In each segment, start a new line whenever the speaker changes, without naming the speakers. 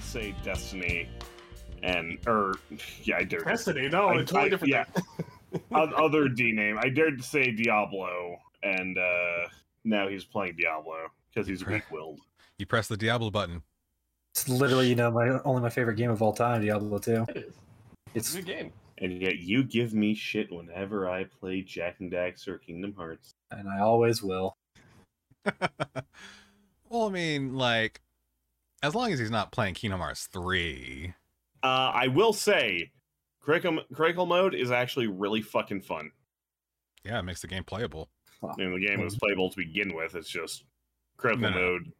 say Destiny, and or yeah, I dare.
Destiny, no,
I-
a totally
I-
different
yeah.
thing.
o- other D name. I dared to say Diablo, and uh now he's playing Diablo because he's
Right.
weak-willed.
You press the Diablo button.
It's literally, you know, my only my favorite game of all time, Diablo 2.
It is. It's
It's
a good game.
And yet you give me shit whenever I play Jack and Dax or Kingdom Hearts.
and I always will.
well, I mean, like, as long as he's not playing Kingdom Hearts 3.
Uh, I will say, critical, critical mode is actually really fucking fun.
Yeah, it makes the game playable.
I mean, the game was playable to begin with. It's just critical
No, no.
mode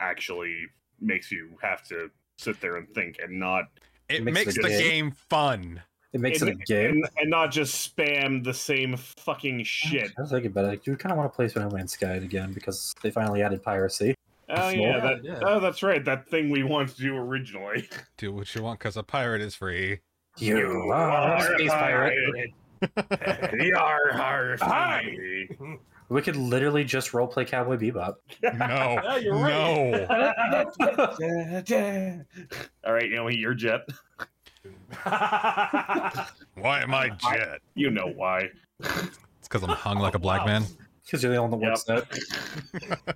actually makes you have to sit there and think and not
It,
It
makes,
makes the
the
game-
game fun.
It makes it a game.
and, and not just spam the same fucking shit.
I was thinking about it. You kind of want to play No Man's Sky again because they finally added piracy.
Oh
Yeah,
yeah, that,
yeah.
oh that's right. That thing we wanted to do originally.
Do what you want because a pirate is free.
You,
You
are
are
a space pirate.
Hi.
We could literally just roleplay Cowboy Bebop.
No.
Yeah, you're
no.
I
All right, you know you're Jet.
Why am I jet?
You know why?
It's because I'm hung like a black man.
Because you're the only one
Yep.
that.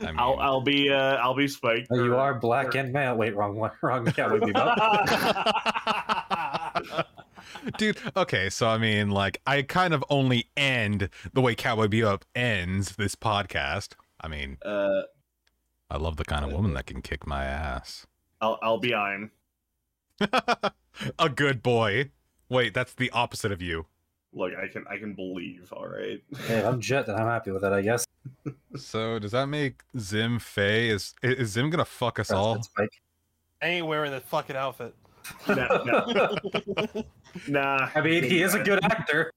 I mean,
I'll I'll be uh I'll be Spike.
Oh, you
or-
are black and male. Wait, wrong one. Wrong Cowboy Bebop.
Dude, okay, so I mean, like, I kind of only end the way Cowboy Bebop ends this podcast. I mean,
Uh,
I love the kind of woman that can kick my ass.
I'll I'll be I'm.
a good boy. Wait, that's the opposite of you.
Look, I can I can believe. All right.
Hey, I'm Jet, and I'm happy with that, I guess.
So does that make Zim Faye? Is i- is Zim gonna fuck us all?
That's Spike.
I ain't wearing that fucking outfit.
Nah, nah. Nah,
I mean, he is a good actor.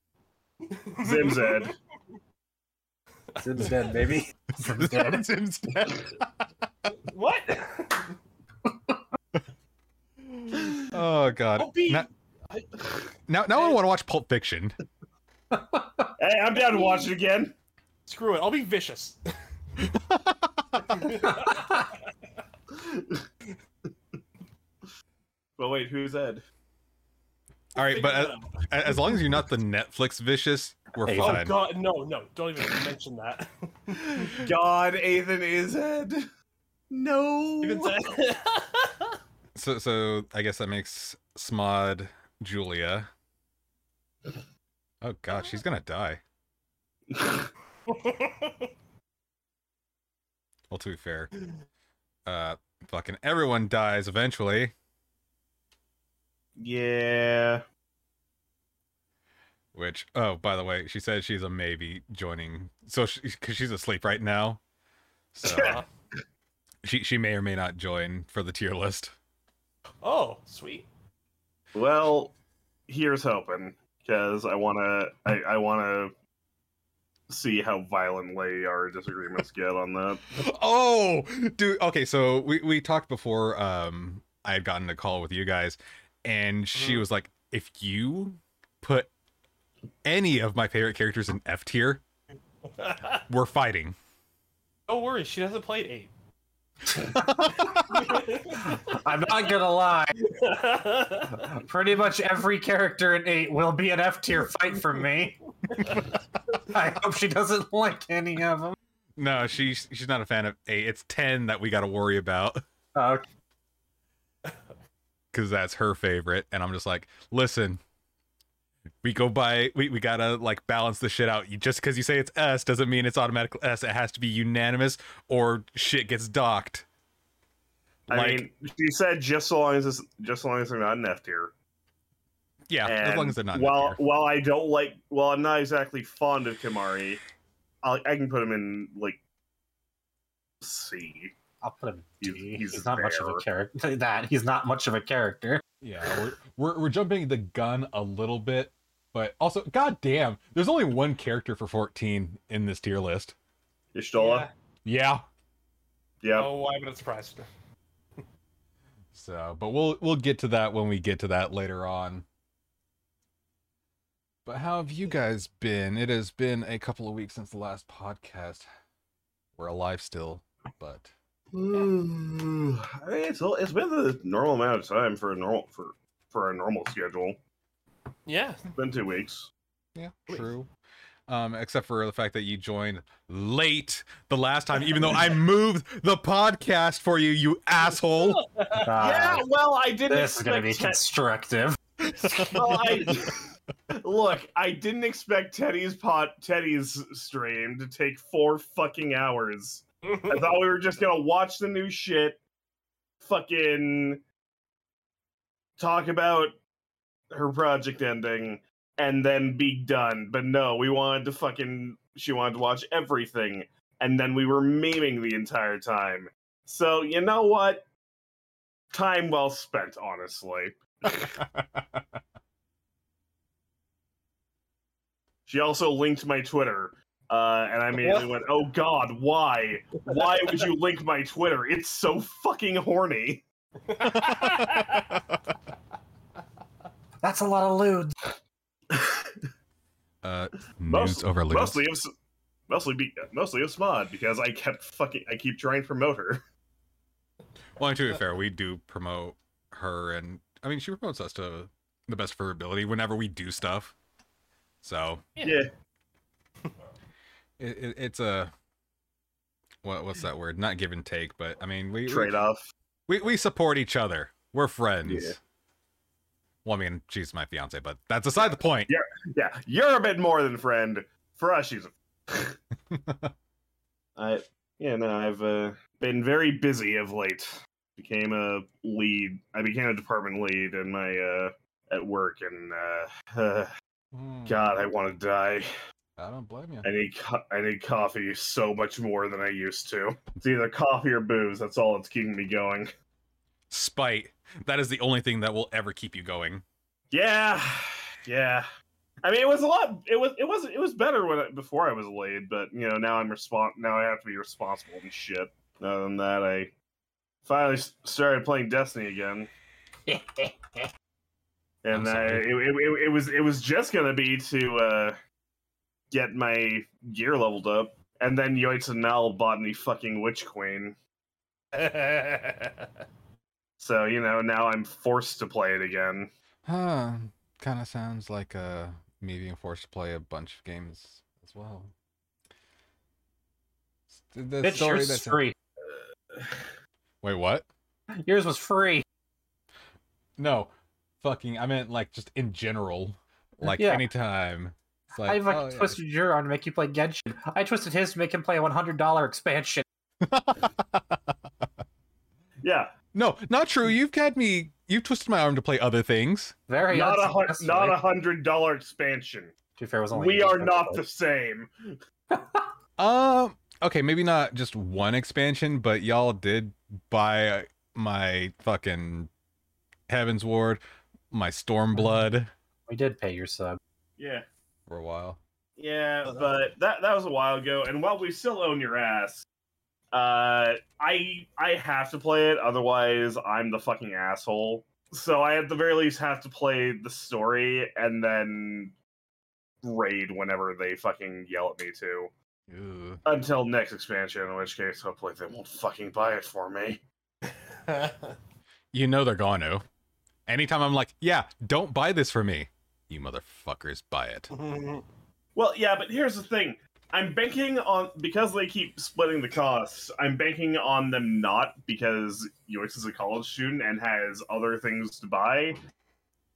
Zim Zed.
Zim's dead, baby. Zim's dead.
Zim's dead.
What?
Oh god.
I'll be-
Now,
I-
now, now I want to watch Pulp Fiction.
Hey, I'm down to watch it again.
Screw it. I'll be vicious.
But wait, who's Ed?
All right, but uh,
Figure
as, as long as you're not the Netflix vicious, we're
Hey,
that out. oh
fine.
god, no, no! Don't even mention that.
God, Ethan is Ed. No.
even say-
So so I guess that makes Smod Julia. Oh god, she's gonna die. Well, to be fair, uh, fucking everyone dies eventually,
yeah.
which, oh, by the way, she said she's a maybe joining. So, because she's asleep right now. So,
Uh,
she, she may or may not join for the tier list.
oh, sweet.
Well, here's hoping because I wanna I, I wanna see how violently our disagreements get on that.
Oh, dude. Okay. So, we, we talked before um, I had gotten a call with you guys, and she
Mhm.
was like, if you put any of my favorite characters in F tier, we're fighting.
Don't worry, she hasn't played eight.
I'm not gonna lie. Pretty much every character in eight will be an F tier fight for me. I hope she doesn't like any of them.
No, she's she's not a fan of eight. It's ten that we got to worry about.
Uh,
because that's her favorite and i'm just like listen we go by we, we gotta like balance the shit out you, just because you say it's s doesn't mean it's automatically s it has to be unanimous or shit gets docked
I
like
mean, she said just so long as it's, just so long as they're not an F tier.
yeah as
And
long as they're not in
While
here.
while I don't like, while I'm not exactly fond of Kamari, I, I can put him in like C.
I'll put him. in D.
He's- he's
he's not much of a
there.
character. That he's not much of a character.
yeah we're, we're we're jumping the gun a little bit but also god damn there's only one character for 14 in this tier list
Ishtola,
yeah
yeah.
Oh, I'm not surprised.
So, but we'll we'll get to that when we get to that later on. But how have you guys been? It has been a couple of weeks since the last podcast. We're alive still, but
Hmm, I mean, it's it's been the normal amount of time for a normal for for our normal schedule.
Yeah.
It's been two weeks.
Yeah,
Wait.
true. Um, except for the fact that you joined late the last time, even though I moved the podcast for you, you asshole.
Ah,
yeah, well, I didn't
this is
expect.
gonna be
Ted-
constructive.
well, I, look, I didn't expect Teddy's pot Teddy's stream to take four fucking hours. I thought we were just gonna watch the new shit, fucking talk about her project ending, and then be done. But no, we wanted to fucking she wanted to watch everything, and then we were memeing the entire time. So you know what? Time well spent, honestly. She also linked my Twitter. Uh, and I immediately went, "Oh God, why? Why would you link my Twitter? It's so fucking horny."
That's a lot of lewd.
uh, news
Most-
over lewd.
Mostly of, s- mostly be, mostly of Smod because I kept fucking, I keep trying to promote her.
Well, to be fair, we do promote her, and I mean, she promotes us to the best of her ability whenever we do stuff. So
Yeah.
it, it, it's a what what's that word? Not give and take, but I mean, we we-
trade off.
we we support each other. We're friends.
Yeah.
Well, I mean, she's my fiance, but that's aside the point.
Yeah. Yeah, you're a bit more than friend. For us, she's. A... I yeah no, I've uh, been very busy of late. Became a lead. I became a department lead in my uh, at work, and uh,
Hmm,
God, I want to die.
I don't blame you.
I need co- I need coffee so much more than I used to. It's either coffee or booze. That's all that's keeping me going.
Spite. That is the only thing that will ever keep you going.
Yeah, yeah. I mean, it was a lot. It was it was it was better when I, before I was laid, but you know now I'm respon Now I have to be responsible and shit. Other than that, I finally s- started playing Destiny again, and
I'm
I,
sorry.
it, it, it, it was it was just gonna be to uh, get my gear leveled up, and then Yoitz and Mal bought me fucking Witch Queen. So, you know, now I'm forced to play it again.
Huh. Kind of sounds like uh, me being forced to play a bunch of games as well. S- The
Bitch, yours is
that's in-
free.
Wait, what?
Yours was free.
No, fucking. I meant like just in general, like
Yeah.
anytime. It's like,
I fucking
oh, yeah.
twisted your arm to make you play Genshin. I twisted his to make him play a one hundred dollar expansion.
Yeah.
No, not true. You've had me. You've twisted my arm to play other things.
Very
Not a hun-
unsuccessfully.
not a hundred dollar expansion.
To be fair, it was only
We are
$80.
not the same.
Um. Okay, maybe not just one expansion, but y'all did buy my fucking Heaven's Ward, my Stormblood
We did pay your sub.
Yeah.
for a while.
Yeah, but that that was a while ago, and while we still own your ass, uh I I have to play it, otherwise I'm the fucking asshole. So I at the very least have to play the story and then raid whenever they fucking yell at me to.
Ew.
Until next expansion, in which case hopefully they won't fucking buy it for me.
You know they're going to. Anytime I'm like, yeah, don't buy this for me. You motherfuckers buy it.
Well, yeah, but here's the thing. I'm banking on because they keep splitting the costs. I'm banking on them not because Yoix is a college student and has other things to buy,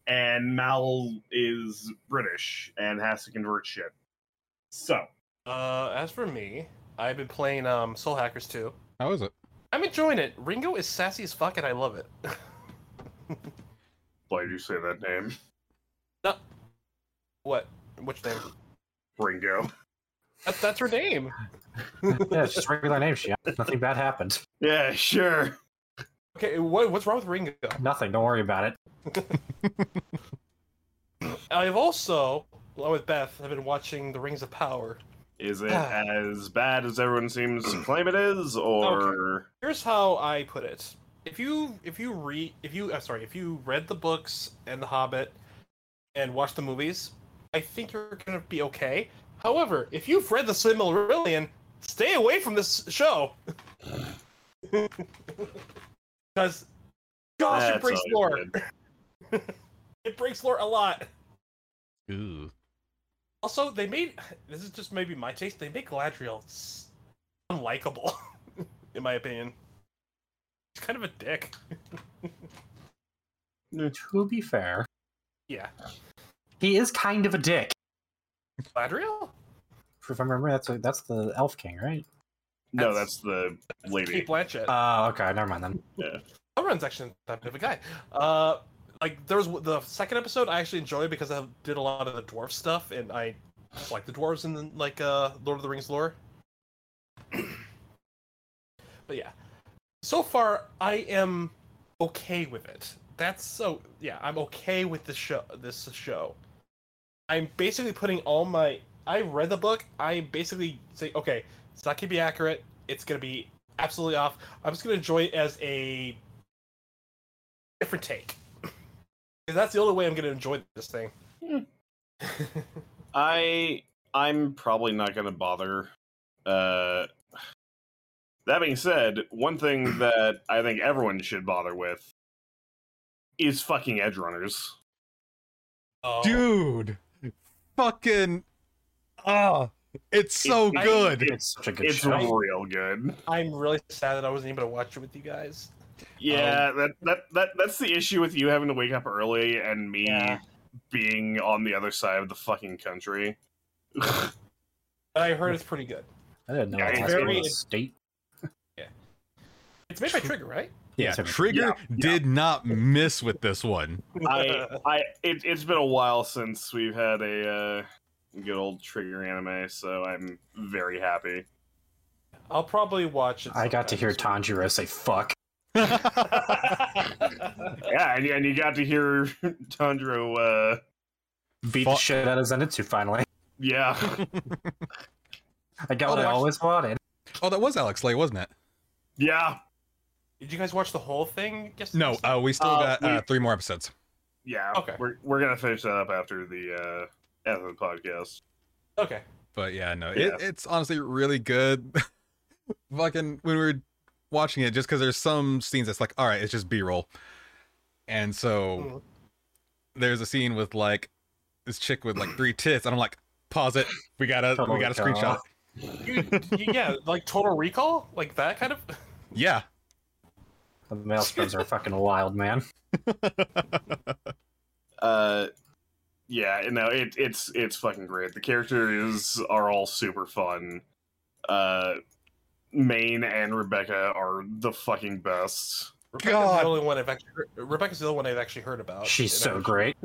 and Mal is British and has to convert shit. So
uh, as for me, I've been playing um, Soul Hackers 2.
How is it?
I'm enjoying it. Ringo is sassy as fuck, and I love it.
why do you say that name,
what? Which name?
Ringo?
That, that's her name.
Yeah, it's just a regular name shit. Nothing bad happened.
Yeah, sure.
Okay, what, what's wrong with Ringo?
Nothing. Don't worry about it.
I've also, along with Beth, have been watching The Rings of Power.
Is it as bad as everyone seems to claim it is, or
here's how I put it. If you if you read if you I'm sorry if you read the books and The Hobbit and watched the movies, I think you're gonna be okay. However, if you've read the Silmarillion, stay away from this show. Because, gosh, it
That's
breaks
all
lore.
good.
It breaks lore a lot.
Ooh.
Also, they made this is just maybe my taste. They make Galadriel s- unlikable, in my opinion. He's kind of a dick.
To be fair,
Yeah,
he is kind of a dick.
Galadriel.
If I remember, that's what, that's the Elf King, right?
No,
That's-
that's the lady.
Kate Blanchett.
Oh, okay. Never mind then.
Elrond's actually that bit of a guy. Uh, like there was the second episode I actually enjoyed because I did a lot of the dwarf stuff and I just like the dwarves and like uh Lord of the Rings lore. but yeah, so far I am okay with it. That's so yeah, I'm okay with this show. This show, I'm basically putting all my. I read the book. I basically say, okay, it's not gonna be accurate. It's gonna be absolutely off. I'm just gonna enjoy it as a different take. 'Cause that's the only way I'm gonna enjoy this thing.
Hmm.
I I'm probably not going to bother. Uh, that being said, one thing that I think everyone should bother with is fucking edge runners.
Oh,
Dude. Fucking. Ah. It's so
I-
good.
It's such a good
it's
show.
real good.
I'm really sad that I wasn't able to watch it with you guys.
Yeah,
Um,
that, that that that's the issue with you having to wake up early and me
Yeah.
being on the other side of the fucking country.
But I heard it's pretty good.
I didn't know
Yeah,
that's
it's
how
very-
the state.
It's made by Trigger, right?
Yeah,
it's a-
Trigger did not miss with this one.
I I it, it's been a while since we've had a uh, good old trigger anime, so I'm very happy.
I'll probably watch it.
I got to hear
sometime
Tanjiro say "fuck."
this week.
Yeah, and, and you got to hear Tundro. Uh,
Beat
Fu-
the shit out of Zenitsu finally.
yeah,
I got
Oh,
what I
watch-
always wanted.
Oh, that was Alex Lay, wasn't it?
yeah,
Did you guys watch the whole thing? yesterday?
No, uh, we still
Uh,
got uh,
we-
three more episodes.
yeah.
Okay.
we're we're gonna finish that up after the uh, after the podcast.
Okay.
But yeah, no,
Yeah.
It, it's honestly really good. Fucking when we were watching it, just because there's some scenes that's like, all right, it's just B-roll, and so
Mm.
Mhm.
there's a scene with like this chick with like three tits, and I'm like, pause it, we gotta,
Oh
Totally
we gotta
cut
screenshot.
off.
It.
You, you- yeah, like Total Recall, like that kind of.
Yeah,
The maelstroms are fucking wild, man.
Uh, yeah, no, it it's it's fucking great. The characters are all super fun. Uh, Maine and Rebecca are the fucking best.
Rebecca's
God.
the only one I've actually. Rebecca's the only one I've actually heard
Oh,
about.
She's
And
so
I-
great.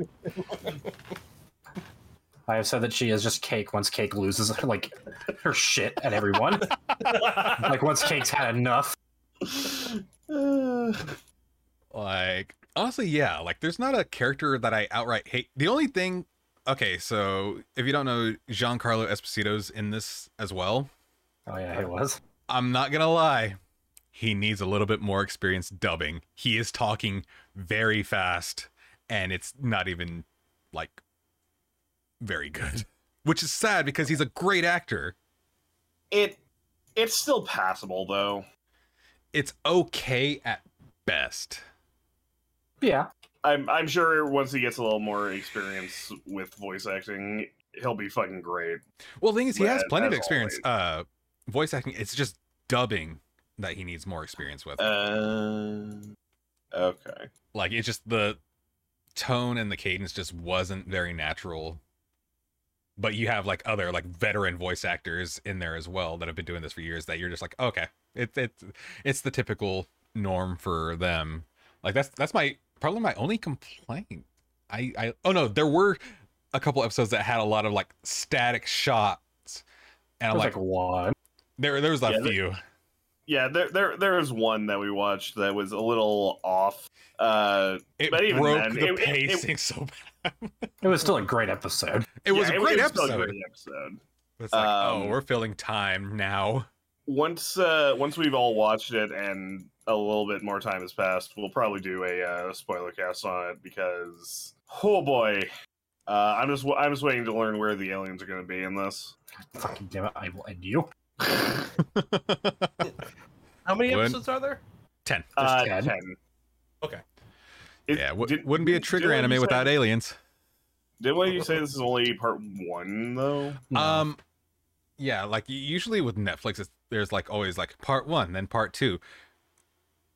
I have said that she is just cake once cake loses like her shit at everyone. like once cake's had enough.
Uh,
like honestly, yeah, like there's not a character that I outright hate. The only thing, okay, so if you don't know, Giancarlo Esposito's in this as well.
Oh yeah, it was.
I'm not gonna lie. He needs a little bit more experience dubbing. He is talking very fast, and it's not even like very good. Which is sad because he's a great actor.
it it's still passable though.
It's okay at best.
Yeah.
I'm I'm sure once he gets a little more experience with voice acting, he'll be fucking great.
Well, the thing is, he has
Well,
plenty of
as
experience uh, voice acting. It's just dubbing that he needs more experience with.
Uh, okay.
like it's just the tone and the cadence just wasn't very natural but you have like other like veteran voice actors in there as well that have been doing this for years that you're just like okay it's it's it's the typical norm for them like that's that's my probably my only complaint i i oh no there were a couple episodes that had a lot of like static shots and
It
i'm
was
like,
like one.
there there was a
Yeah, there-
few
Yeah, there there there was one that we watched that was a little off. Uh,
it
but even
broke
then,
the
it- it- it-
pacing so bad
It was still a great episode.
it was
yeah,
a great
still a
episode
great episode.
it's like oh
Um,
we're filling time now
Once uh once we've all watched it and a little bit more time has passed, we'll probably do a uh, spoiler cast on it because oh boy, uh, I'm just I'm just waiting to learn where the aliens are going to be in this.
Fucking damn it, I will end you.
How many
Would-
episodes are there?
Ten.
Uh,
ten.
10.
Okay.
It-
yeah, w-
did-
wouldn't be a
did-
trigger
didn't
anime
you say-
without aliens.
Didn't one of you say this is only part one though?
Um, yeah, like y- usually with Netflix, it's, there's like always like part one, then part two.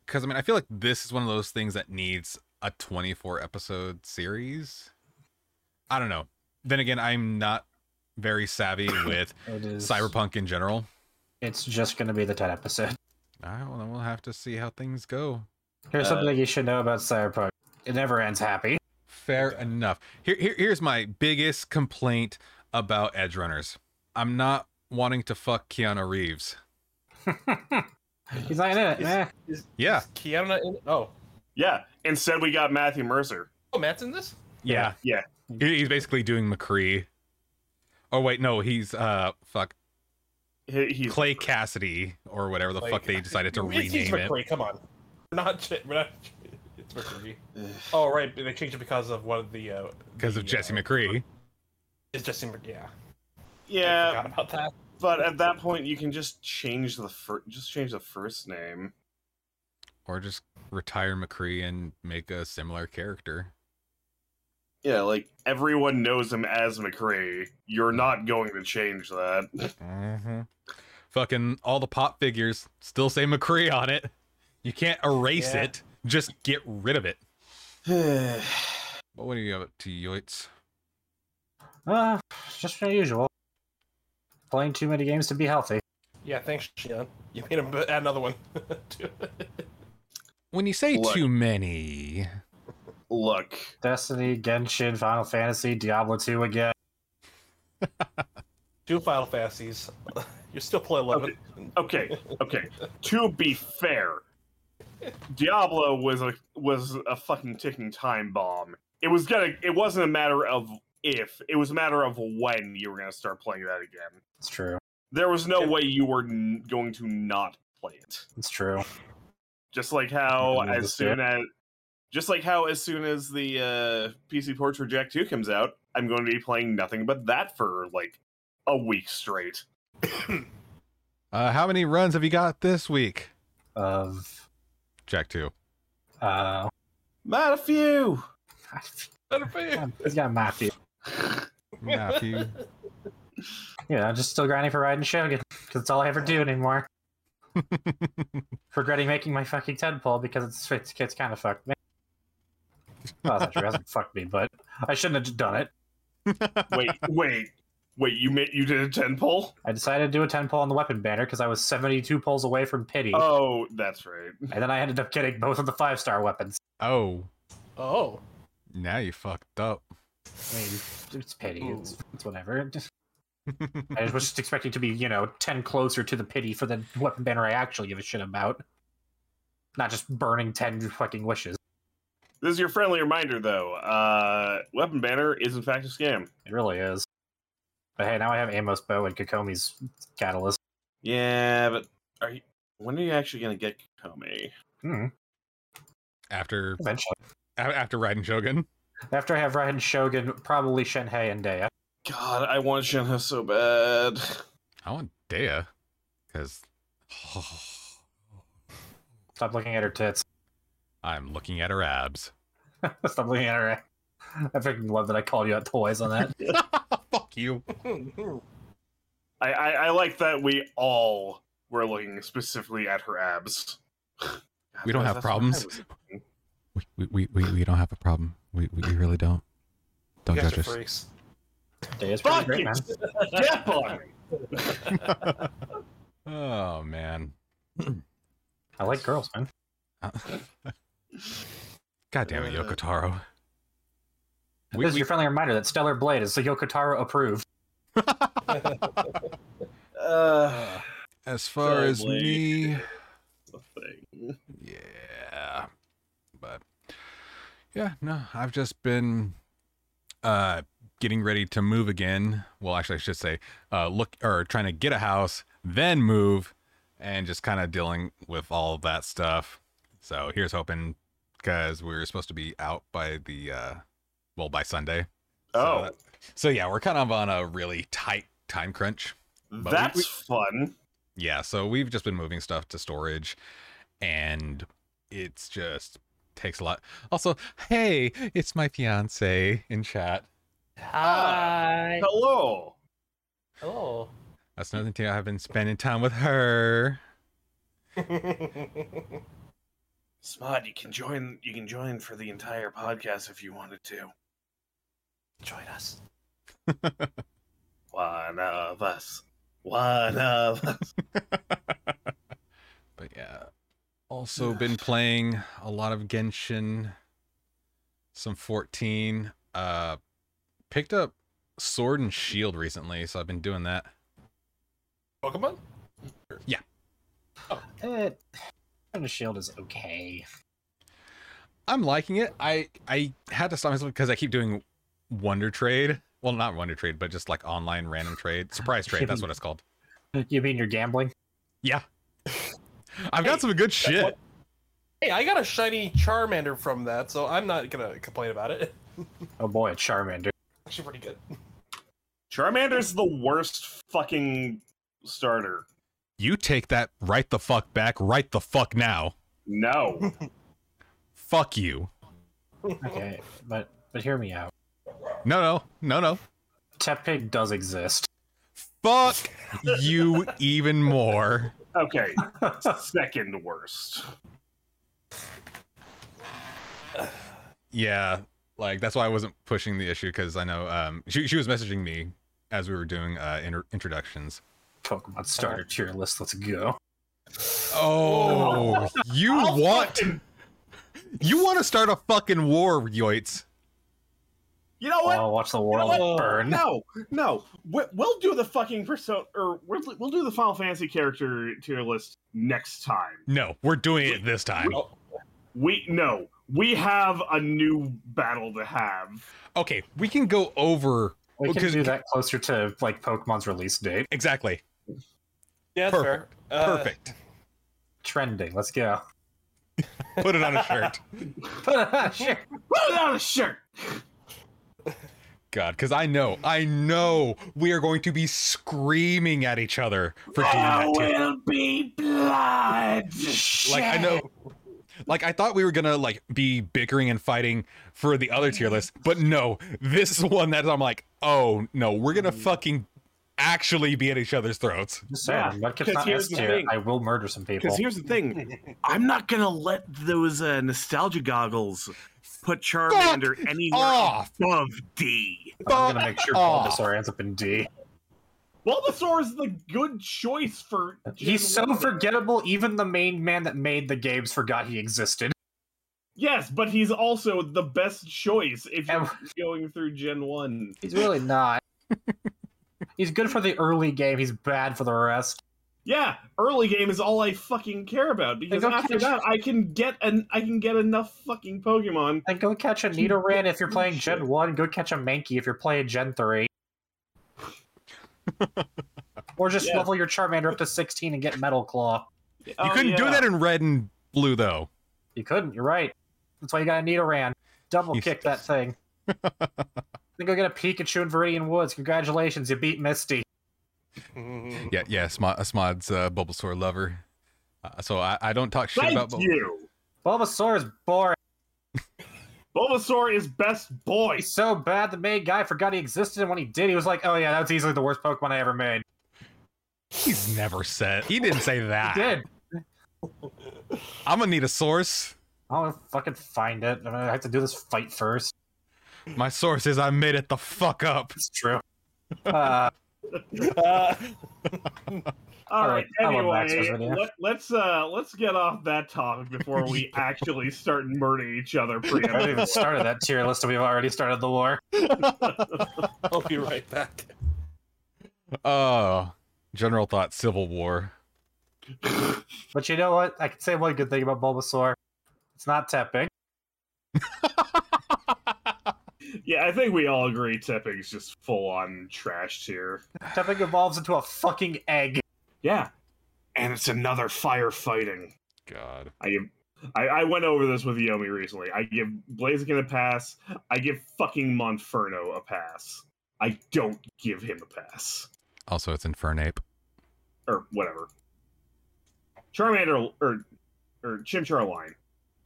Because I mean, I feel like this is one of those things that needs a 24 episode series. I don't know. Then again, I'm not very savvy with
It is,
cyberpunk in general.
It's just going to be the 10 episode.
I don't know. We'll have to see how things go.
Here's
Uh,
something you should know about Cyberpunk. It never ends happy.
Fair enough. Here, here, here's my biggest complaint about Edge Runners. I'm not wanting to fuck Keanu Reeves.
He's not in it.
Is-
eh.
Is,
Yeah.
Is Keanu not in? Oh,
Yeah. Instead, we got Matthew Mercer.
oh, Matt's in this.
Yeah.
Yeah.
He- He's basically doing McCree. Oh wait, no, he's uh fuck
He, he's
Clay Cassidy or whatever the
Like-
fuck they decided to
It's- it's
rename it.
McCree, Come on, we're not. ch- We're not ch- it's McCree. oh right, but they changed it because of one of the. uh,
Because
the,
of Jesse
uh,
McCree.
It's Jesse McCree. Yeah. I
yeah.
forgot about that.
But at that point, you can just change the fir- just change the first name.
Or just retire McCree and make a similar character.
Yeah, like everyone knows him as McCree. You're not going to change that.
Mm-hmm. Fucking all the pop figures still say McCree on it. You can't erase
Yeah.
it. Just get rid of it.
yeah,
But what do you have to Yoitz?
Ah, just my usual. Playing too many games to be healthy.
Yeah. Thanks, Shion. You made him add another one. too.
When you say
Look.
too many,
look,
Destiny, Genshin, Final Fantasy, Diablo 2 again.
Two Final Fantasies. You're still play eleven.
okay, okay. to be fair, Diablo was a was a fucking ticking time bomb. It was gonna. It wasn't a matter of if. It was a matter of when you were gonna start playing that again.
It's true.
There was no
Yeah.
way you were n- going to not play it.
It's true.
Just like how
Yeah,
as
that's
soon as just like how as soon as the uh, PC port for Jack 2 comes out, I'm going to be playing nothing but that for like a week straight.
uh, how many runs have you got this week?
Of,
Jack two.
Um, uh,
Matthew!
Better for you.
he's got Matthew.
Matthew.
You know, just still grinding for Raiden Shogun because it's all I ever do anymore. Regretting making my fucking tadpole because it's it's, it's kind of fucked me. Well, that's not true. It hasn't fucked me, but I shouldn't have done it.
Wait, wait, wait, you made you did a 10 poll?
I decided to do a tadpole on the weapon banner because I was 72 poles away from pity,
Oh, that's right.
and then I ended up getting both of the five star weapons.
oh,
Oh.
now you fucked up.
I mean, it's pity. It's, it's whatever. Just- I was just expecting to be, you know, 10 closer to the pity for the weapon banner I actually give a shit about. Not just burning 10 fucking wishes.
This is your friendly reminder though. Uh Weapon Banner is in fact a scam.
It really is. But hey, now I have Amos Bow and Kokomi's catalyst.
Yeah, but are you when are you actually gonna get Komi?
Hmm,
after
eventually.
a- after riding Shogun.
After I have Raiden Shogun, probably Shenhei and Dea.
God, I want Shenhe so bad.
I want Dea, because
Stop looking at her tits.
I'm looking at her abs.
Stop looking at her. I freaking love that I called you out twice on that.
Fuck you.
I, I, I like that we all were looking specifically at her abs. God,
We don't
that's-
have
that's what I
problems.
was thinking.
We we, we, we don't have a problem. We, we, we really don't. Don't
You guys
judge
are
us.
freaks.
Dea's pretty
Fuck
great,
you!
man.
Step on me!
Oh man.
I like girls, man.
God damn it,
Uh,
Yokotaro.
this is your friendly reminder that Stellar Blade is the Yokotaro approved.
Uh,
as far as
Sadly.
me,
the thing.
yeah but yeah no i've just been uh getting ready to move again well actually i should say uh look or trying to get a house then move and just kind of dealing with all of that stuff so here's hoping because we're supposed to be out by the uh well by sunday
Oh,
that- so yeah we're kind of on a really tight time crunch but we-
that's fun.
yeah, so we've just been moving stuff to storage and it's just takes a lot. Also, hey, it's my fiance in chat.
Hi.
Ah, Hello.
Hello.
That's another thing I've been spending time with her.
Smod, you can join you can join for the entire podcast if you wanted to.
Join us.
One of us. One of us.
But yeah. Also been playing a lot of Genshin, some 14. Uh picked up Sword and Shield recently, so I've been doing that.
Pokemon?
Eh, Sword and Shield is okay.
I'm liking it. I I had to stop myself because I keep doing Wonder Trade. Well, not Wonder Trade, but just like online random trade. Surprise trade, that's what it's called.
You mean you're gambling?
Yeah. I've got
Hey,
some good shit.
what- Hey, I got a shiny Charmander from that, so I'm not gonna complain about it.
Oh boy, it's Charmander.
Actually, pretty good.
Charmander's the worst fucking starter.
You take that right the fuck back, right the fuck now.
No.
Fuck you.
Okay, but but hear me out.
No, no, no, no.
Tepig does exist.
Fuck you even more.
Okay. Second worst.
Yeah, like that's why I wasn't pushing the issue because I know um, she she was messaging me as we were doing uh, inter- introductions.
Pokemon starter tier list. Let's go.
Oh, you want you want to start a fucking war, Yoitz?
You know what?
Oh, watch the world
what?
burn.
No, no. We- We'll do the fucking persona, or we'll, we'll do the Final Fantasy character tier list next time.
No, we're doing it this time.
Oh,
We no, we have a new battle to have.
Okay, we can go over
We can
Because-
do that closer to like Pokemon's release date.
exactly
yeah, that's fair. Uh,
perfect.
Trending. Let's go.
Put it on a shirt.
Sure.
Put it on a shirt.
God, because I know, I know we are going to be screaming at each other for doing that too.
be blood.
Like I know, like I thought we were gonna like be bickering and fighting for the other tier list, but no, this is one that I'm like, oh no, we're gonna fucking actually be at each other's throats.
Just saying,
Yeah,
Mudkip's
'cause
not
here's
S
the
tier.
thing.
I will murder some people.
Because here's the thing, I'm not gonna let those uh, nostalgia goggles put Charmander anywhere
Off,
above D.
I'm gonna make sure
Fuck
Bulbasaur ends up in D.
Bulbasaur is the good choice for.
He's so
Gen one.
forgettable. Even the main man that made the games forgot he existed.
Yes, but he's also the best choice if you're
And-
going through Gen 1.
He's really not. He's good for the early game. He's bad for the rest.
Yeah, early game is all I fucking care about because
Then go
after
catch-
that I can get an I can get enough fucking Pokemon.
And go catch a
He-
Nidoran if you're playing
he should.
Gen One. Go catch a Mankey if you're playing Gen Three. or just
Yeah.
level your Charmander up to 16 and get Metal Claw.
You
you couldn't do that in red and blue though.
You couldn't. You're right. That's why you got a Nidoran. Double
He's-
kick that thing. then go get a Pikachu in Viridian Woods. Congratulations, you beat Misty.
mhm.
Yeah, yeah, Smod, Smod's uh, Bulbasaur lover. Uh, so I, I don't talk shit
Thank
about Bul-
you.
Bulbasaur is boring.
Bulbasaur is best boy.
He's so bad the main guy forgot he existed, and when he did, he was like, "Oh yeah, that's easily the worst Pokemon I ever made."
He's never said he didn't say
He
that.
did.
I'm gonna need a source.
I'll fucking find it. I'm gonna have to do this fight first.
My source is I made it the fuck up.
It's true. Uh,
Uh,
all
I
right.
like- I love Max's
Anyway,
video.
let, let's uh let's get off that topic before we actually start murdering each other
we haven't even
preemptively.
started that tier list, and we've already started the war.
I'll be right back.
Oh, general thought civil war.
But you know what? I can say one good thing about Bulbasaur. It's not Tepig.
yeah, I think we all agree Tipping's just full on trash here.
Tepig evolves into a fucking egg.
Yeah. And it's another firefighting.
God.
I give. I, I went over this with Yomi recently. I give Blaziken a pass. I give fucking Monferno a pass. I don't give him a pass
Also, it's Infernape.
or whatever. Charmander or or Chimchar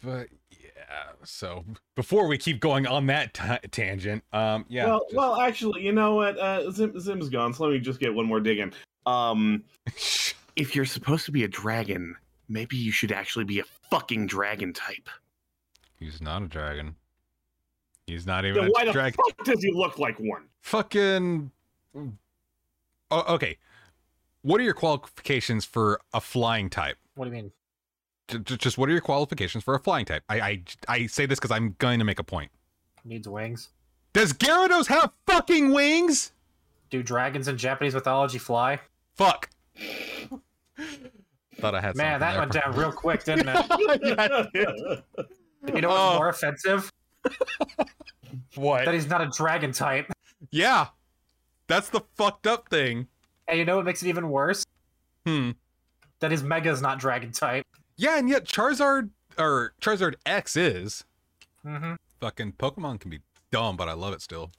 But yeah, so before we keep going on that ta- tangent, um, yeah,
well,
just-
well, actually, you know what? Uh, Zim, Zim's gone, so let me just get one more dig in. Um, if you're supposed to be a dragon, maybe you should actually be a fucking dragon type.
he's not a dragon. He's not even
Then
a
why the
dragon.
fuck does he look like one?
Fucking. Oh, okay. What are your qualifications for a flying type?
What do you mean?
J- j- Just what are your qualifications for a flying type? I I, I say this because I'm going to make a point.
Needs wings.
Does Gyarados have fucking wings?
Do dragons in Japanese mythology fly?
Fuck. Thought I had
Man, that went
something
down real quick, didn't it? You know what's
Oh.
more offensive?
What?
That he's not a dragon type.
Yeah. That's the fucked up thing.
And you know what makes it even worse?
Hmm.
That his mega is not dragon type.
Yeah, and yet Charizard or Charizard X is
hmm
fucking Pokemon can be dumb, but I love it still.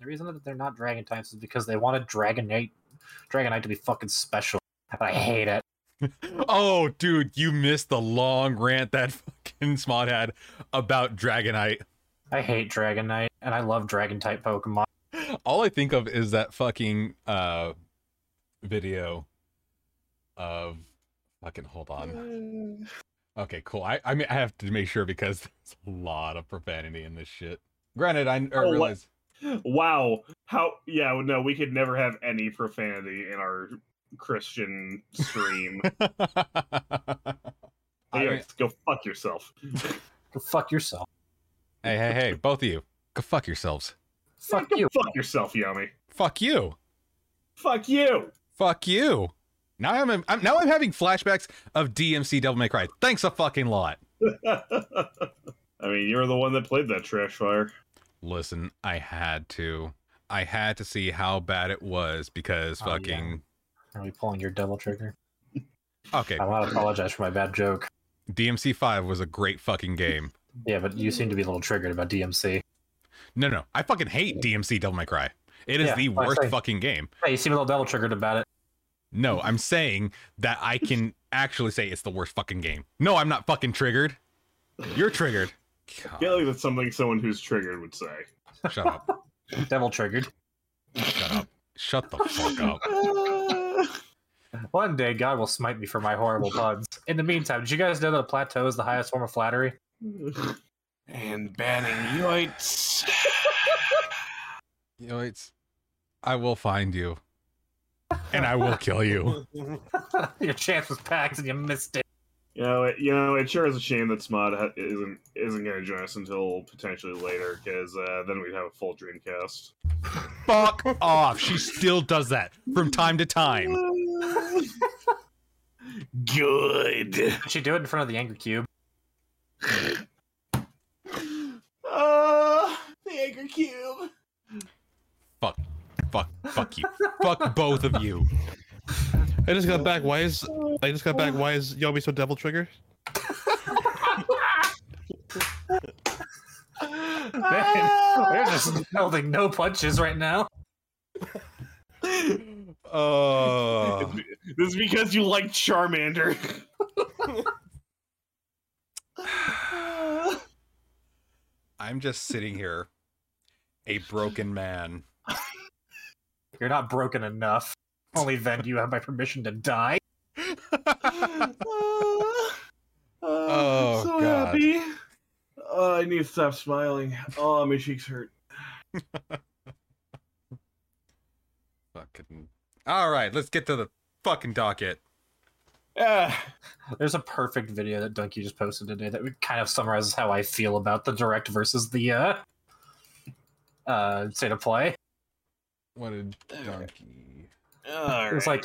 The reason that they're not dragon types is because they wanted Dragonite, Dragonite to be fucking special. And I hate it.
Oh, dude, you missed the long rant that fucking Smod had about Dragonite.
I hate Dragonite, and I love dragon type Pokemon.
All I think of is that fucking uh video of fucking hold on. Okay, cool. I I mean I have to make sure because there's a lot of profanity in this shit. Granted, I, I
Oh, what-
realize
Wow. How? Yeah. No, we could never have any profanity in our Christian stream.
I
Yeah,
mean-
go fuck yourself.
Go fuck yourself.
Hey, hey, hey, both of you. Go fuck yourselves.
Fuck you.
Fuck yourself, Yami.
Fuck you.
Fuck you.
Fuck you. Now I'm, I'm now I'm having flashbacks of DMC Devil May Cry. Thanks a fucking lot.
I mean, you're the one that played that trash fire.
Listen, I had to. I had to see how bad it was because
Oh, yeah.
fucking
Are we pulling your double trigger?
Okay,
I want to apologize for my bad joke.
DMC 5 was a great fucking game.
Yeah, but you seem to be a little triggered about DMC.
No, no. I fucking hate DMC Devil May Cry. It is
Yeah,
the
I
worst
say.
fucking game.
Hey, you seem a little double triggered about it.
No, I'm saying that I can actually say it's the worst fucking game. No, I'm not fucking triggered. You're triggered.
I feel like that's something someone who's triggered would say.
Shut up.
Devil triggered.
Shut up. Shut the fuck up.
One day God will smite me for my horrible puns. In the meantime, did you guys know that a plateau is the highest form of flattery?
and banning yoites.
You know, it's I will find you. And I will kill you.
Your chance was packed and you missed it.
You know, it, you know, it sure is a shame that Smod ha- isn't isn't going to join us until potentially later, because uh, then we'd have a full Dreamcast.
Fuck off. She still does that from time to time.
Good.
Did she do it in front of the angry cube?
Uh, the Anchor Cube.
Fuck. Fuck. Fuck you. Fuck both of you.
I just got back. Why is I just got back? Why is Yomi so devil trigger?
Man, they're just melding no punches right now.
Oh.
This is because you like Charmander. Uh,
I'm just sitting here, a broken man.
You're not broken enough. Only then do you have my permission to die.
oh,
so God. happy.
Oh, I need to stop smiling. Oh, my cheeks hurt.
Fucking. All right, let's get to the fucking docket.
Yeah.
There's a perfect video that Donkey just posted today that would kind of summarizes how I feel about the direct versus the uh uh state of play.
What a donkey.
All
It's
right.
like,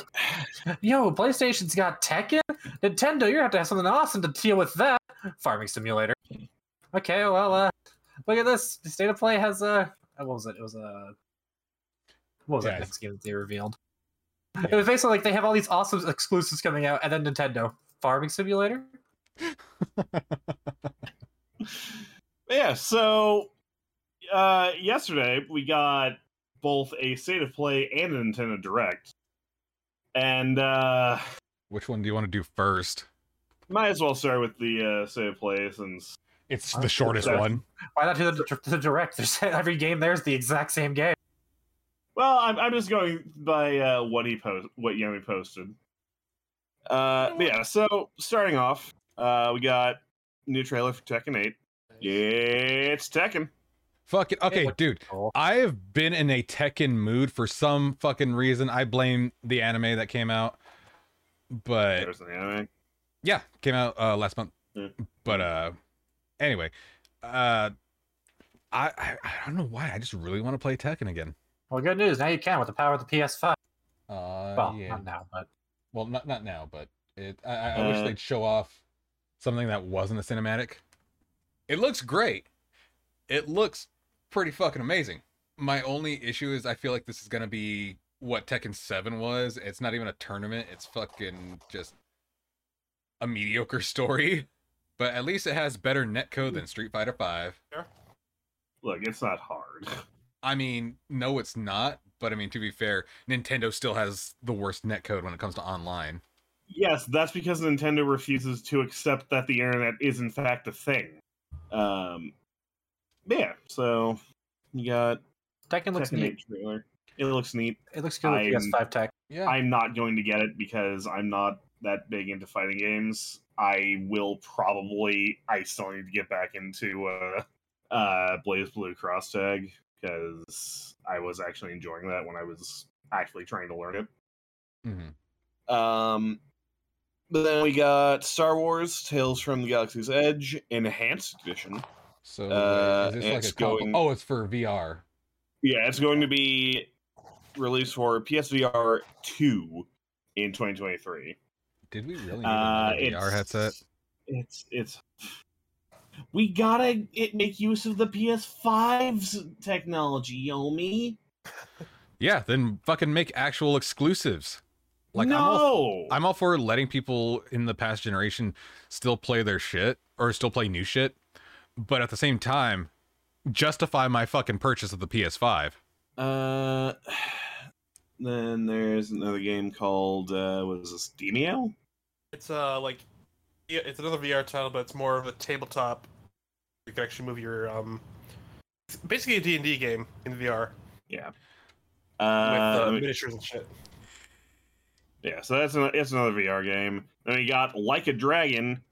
yo, PlayStation's got Tekken? Nintendo, you're gonna have to have something awesome to deal with that. Farming simulator. Okay, well, uh, look at this. The state of play has a. Uh, what was it? It was a. What was
Yeah.
that next game that they revealed? It
Yeah.
was basically like they have all these awesome exclusives coming out, and then Nintendo. Farming simulator?
yeah. So, uh, yesterday we got both a state of play and a Nintendo Direct, and uh,
Which one do you want to do first?
Might as well start with the uh, save play since
It's
Honestly,
the shortest
that's-
one.
Why not do the, the direct? There's, every game there's the exact same game.
Well, I'm, I'm just going by uh, what he post, what Yami posted. Uh, but yeah. So starting off, uh, we got new trailer for Tekken 8. It's Tekken.
Fuck it. Okay,
looks
dude.
cool.
I have been in a Tekken mood for some fucking reason. I blame the anime that came out, but
There's an anime.
yeah, came out uh, last month.
Hmm.
Yeah.
But uh, anyway, uh, I, I I don't know why. I just really want to play Tekken again.
Well, good news. Now you can with the power of the PS5.
Uh,
Well,
yeah.
not now, but
well, not not now, but it. I, I, I wish
Uh,
they'd show off something that wasn't a cinematic. It looks great. It looks pretty fucking amazing. My only issue is I feel like this is gonna be what Tekken Seven was. It's not even a tournament. It's fucking just a mediocre story. But at least it has better netcode than Street Fighter Five.
Look, it's not hard.
I mean, no, it's not. But I mean, to be fair, Nintendo still has the worst netcode when it comes to online.
Yes, that's because Nintendo refuses to accept that the internet is in fact a thing. Um, yeah. So you got
Tekken looks
Tekken 8
neat.
trailer. It looks neat.
It looks good with
I'm-
PS5 tech.
Yeah.
I'm not going to get it because I'm not that big into fighting games. I will probably. I still need to get back into uh, uh, Blaze Blue Cross Tag because I was actually enjoying that when I was actually trying to learn
Mhm.
it. Um, but then we got Star Wars Tales from the Galaxy's Edge Enhanced Edition.
So wait,
Uh,
is this like
it's
a comp-
going-
Oh, it's for VR.
Yeah, it's going to be released for PSVR two in 2023.
Did we really need
Uh,
another VR headset?
It's it's. We gotta it make use of the PS5's technology, Yomi.
Yeah, then fucking make actual exclusives. Like
no,
I'm all, I'm all for letting people in the past generation still play their shit or still play new shit, but at the same time, justify my fucking purchase of the PS5.
uh, then there's another game called uh, what is this Demio?
It's uh like yeah, it's another VR title, but it's more of a tabletop. You can actually move your um, it's basically a D and D game in VR with
Uh,
uh,
let me-
miniatures and shit.
yeah, so that's an, it's another VR game. Then we got Like a Dragon,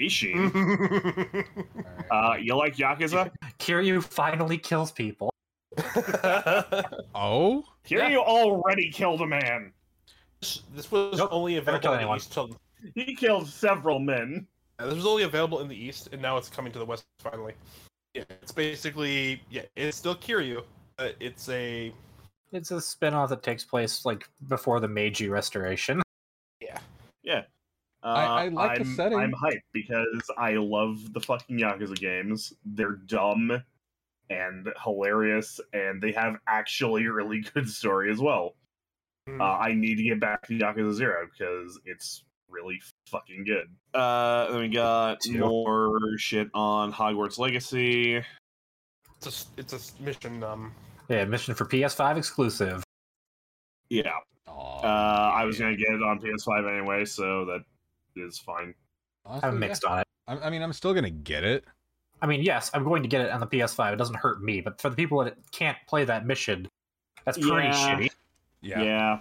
Ishin.
Mm-hmm.
Uh, you like Yakuza?
Kiryu finally kills people.
Oh,
Here you already killed a man.
this, this was
Nope,
only available
kill
in the
anyone.
East. Till,
He killed several men.
uh, this was only available in the East, and now it's coming to the West finally. Yeah, it's basically yeah, it's still Kiryu, but it's a
It's a spin-off that takes place like before the Meiji Restoration.
yeah.
Uh,
I- I like the
I'm,
setting.
I'm hyped because I love the fucking Yakuza games. They're dumb and hilarious, and they have actually really good story as well.
Mm.
Uh, I need to get back to Yakuza Zero because it's really fucking good. Uh, then we got
Two.
more shit on Hogwarts Legacy.
It's a s- it's a s- mission. Um,
Yeah, mission for PS5 exclusive.
Yeah,
Aw,
uh, I was
yeah.
gonna get it on PS5 anyway, so that is fine.
Honestly,
I'm
yeah.
mixed on it.
I, I mean, I'm still gonna get it.
I mean, yes, I'm going to get it on the PS5. It doesn't hurt me, but for the people that can't play that mission, that's pretty
Yeah.
shitty.
Yeah.
Yeah.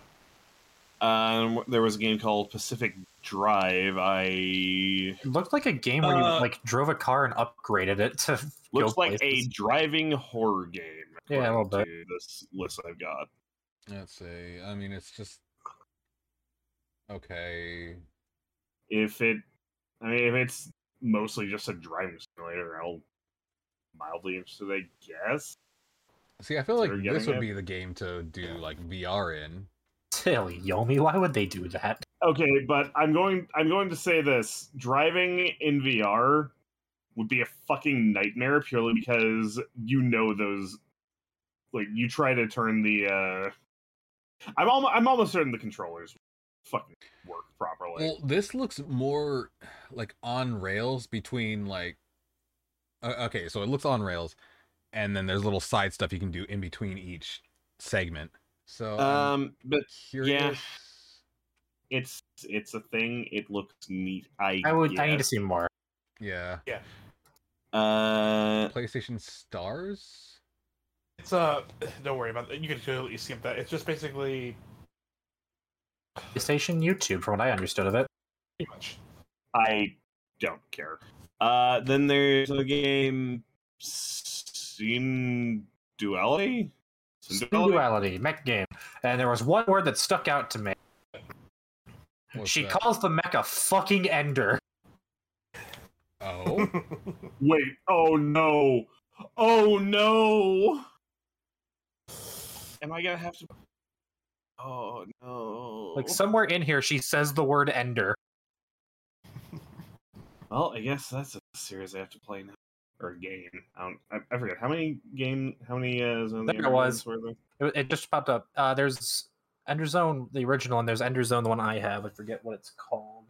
Um, there was a game called Pacific Drive. I
It looked like a game where you
Uh,
like drove a car and upgraded it to go
looks like
places.
a driving horror game.
Yeah, a little bit.
according to This list I've got.
Let's see. I mean, it's just okay.
If it, I mean, if it's mostly just a driving simulator, I'll mildly interested, I guess.
See, I feel
So
like
you're
this
getting
would
it?
be the game to do like VR in.
Silly Yomi, why would they do that?
Okay, but I'm going. I'm going to say this: driving in VR would be a fucking nightmare purely because you know those. Like you try to turn the. uh I'm almost. I'm almost certain the controllers fucking work properly.
Well, this looks more like on rails between like. Uh, okay, so it looks on rails, and then there's little side stuff you can do in
Um,
between each segment. So I'm
um, but
curious.
it's it's a thing. It looks neat. I
I would. I need to
guess.
see more.
Yeah.
Uh,
PlayStation Stars?
It's uh, don't worry about that. You can totally skip that. It's just basically
PlayStation YouTube, from what I understood of it.
pretty much.
I don't care. Uh, then there's a game, Scene Duality. Scene Duality?
Duality, mech game. And there was one word that stuck out to me.
What's
she
that?
calls the mech a fucking ender.
Oh.
Wait. Oh no. Oh no. Am I gonna have to? Oh no.
Like somewhere in here, she says the word ender.
Well, I guess that's a series I have to play now, or a game. I, don't, I, I forget how many game, how many uh, Zone of the
There it
Enders
was.
were there?
It, it just popped up. Uh, there's Ender Zone, the original, and there's Ender Zone, the one I have. I forget what it's called.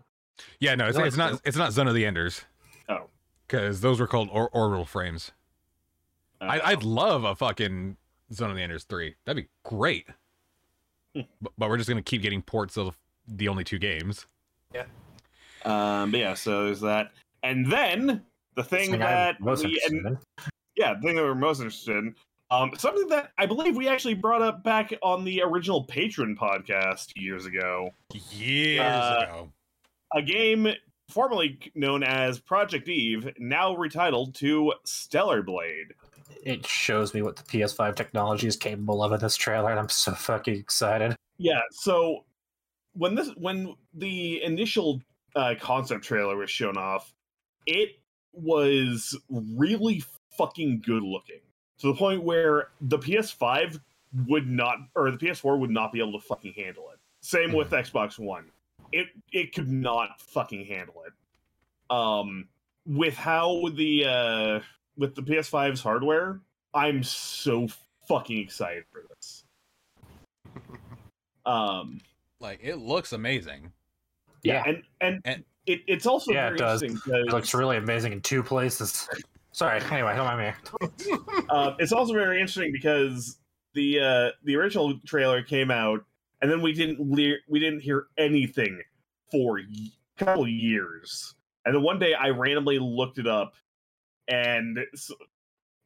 Yeah, no, it's,
No,
it's
it's
not
dope.
it's not Zone of the Enders.
Oh.
Because those were called or- orbital frames.
Uh,
I- I'd love a fucking Zone of the Enders 3. That'd be great.
Hmm.
but, but we're just going to keep getting ports of the only two games.
Um, but yeah, so there's that, and then the thing
Something I'm
that
most
we,
interested
and,
in.
yeah, the thing that we're most interested in, um, something that I believe we actually brought up back on the original Patron podcast years ago,
Years
Uh,
ago.
a game formerly known as Project Eve, now retitled to Stellar Blade.
It shows me what the PS5 technology is capable of in this trailer, and I'm so fucking excited.
Yeah, so when this when the initial uh, concept trailer was shown off, it was really fucking good looking to the point where the PS5 would not or the PS4 would not be able to fucking handle it. Same with Xbox One. It it could not fucking handle it. Um with how the uh with the PS5's hardware, I'm so fucking excited for this. Um
Like, it looks amazing.
Yeah,
and and,
And-
it, it's also
Yeah, it
very
does.
interesting
it
because,
looks really amazing in two places. Sorry. Anyway, don't mind me.
uh, it's also very interesting because the uh, the original trailer came out and then we didn't lear we didn't hear anything for y- a couple years and then one day I randomly looked it up and s-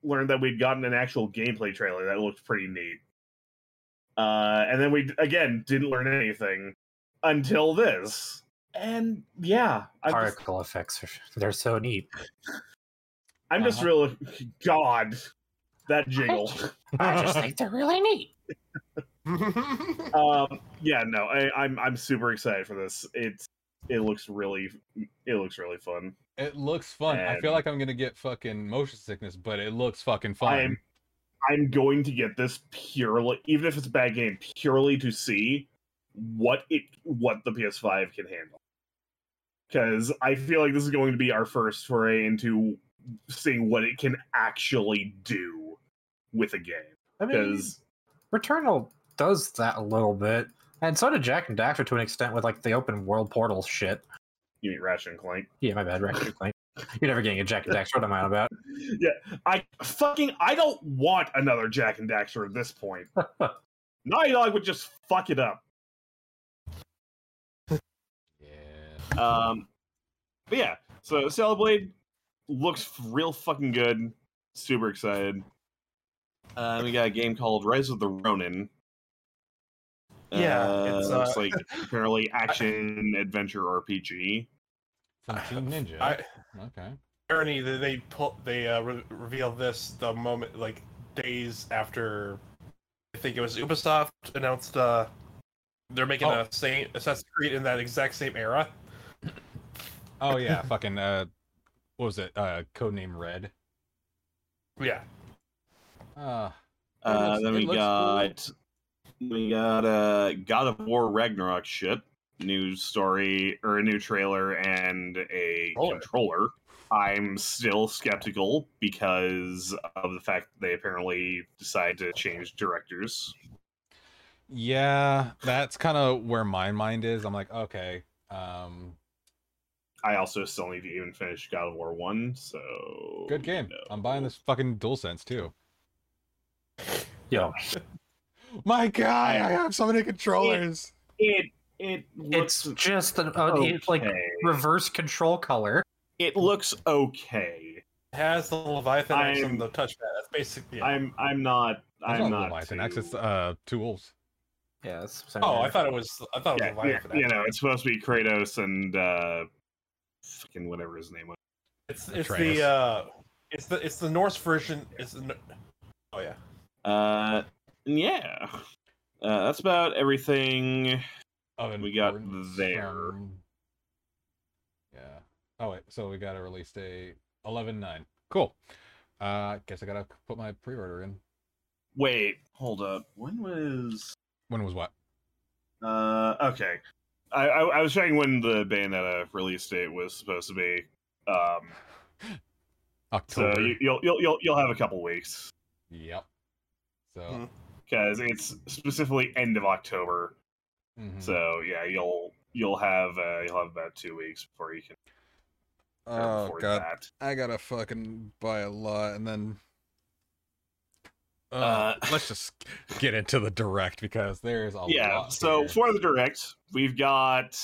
learned that we'd gotten an actual gameplay trailer that looked pretty neat uh, and then we d- again didn't learn anything until this and yeah I'm just-
Particle effects, are- they're so neat.
I'm just
Uh-huh.
real. God, that jiggle.
I just think they're really neat.
um, yeah, no, I, I'm I'm super excited for this. It's it looks really it looks really fun.
It looks fun. I feel
And-
like I'm going to get fucking motion sickness, but it looks fucking fun.
I'm I'm going to get this purely, even if it's a bad game, purely to see what it what the PS5 can handle. Because I feel like this is going to be our first foray into seeing what it can actually do with a game.
I mean,
Because
Returnal does that a little bit, and so did Jack and Daxter to an extent with like the open world portal shit.
you mean Ratchet and Clank.
Yeah, my bad, Ratchet and Clank. You're never getting a Jack and Daxter. What am I on about?
Yeah, I fucking I don't want another Jack and Daxter at this point. Naughty Dog would just fuck it up.
yeah.
Um, but yeah, so Stellar Blade looks f- real fucking good. Super excited. Uh, we got a game called Rise of the Ronin.
Yeah,
uh,
it's,
looks
uh,
like apparently action adventure RPG.
From Team Ninja.
I
okay.
irony that they pull they uh, re- reveal this the moment like days after I think it was Ubisoft announced uh they're making
Oh.
a same Assassin's Creed in that exact same era.
Oh, yeah. fucking, uh, what was it? Uh, Codename Red.
Yeah,
Uh, It
Uh,
looks-
then
it
we
looks
got we got uh God of War Ragnarok shit. New story or a new trailer and a
Controller.
controller. I'm still skeptical because of the fact that they apparently decided to change directors.
Yeah, that's kind of where my mind is. I'm like, okay, um,
I also still need to even finish God of War One, so
good game.
Oh,
Um,
no.
I'm buying this fucking DualSense too.
Yo,
My God, I have so many controllers.
It It
It's
looks
just an, uh, it's like
okay.
reverse control color.
it looks okay.
has the Leviathan axe
I'm-
and the touchpad. That's basically it.
I'm I'm not
That's
I'm
not
not
Leviathan
too-
Axe. It's uh, two wolves.
Yeah. That's
oh, I thought it was. I thought it
yeah,
was
yeah,
Leviathan.
you
axe.
know, it's supposed to be Kratos and uh fucking whatever his name was.
it's it's
Atreus.
the uh, it's the it's the Norse version. It's the, Nor- oh yeah.
Uh and yeah. Uh, that's about everything.
of
We got
importance
there.
from- Yeah. Oh wait, so we got a release date eleven nine. Cool. Uh guess I gotta put my pre order in.
Wait, hold up. When was
When was what?
uh okay. I, I I was checking when the Bayonetta release date was supposed to be. Um so
October.
you, you'll you'll you'll you'll have a couple weeks.
Yep. So
Mhm.
Because it's specifically end of October.
mhm.
So yeah, you'll you'll have uh, you'll have about two weeks before you can
Oh,
afford
God.
that.
I gotta fucking buy a lot and then uh,
Uh,
let's just get into the direct because there's a
yeah.
lot
So
here.
for the direct, we've got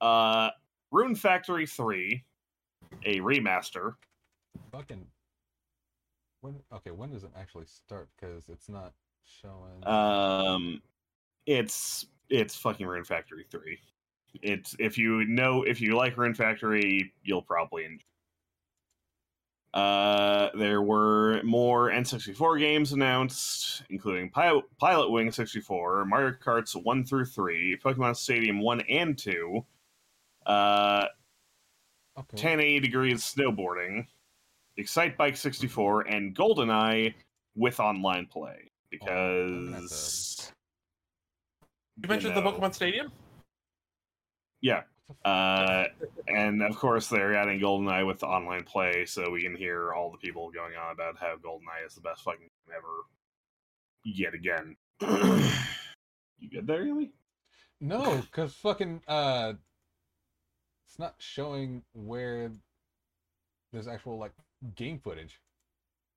uh Rune Factory three, a remaster.
fucking when okay, when does it actually start? Because it's not showing
Um, it's it's fucking Rune Factory three. It's if you know if you like Rune Factory, you'll probably enjoy. Uh, there were more N64 games announced, including Pil- Pilot Wing 64, Mario Kart's 1 through 3, Pokemon Stadium 1 and 2, uh,
okay.
1080 degrees snowboarding, Excite Bike 64, and GoldenEye with online play.
Oh, I'm gonna have to-
Because
You mentioned the
know.
Pokemon Stadium.
Uh, and of course, they're adding GoldenEye with the online play, so we can hear all the people going on about how GoldenEye is the best fucking game ever. Yet again. you good there, Yumi?
No, because fucking uh, it's not showing where there's actual like game footage.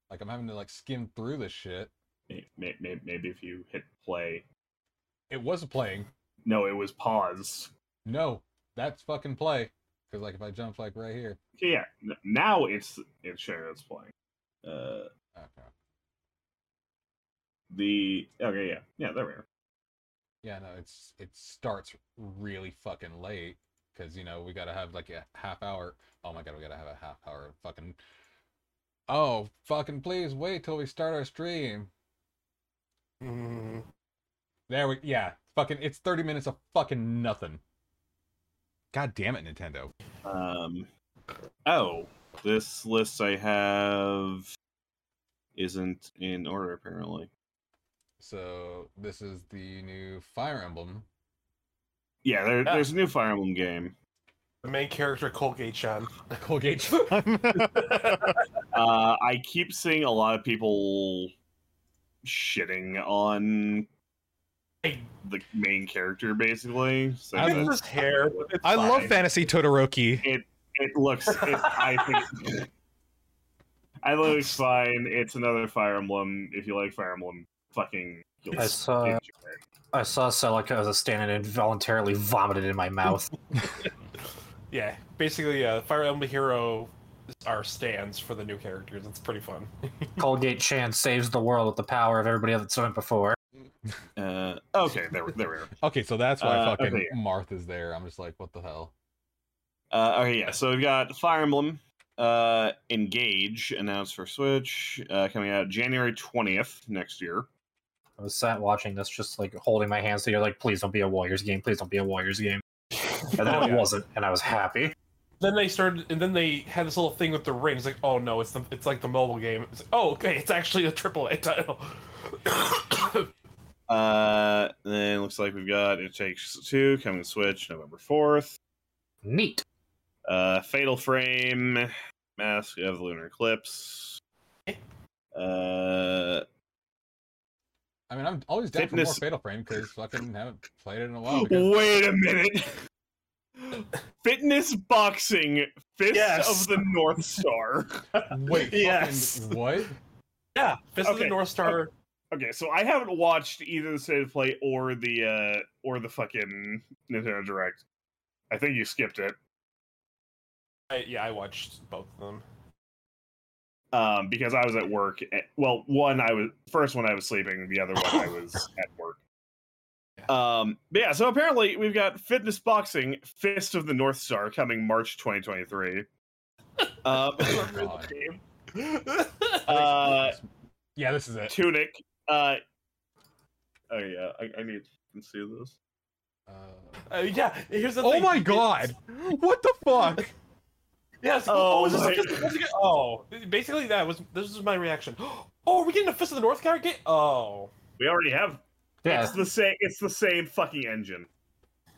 Like I'm having to like skim through this shit.
May- may- may- Maybe if you hit play.
It was playing.
No, it was paused.
No, that's fucking play. Because like if I jump like right here,
Okay, yeah. n- Now it's it's showing it's playing. Uh,
okay,
the okay, yeah, yeah, there we are.
yeah, no, it's it starts really fucking late. Because you know we gotta have like a half hour. Oh my god, we gotta have a half hour of fucking. Oh fucking please wait till we start our stream.
Mm,
There we yeah. Fucking it's 30 minutes of fucking nothing. God damn it, Nintendo.
Um, oh, this list I have isn't in order apparently.
So this is the new Fire Emblem.
Yeah, there,
Yeah.
there's a new Fire Emblem game.
the main character Colgate Sean.
Colgate.
Uh, I keep seeing a lot of people shitting on
Hey.
the main character, basically. So
I
that-
It's his hair. but it's
I love
fine.
Fantasy Todoroki.
it looks, it, I think, I think it's fine. It's another Fire Emblem. If you like Fire Emblem, fucking, you'll
I saw-
enjoy it.
I saw Celica as a stand and involuntarily vomited in my mouth.
Yeah, basically, uh, Fire Emblem Hero are stands for the new characters. It's pretty fun.
Colgate Chan saves the world with the power of everybody that's done it before.
Uh, okay, there, we- there we are.
Okay, so that's why
Uh,
fucking
okay,
Martha's there. I'm just like, what the hell?
Uh, okay, yeah. So we've got Fire Emblem uh, Engage announced for Switch, uh, coming out January twentieth next year.
I was sat watching this, just like holding my hands together, like, please don't be a Warriors game. Please don't be a Warriors game. And then
Oh,
it
yeah.
wasn't, and I was happy.
Then they started, and then they had this little thing with the rings. Like, oh no, it's the, it's like the mobile game. It's like, oh okay, it's actually a AAA title.
Uh, then looks like we've got It Takes Two coming to Switch November fourth.
Neat.
Uh, Fatal Frame, Mask of the Lunar Eclipse. Uh,
I mean, I'm always down
Fitness-
for more Fatal Frame because fucking haven't played it in a while. Because
wait a minute. Fitness boxing, Fist
Yes.
of the North Star.
wait,
Yes.
fucking what?
yeah, Fist of
Okay,
the North Star
Okay, so I haven't watched either the state of play or the uh or the fucking Nintendo Direct. I think you skipped it.
I, yeah, I watched both of them.
Um, because I was at work. eh, Well, one I was first one I was sleeping, the other one I was at work. Um, but yeah, so apparently we've got fitness boxing, Fist of the North Star coming March 2023. Um,
God.
uh,
yeah, this is it.
tunic. Uh, oh yeah, I, I need to see this.
Uh, yeah, here's the
oh
thing.
my
It's-
god! What the fuck?
Yes.
Oh
Oh, is this
my-
just- once again- oh, basically that was this was my reaction. Oh, are we getting a Fist of the North card game? Oh,
We already have.
Yeah,
It's the same. It's the same fucking engine.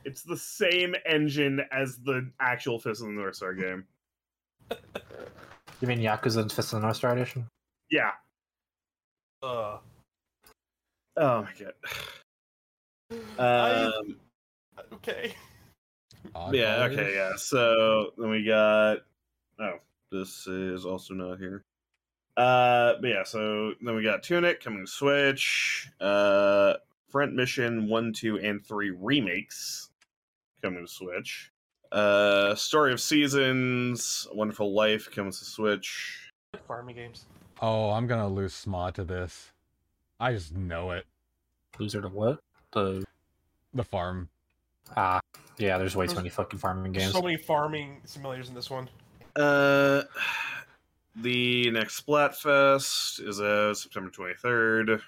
It's the same engine as the actual Fist of the North Star game.
you mean Yakuza and Fist of the North Star edition?
Yeah.
uh,
Oh my god.
I- uh,
Um,
okay.
yeah. Okay. Yeah. So then we got. Oh, this is also not here. Uh, but yeah. So then we got Tunic coming to Switch. Uh, Front Mission one, two, and three remakes coming to Switch. Uh, Story of Seasons, Wonderful Life comes to Switch.
Farming games.
Oh, I'm gonna lose Sma to this. I just know it.
Loser to what? The
The farm.
ah, yeah. There's way too many fucking farming games.
So many farming simulators in this one.
Uh, the next Splatfest is uh, September 23rd.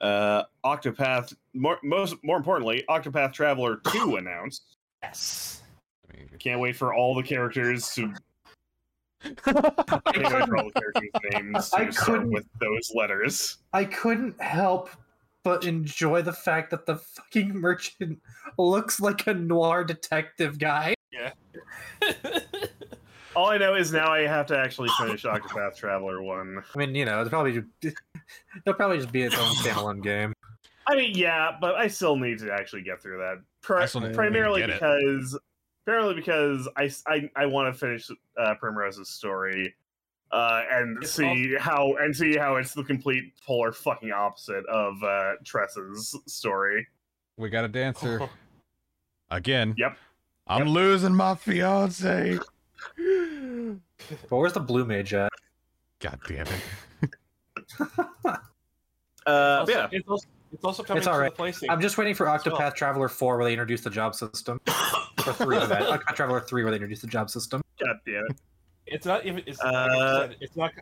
Uh, Octopath, more, most, more importantly, Octopath Traveler 2 announced.
Yes.
I mean,
Can't wait for all the characters to. Can't wait for all the characters' names
I
to start
couldn't-
with those letters.
I couldn't help but enjoy the fact that the fucking merchant looks like a noir detective guy.
All I know is now I have to actually finish Octopath Traveler 1.
I mean, you know, it'll probably it'll probably just be its own standalone game.
I mean, yeah, but I still need to actually get through that. Pri-
I still need to
primarily
get it.
because, primarily because I s- I, want to finish uh, Primrose's story, uh, and
It's
see how and see how it's the complete polar fucking opposite of uh, Tress's story.
we got
Uh,
a
Uh,
dancer again.
Yep.
I'm losing my fiance.
But where's the blue mage at?
God damn it!
Uh,
Also-
yeah,
It's also, it's also coming
It's
to
alright.
the PlayStation.
I'm just waiting for
As well.
Octopath Traveler 4 where they introduce the job system. Or 3 of that. Octopath Traveler 3 where they introduce the job system.
god damn it.
It's not even. It's, like
Uh,
I said, it's not.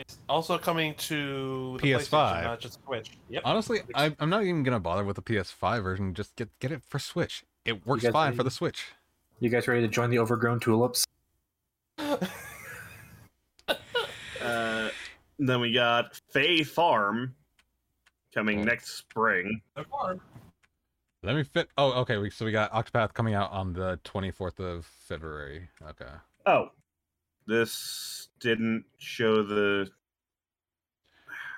It's also coming to the
PS5.
PlayStation, not just Switch. Yep.
Honestly, I, I'm not even gonna bother with the PS5 version. Just get get it for Switch. It works
guys
fine
ready?
for the Switch.
You guys ready to join the overgrown tulips?
Uh, then we got Fay Farm coming
Mm.
next spring.
The farm.
Let me fit. Oh, okay. We, so we got Octopath coming out on the 24th of February. Okay.
Oh, this didn't show the.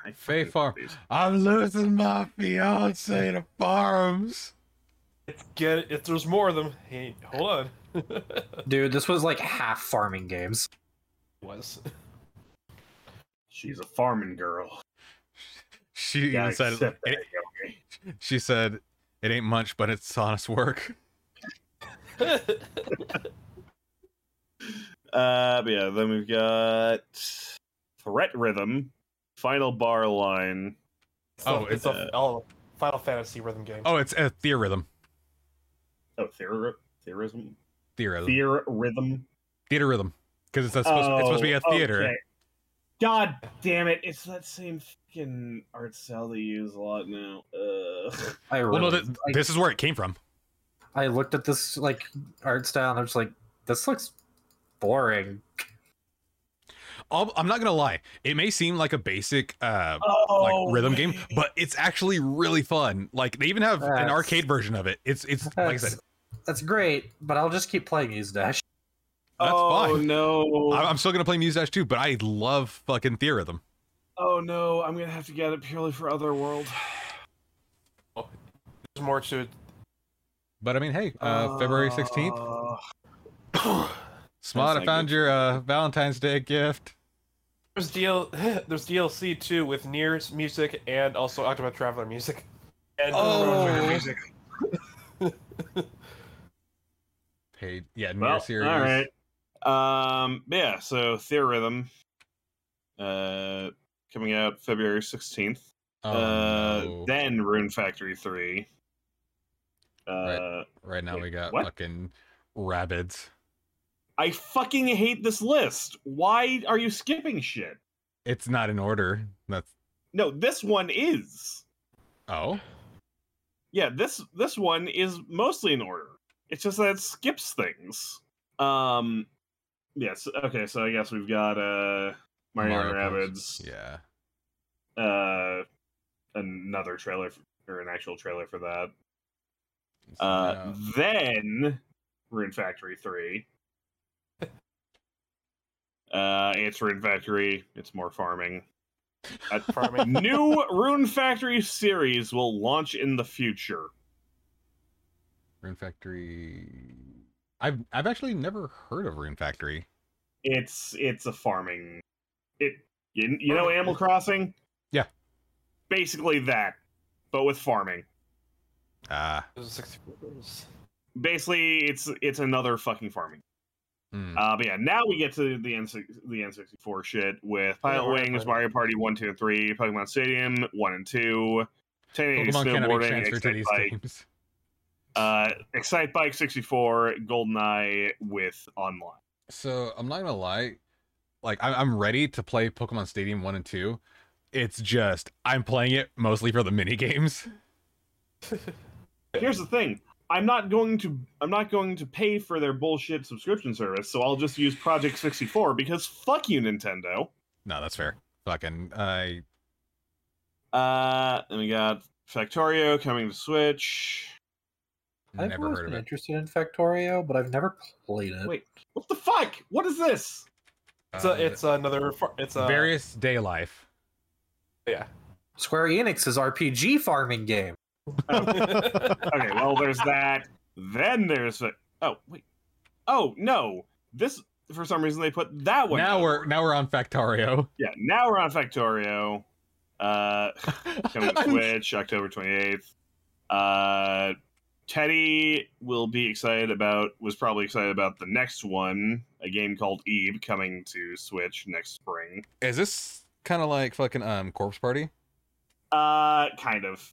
I
Fae
fucking-
Farm. I'm losing my fiance to farms.
It's get it. If there's more of them, hey, hold on.
Dude, this was like half farming games.
was.
She's a farming girl.
She
Yeah,
even said
except that,
it, she said it ain't much, but it's honest work.
Uh, but yeah, then we've got Threat Rhythm, Final Bar Line.
Oh,
it's,
it's,
a all Final Fantasy rhythm game.
Oh, it's a theorhythm.
Oh, theor- Theorism?
Theorhythm.
Theor Rhythm. Oh,
theater rhythm. Because Uh, it's, a supposed it's supposed to be a theater.
okay. God damn it, it's that same fucking art style they use a lot now. Uh,
I
Well,
really,
no, th-
like,
this is where it came from.
I looked at this like art style and I was like, this looks boring.
I'll, I'm not gonna lie. It may seem like a basic uh,
oh,
like rhythm game,
man.
but it's actually really fun. Like they even have an
That's-
arcade version of it. It's it's like I said,
That's, that's great, but I'll just keep playing Use Dash.
that's
oh,
fine.
no.
I- I'm still gonna play Muse Dash 2, but I love fucking theorhythm.
Oh, no. I'm going to have to get it purely for Otherworld.
Oh, There's more to it.
But I mean, hey, uh, February 16th,
Uh,
Smod,
Uh,
Sounds
I found
like
your uh, Valentine's Day gift.
There's DL there's DLC too with Near's music and also Octopath Traveler music. And Chrono Trigger
Oh.
music.
Paid. Yeah, near
Well,
series.
All right. Um, yeah, so Theorhythm uh, coming out February 16th.
Oh,
uh,
no.
Then Rune Factory 3. Uh,
right now
wait,
we got
what?
fucking rabbits.
I fucking hate this list. Why are you skipping shit?
It's not in order. That's
No, this one is.
oh.
Yeah, this this one is mostly in order. It's just that it skips things. Um yes, okay, so I guess we've got uh Mario and
Mario
Rabbids.
Yeah.
uh another trailer f- or an actual trailer for that. Uh
No.
then Rune Factory 3. uh it's Rune Factory, it's more farming. Uh,
Farming.
new Rune Factory series will launch in the future.
Rune Factory. I've I've actually never heard of Rune Factory.
It's it's a farming it you, you know Animal Crossing?
Yeah.
Basically that, but with farming.
Ah.
Those are 64 days.
Basically it's it's another fucking farming
hmm.
Uh, but yeah, now we get to the N the N sixty four shit with
Yeah,
Pilot
Mario
Wings,
Party.
Mario Party one, two, and three, Pokemon Stadium one and two, ten eighty
Pokemon cannot be
snowboarding,
transferred to
Excite
these
Bike,
games.
uh, Excite Bike sixty four, Goldeneye with online.
So I'm not gonna lie, like I'm I'm ready to play Pokemon Stadium one and two. It's just I'm playing it mostly for the mini games.
Here's the thing: I'm not going to I'm not going to pay for their bullshit subscription service, so I'll just use Project sixty four because fuck you, Nintendo.
No, that's fair. Fucking I
Uh, and we got Factorio coming to Switch.
I've
never
always
heard of
been
it.
interested in Factorio, but I've never played it.
Wait. What the fuck? What is this?
It's, a, it's another. far- It's
uh,
a
Um, various day life.
Yeah.
Square Enix's RPG farming game.
Oh. okay, well, there's that. Then there's a, oh wait, oh no, this for some reason they put that one.
now
up.
we're now we're on Factorio.
yeah, now we're on Factorio. Uh, coming to Switch October 28th. Uh, Teddy will be excited about was probably excited about the next one, a game called Eve coming to Switch next spring.
Is this kind of like fucking um corpse party?
Uh, kind of.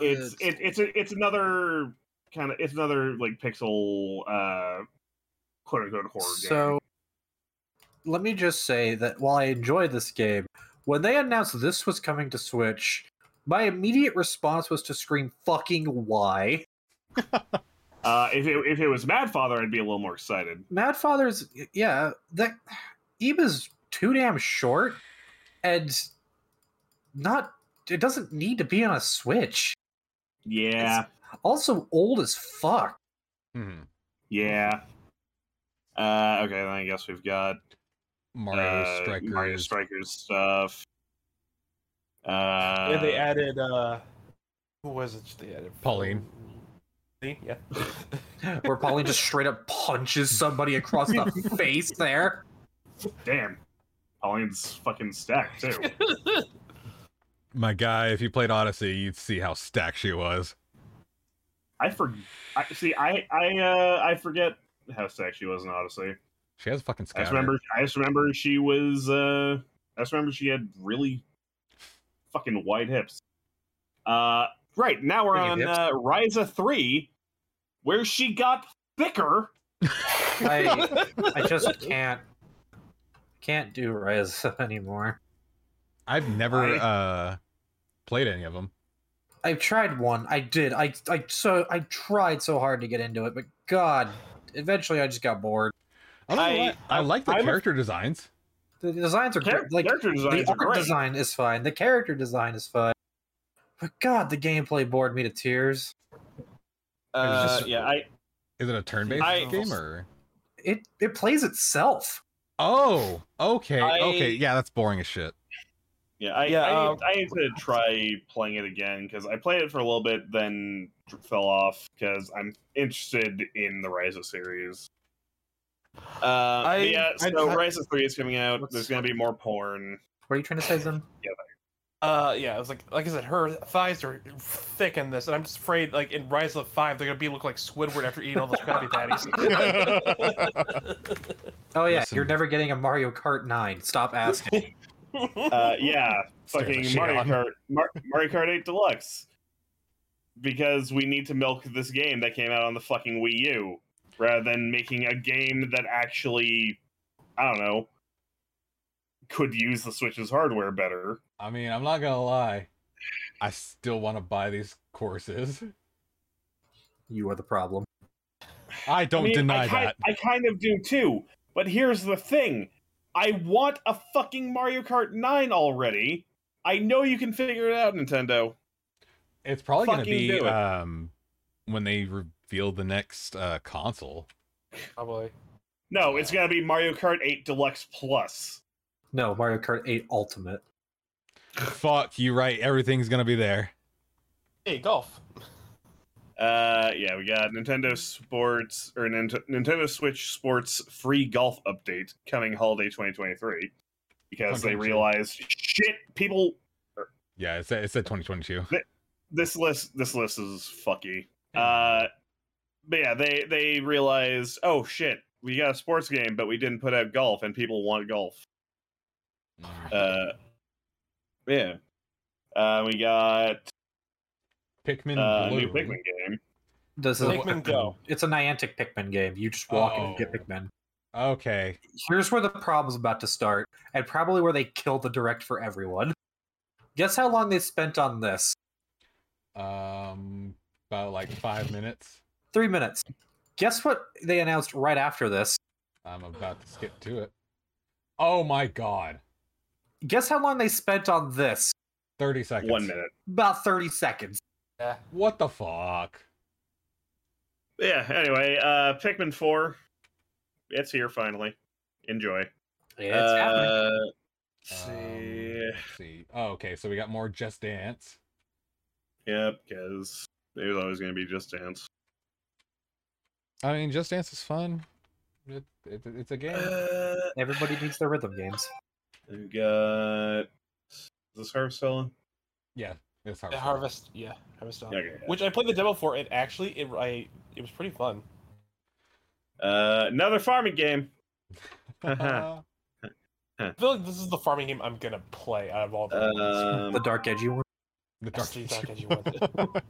It's
Uh,
it, it's a, it's another kind of it's another like pixel uh quote unquote horror
So, let me just say that while I enjoy this game, when they announced this was coming to Switch, my immediate response was to scream "fucking why."
game. Uh, if it, if it was Mad Father, I'd be a little more excited.
Mad Father's, yeah, that Eba's too damn short, and not it doesn't need to be on a Switch.
Yeah,
Also, old as fuck.
Hmm.
yeah. Uh, okay, then I guess we've got
Mario
uh,
Strikers.
Mario Strikers stuff. Uh,
and they added. uh Who was it? They added
Pauline.
See? Yeah.
Where Pauline just straight up punches somebody across the face. There,
damn, Pauline's fucking stacked too.
My guy, if you played Odyssey, you'd see how stacked she was.
I for I, see. I I uh, I forget how stacked she was in Odyssey.
She has a fucking
I
scatter.
just remember. I just remember she was. Uh, I just remember she had really fucking wide hips. Uh, right now we're
Pretty
on
hips.
uh, Ryza three, where she got thicker.
I I just can't can't do Res anymore.
I've never
I-
uh played any of them.
I've tried one. I did. I I so I tried so hard to get into it, but God, eventually I just got bored.
I, don't know
I-
why. I like the
I'm a-
character designs.
The designs are
Char-
great. Like
character designs
the
are
art
great.
design is fine. The character design is fine. But God, the gameplay bored me to tears.
Uh,
just-
yeah, I
Is it a turn-based
I-
game or?
It it plays itself.
Oh, okay, okay,
I-
yeah, that's boring as shit.
yeah I
Yeah,
I,
um,
I need to try playing it again because I played it for a little bit, then fell off because I'm interested in the Ryza series. Uh,
I-
yeah, so
I- I-
Rises 3 is coming out.
What's-
There's going to be more porn.
What are you trying to say, Zim?
Uh, yeah, it's like like I said, her thighs are thick in this, and I'm just afraid like in Rise of the Five, they're gonna be look like Squidward after eating all those Krabby Patties.
Oh yeah,
Listen.
you're never getting a Mario Kart 9. Stop asking.
Uh, yeah,
Stare the
fucking
shit
Mario
out.
Kart, Mar- Mario Kart 8 Deluxe. Because we need to milk this game that came out on the fucking Wii U, rather than making a game that actually, I don't know, could use the Switch's hardware better.
I mean, I'm not gonna lie. I still want to buy these courses.
you are the problem.
I don't
I mean,
deny
I kind,
that.
I kind of do too. But here's the thing: I want a fucking Mario Kart Nine already. I know you can figure it out, Nintendo.
It's probably gonna
fucking
be
do it.
um when they reveal the next uh console.
Probably.
No, it's gonna be Mario Kart Eight Deluxe Plus.
No, Mario Kart 8 Ultimate.
Fuck, you right. Everything's gonna be there.
Hey, golf.
Uh, yeah, we got Nintendo Sports or Nint- Nintendo Switch Sports free golf update coming holiday 2023 because they
2022.
realized shit, people.
Yeah, it's it's at 2022.
This list, this list is fucky. Uh, but yeah, they they realized, oh shit, we got a sports game, but we didn't put out golf, and people want golf. Uh, yeah. Uh, we got
Pikmin
uh, a
Blue.
new Pikmin game.
This is
Pikmin Go.
It's a Niantic Pikmin game. You just walk in and get
Oh.
Pikmin.
Okay.
Here's where the problem's about to start, and probably where they kill the direct for everyone. Guess how long they spent on this?
Um, about like five minutes.
Three minutes. Guess what they announced right after this?
I'm about to skip to it. Oh my god.
Guess how long they spent on this?
30 seconds.
One minute.
About 30 seconds.
Yeah.
What the fuck?
Yeah, anyway, uh Pikmin 4. It's here finally. Enjoy.
It's happening.
uh, let's
Um,
see.
let's see. Oh, okay. So we got more Just Dance.
Yep, because it was always going to be Just Dance.
I mean, Just Dance is fun. It, it, it's a game.
Uh,
Everybody needs their rhythm games.
we got. Is this Harvestella?
yeah, it's hard.
The harvest. Yeah, harvest. Dawn.
Okay. yeah.
Which I played the demo for. It actually, it I, it was pretty fun.
Uh, another farming game. Uh-huh.
I feel like this is the farming game I'm gonna play out of all the ones.
Um,
The dark edgy one.
the
SD dark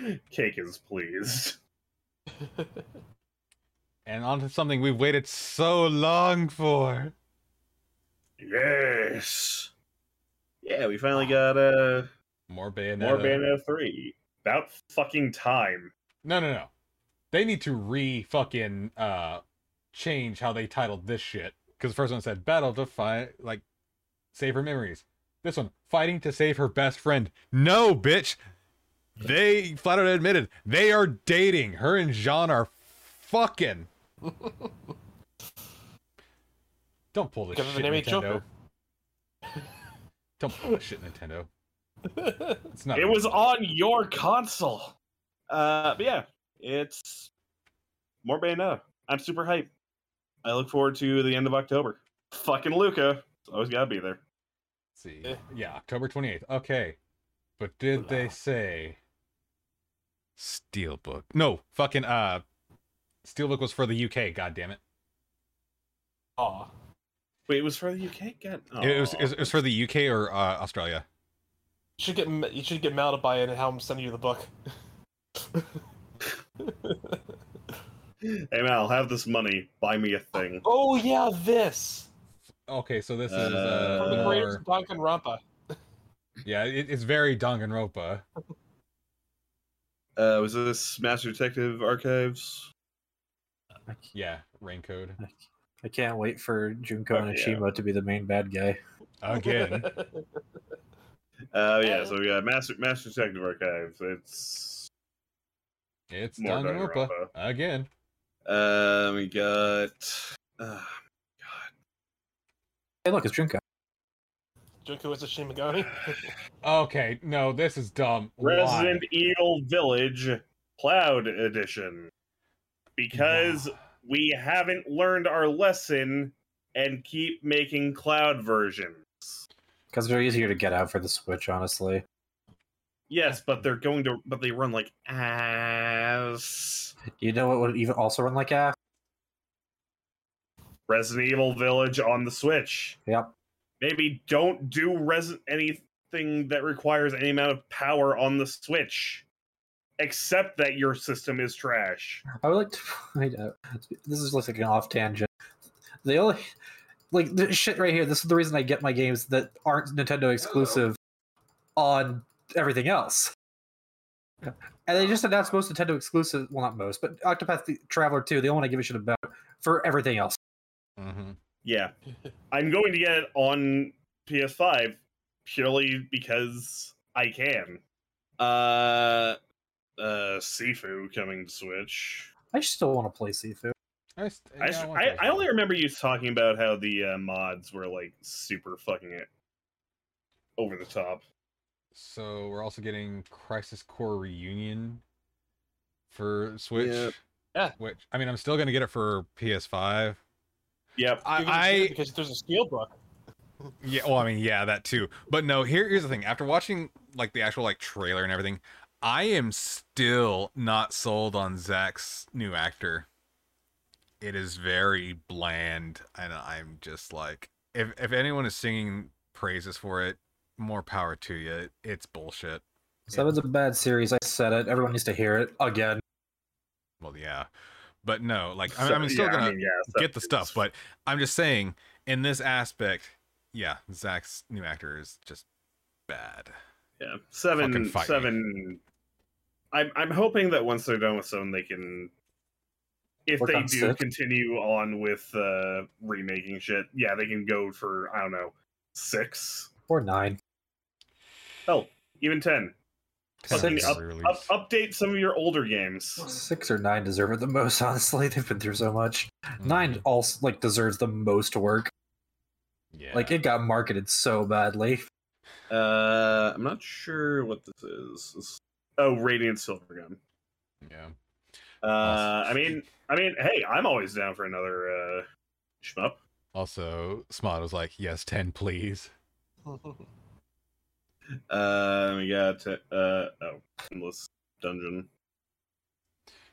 edgy
cake is pleased.
and on to something we've waited so long for.
Yes. Yeah, we finally got uh,
More Bayonetta.
more Bayonetta 3. About fucking time.
No, no, no. They need to re fucking uh change how they titled this shit. Because the first one said battle to fight like save her memories. This one fighting to save her best friend. No, bitch. They flat out admitted they are dating. Her and Jean are fucking. Don't pull this
Because of the
shit,
name of the
Nintendo.
Joker.
Don't pull this shit, Nintendo. It's not.
It was on your console. Uh, but yeah, it's more Bayonetta. I'm super hyped. I look forward to the end of October. Fucking Luca. It's always gotta be there.
Let's see.
Eh.
Yeah, October 28th. Okay. But did they
Nah.
say Steelbook? No, fucking uh Steelbook was for the UK, god damn it.
Aw.
Wait, it was for the UK? God.
It was
aw.
it was for the UK or uh, Australia.
You should get Ma- you should get Mal to buy it and have him send you the book.
Hey Mal, have this money. Buy me a thing.
oh yeah, this
Okay, so this is
Uh,
from the
uh
creators
more,
of Danganronpa.
yeah, it, it's very Danganronpa.
Uh, was this Master Detective Archives?
Yeah, rain code
I can't wait for Junko
Oh,
and
yeah.
Ichimo to be the main bad guy.
again.
Uh, yeah. So we got Master Master Detective Archives. It's
it's
More
Danganronpa
Danganronpa.
again.
um, we got. Uh,
Hey, look, it's Junko.
Junko is a Shimigami.
Okay, no, this is dumb. Why?
Resident Evil Village Cloud Edition. Because
Why?
we haven't learned our lesson and keep making cloud versions.
Because they're easier to get out for the Switch, honestly.
Yes, but they're going to, but they run like ass.
You know what would even also run like ass?
Resident Evil Village on the Switch.
Yep.
Maybe don't do res- anything that requires any amount of power on the Switch, except that your system is trash.
I would like to point out this is just like an off tangent. The only like the shit right here, this is the reason I get my games that aren't Nintendo exclusive on everything else. And they just announced most Nintendo exclusive, well, not most, but Octopath Traveler 2, the only one I give a shit about for everything else.
Mm-hmm.
Yeah. I'm going to get it on PS5 purely because I can. Uh uh Sifu coming to Switch.
I still want to play Sifu.
I, st-
I,
yeah,
s-
I want
I,
that.
I only remember you talking about how the uh, mods were like super fucking it over the top.
So we're also getting Crisis Core Reunion for Switch.
Yeah.
Which I mean, I'm still gonna get it for PS5.
Yep.
You're gonna
I,
do it
I
because there's a steelbook.
yeah. Well, I mean, yeah, that too. But no, here here's the thing. After watching like the actual like trailer and everything, I am still not sold on Zach's new actor. It is very bland, and I'm just like, if if anyone is singing praises for it, more power to you. It's bullshit.
Seven's a bad series. I said it. Everyone needs to hear it again.
Well, yeah, but no, like I'm,
So,
I'm still
yeah, I
gonna
mean, yeah, so
get the stuff,
it's-
but I'm just saying in this aspect, yeah, Zach's new actor is just bad.
Yeah,
Fucking
seven,
fight me.
seven. I'm I'm hoping that once they're done with seven, they can, if
Work
they
on
do
six.
continue on with uh, remaking shit, yeah, they can go for I don't know six,
Or nine.
even ten. Fucking
Pending
up-
re-release.
Up, update some of your older games.
Six or nine deserve it the most, honestly. They've been through so much. Nine
Mhm.
also like deserves the most work.
Yeah.
Like it got marketed so badly.
Uh, I'm not sure what this is. This- Oh, Radiant Silvergun.
yeah.
Uh, I mean, I mean, hey, I'm always down for another uh, shmup.
Also, Smod was like, "Yes, ten, please."
Uh, we got uh, oh, endless dungeon.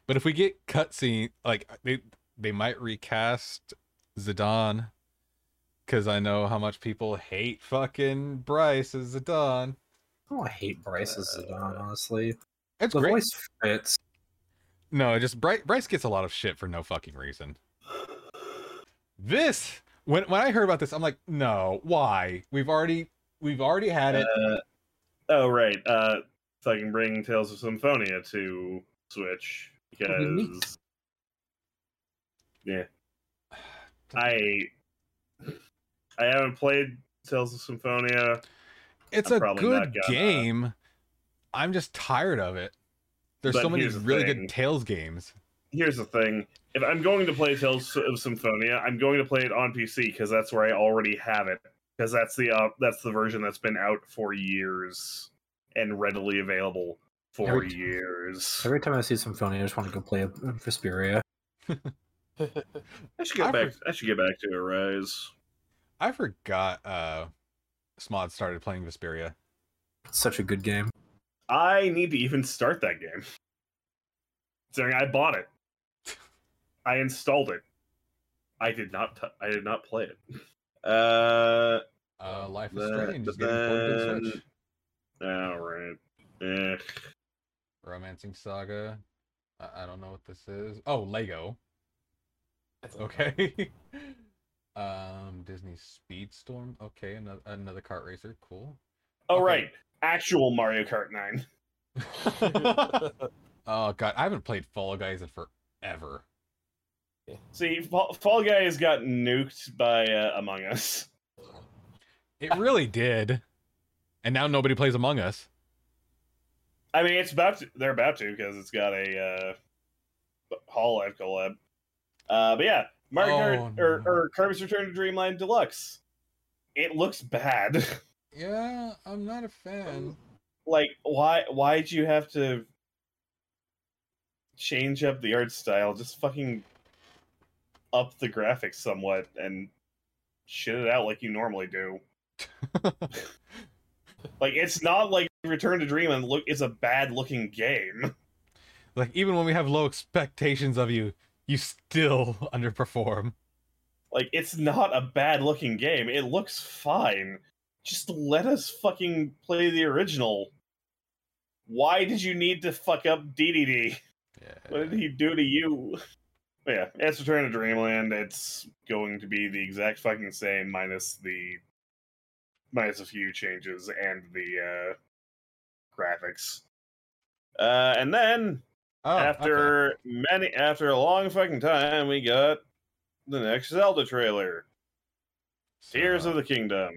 But if we get cutscene, like they they might recast Zidane, because I know how much people hate fucking Bryce as Zidane.
Oh, I hate Bryce's
Uh,
Zidane, honestly.
It's
The
great.
voice fits.
No, just Bryce, Bryce gets a lot of shit for no fucking reason. This when when I heard about this, I'm like, no, why? We've already we've already had it.
Uh, oh right. Uh, so I can bring Tales of Symphonia to Switch
Really?
because yeah, I I haven't played Tales of Symphonia.
it's
I'm
a
probably
good
not gonna- uh,
game. I'm just tired of it. There's
But
so many
here's the
really
thing.
good Tails games.
Here's the thing: if I'm going to play Tales of Symphonia, I'm going to play it on PC because that's where I already have it. Because that's the uh, that's the version that's been out for years and readily available for
Every-
years.
Every time I see Symphonia, I just want to go play a Vesperia.
I should get
I
back.
for-
I should get back to Arise.
I forgot uh Smod started playing Vesperia.
It's such a good game.
I need to even start that game. Considering I bought it, I installed it. I did not. T- I did not play it. Uh,
Uh Life is
Uh,
Strange is getting ported to the
then-
Switch.
all right. Eh.
Romancing Saga. I, I don't know what this is. Oh, Lego.
Oh,
Okay. um, Disney Speedstorm. Okay, another another kart racer. Cool.
Oh
Okay.
right, actual Mario Kart Nine.
oh god, I haven't played Fall Guys in forever.
See, Fall, Fall Guys got nuked by uh, Among Us.
It really did. And now nobody plays Among Us.
I mean, it's about to, they're about to because it's got a uh, Hall Life collab. Uh, but yeah, Mario
Oh,
Kart or,
no.
or Kirby's Return to Dreamland Deluxe. It looks bad.
Yeah, I'm not a fan.
like, why? Why'd you have to change up the art style? Just fucking up the graphics somewhat and shit it out like you normally do. like it's not like Return to Dream and look it's a bad looking game.
Like even when we have low expectations of you, you still underperform.
Like it's not a bad looking game. It looks fine. Just let us fucking play the original. Why did you need to fuck up DDD? What did he do to you? But yeah, it's Return to Dreamland. It's going to be the exact fucking same, minus the minus a few changes and the uh, graphics. Uh, and then
Oh, okay.
after many after a long fucking time, we got the next Zelda trailer, Tears
So-
of the Kingdom.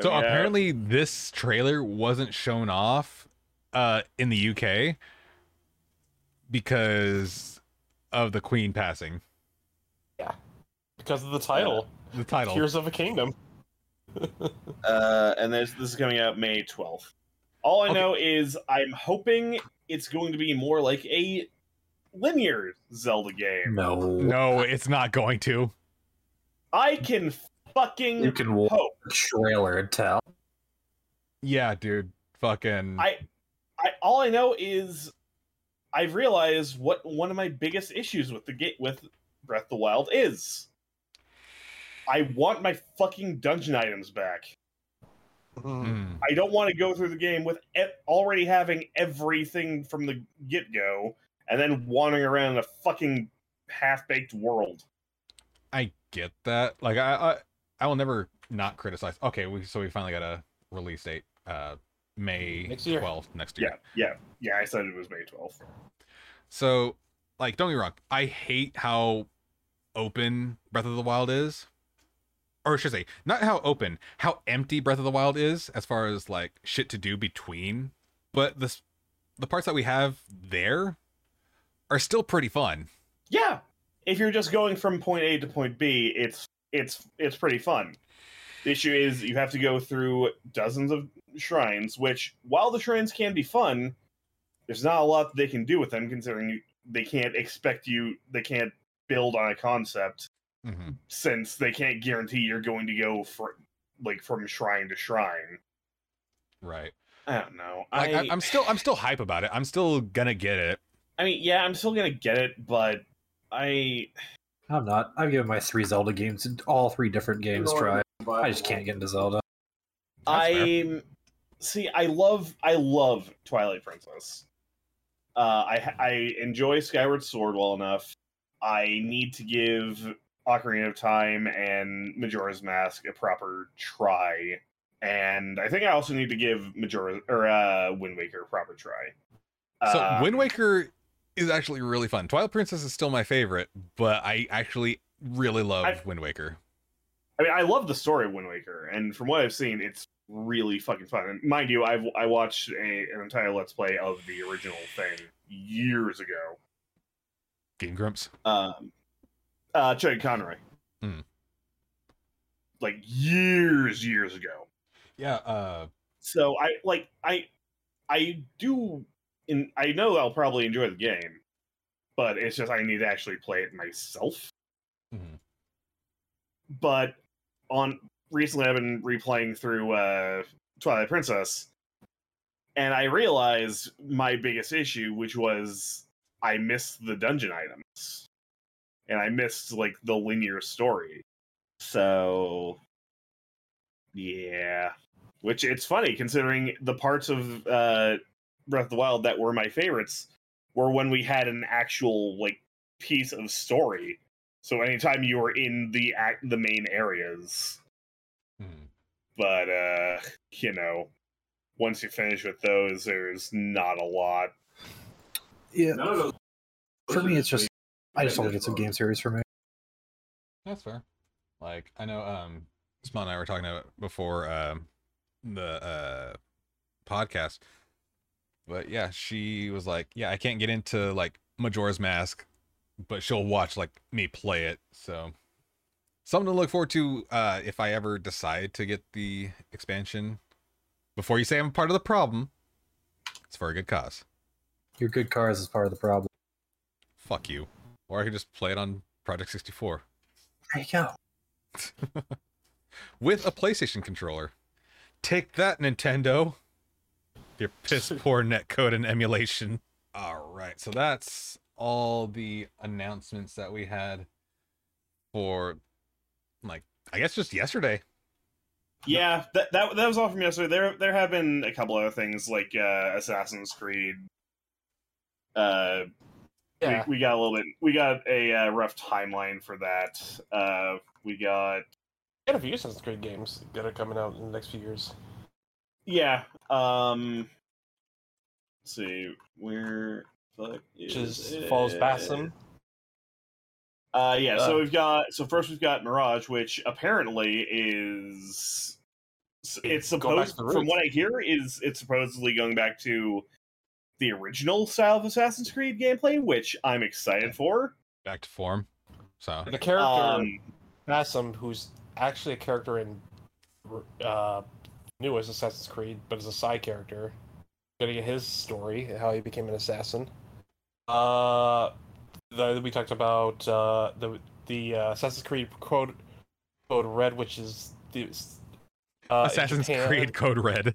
So
Coming out.
apparently this trailer wasn't shown off uh in the UK because of the queen passing.
because of the title,
The title.
Tears of a Kingdom.
Uh, and this this is coming out May twelfth. All I
Okay.
know is I'm hoping it's going to be more like a linear Zelda game.
No.
no, it's not going to.
I can
You
fucking
can watch
hope.
the trailer and tell.
Yeah, dude. Fucking
I, I all I know is I've realized what one of my biggest issues with the gate with Breath of the Wild is. I want my fucking dungeon items back.
Mm.
I don't want to go through the game with e- already having everything from the get go and then wandering around in a fucking half baked world.
I get that. Like I, I I will never not criticize. Okay, we so we finally got a release date uh May
Next year.
12th next year.
Yeah, yeah, yeah. I said it was May 12th.
So, like, don't get me wrong. I hate how open Breath of the Wild is. Or I should say, not how open, how empty Breath of the Wild is as far as like shit to do between. But the s- the parts that we have there are still pretty fun.
Yeah, if you're just going from point A to point B, it's it's it's pretty fun. The issue is you have to go through dozens of shrines, which while the shrines can be fun, there's not a lot they can do with them considering you, they can't expect you they can't build on a concept
Mm-hmm.
since they can't guarantee you're going to go for like from shrine to shrine.
Right.
I don't know.
Like, I,
I,
I, am still I'm still hype about it. I'm still gonna get it.
I mean, yeah, I'm still gonna get it, but I
I'm not. I've given my three Zelda games, all three different games, try. I just can't get into Zelda.
That's fair.
I see. I love. I love Twilight Princess. Uh, I I enjoy Skyward Sword well enough. I need to give Ocarina of Time and Majora's Mask a proper try, and I think I also need to give Majora or uh, Wind Waker a proper try.
So
Uh,
Wind Waker is actually really fun. Twilight Princess is still my favorite, but I actually really love
I-
Wind Waker.
I mean, I love the story of Wind Waker, and from what I've seen, it's really fucking fun. And mind you, I've I watched a, an entire Let's Play of the original thing years ago.
Game Grumps.
um, uh, Trey Conroy,
Hmm.
like years, years ago.
Yeah. Uh,
So I like I, I do, and I know I'll probably enjoy the game, but it's just I need to actually play it myself.
Mhm.
But on recently, I've been replaying through uh, Twilight Princess, and I realized my biggest issue, which was I missed the dungeon items and I missed like the linear story. So yeah, which it's funny considering the parts of uh Breath of the Wild that were my favorites were when we had an actual like piece of story. So anytime you were in the act, the main areas,
hmm.
but uh you know, once you finish with those there's not a lot.
Yeah. For me, it's just. I just want to get some game series for me.
That's fair. Like I know um Small and I were talking about it before um the uh podcast. But yeah, she was like, Yeah, I can't get into like Majora's Mask, but she'll watch like me play it, so something to look forward to uh if I ever decide to get the expansion. Before you say I'm part of the problem, it's for a good cause.
Your good cars is part of the problem.
Fuck you. Or I could just play it on Project 64
There you go.
with a PlayStation controller. Take that, Nintendo. Your piss poor netcode and emulation. All right, so that's all the announcements that we had for, like, I guess just yesterday.
Yeah, that, that that was all from yesterday. There there have been a couple other things like uh, Assassin's Creed. Uh,
Yeah.
we, we got a little bit. We got a uh, rough timeline for that. Uh, we got
Got a few Assassin's Creed games that are coming out in the next few years.
yeah. Um, let's see where the fuck
Which
is
is Falls
it?
Bassam.
Uh, yeah.
Uh.
So we've got. So first we've got Mirage, which apparently is. It's
Go back
supposed,
to the
from
roots.
what I hear, is it's supposedly going back to the original style of Assassin's Creed gameplay, which I'm excited for.
Back to form. So
The character
Um,
Bassam, who's actually a character in uh, newest Assassin's Creed, but is a side character. Gonna get his story, how he became an assassin. Uh, the, we talked about uh, the the uh, Assassin's Creed Code Code Red, which is the uh, in
Assassin's
Japan.
Creed Code Red.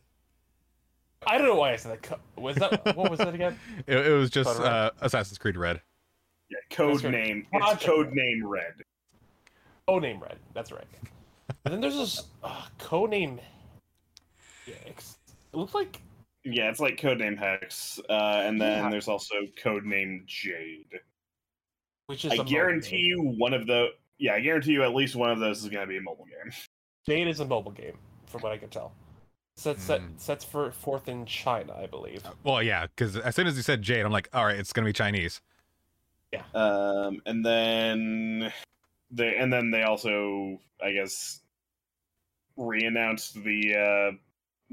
I don't know why I said that. Co- Was that Uh, what was that again?
It, it was just
Code Red.
uh, Assassin's Creed Red.
yeah, code
That's right.
name. It's
Project
code
Red.
name Red.
Codename Red. That's right. And then there's this uh, codename. Yeah, it's- it looks like
Yeah, it's like code name Hex, uh, and then
Yeah.
there's also code name Jade.
which is
I
a mobile
guarantee
game.
you one of the. Yeah, I guarantee you at least one of those is going to be a mobile game.
Jade is a mobile game, from what I can tell. Sets set,
Hmm. Oh.
sets for fourth in China, I believe.
Well, yeah, because as soon as you said Jade, I'm like, all right, it's gonna be Chinese.
Um, and then they and then they also, I guess, re-announced the uh,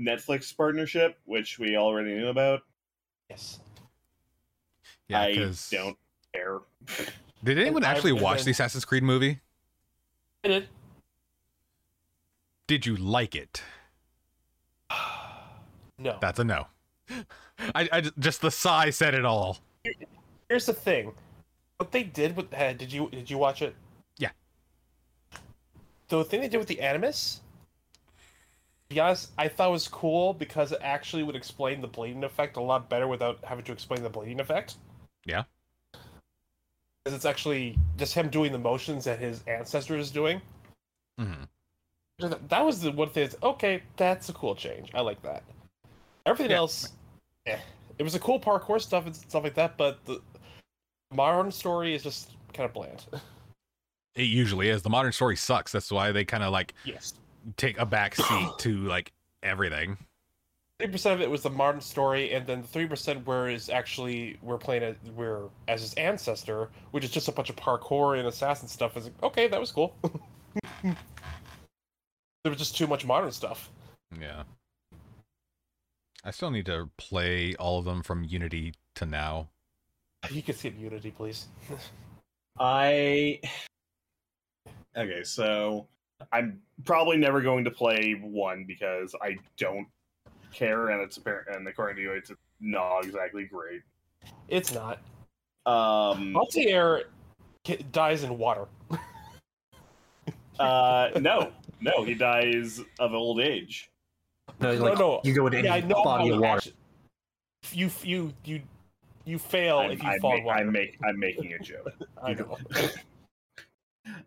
Netflix partnership, which we already knew about.
Yes.
Yeah,
I
'cause-
don't care.
Did anyone
I've
actually watch
been-
the Assassin's Creed movie?
I did.
Did you like it?
No.
That's a no. I, I ju- just the sigh said it all.
Here's the thing. What they did with uh, did you did you watch it?
Yeah.
The thing they did with the Animus, to be honest, I thought was cool because it actually would explain the bleeding effect a lot better without having to explain the bleeding effect.
Yeah.
Because it's actually just him doing the motions that his ancestor is doing.
Mhm.
That that was the one thing. That's, okay, that's a cool change. I like that. Everything
Yeah.
else, eh. it was a cool parkour stuff and stuff like that. But the modern story is just kind of bland.
It usually is. The modern story sucks. That's why they kind of like
Yes,
take a back seat to like everything.
three percent of it was the modern story, and then the three percent where is actually we're playing it we're as his ancestor, which is just a bunch of parkour and assassin stuff. Is like, okay, that was cool. there was just too much modern stuff.
Yeah. I still need to play all of them from Unity to now.
You can skip Unity, please.
I okay, so I'm probably never going to play one because I don't care, and it's apparent. And according to you, it's not exactly great.
It's not.
Um,
Oh. Altair ki- dies in water.
uh, no, no, he dies of old age.
No,
No,
like,
no.
You go into
Yeah, I
any
know.
body
how
of
it
water.
actu- you you you you fail
I'm,
if you
I'm
fall in
ma-
water.
I'm, make, I'm making a joke.
I know.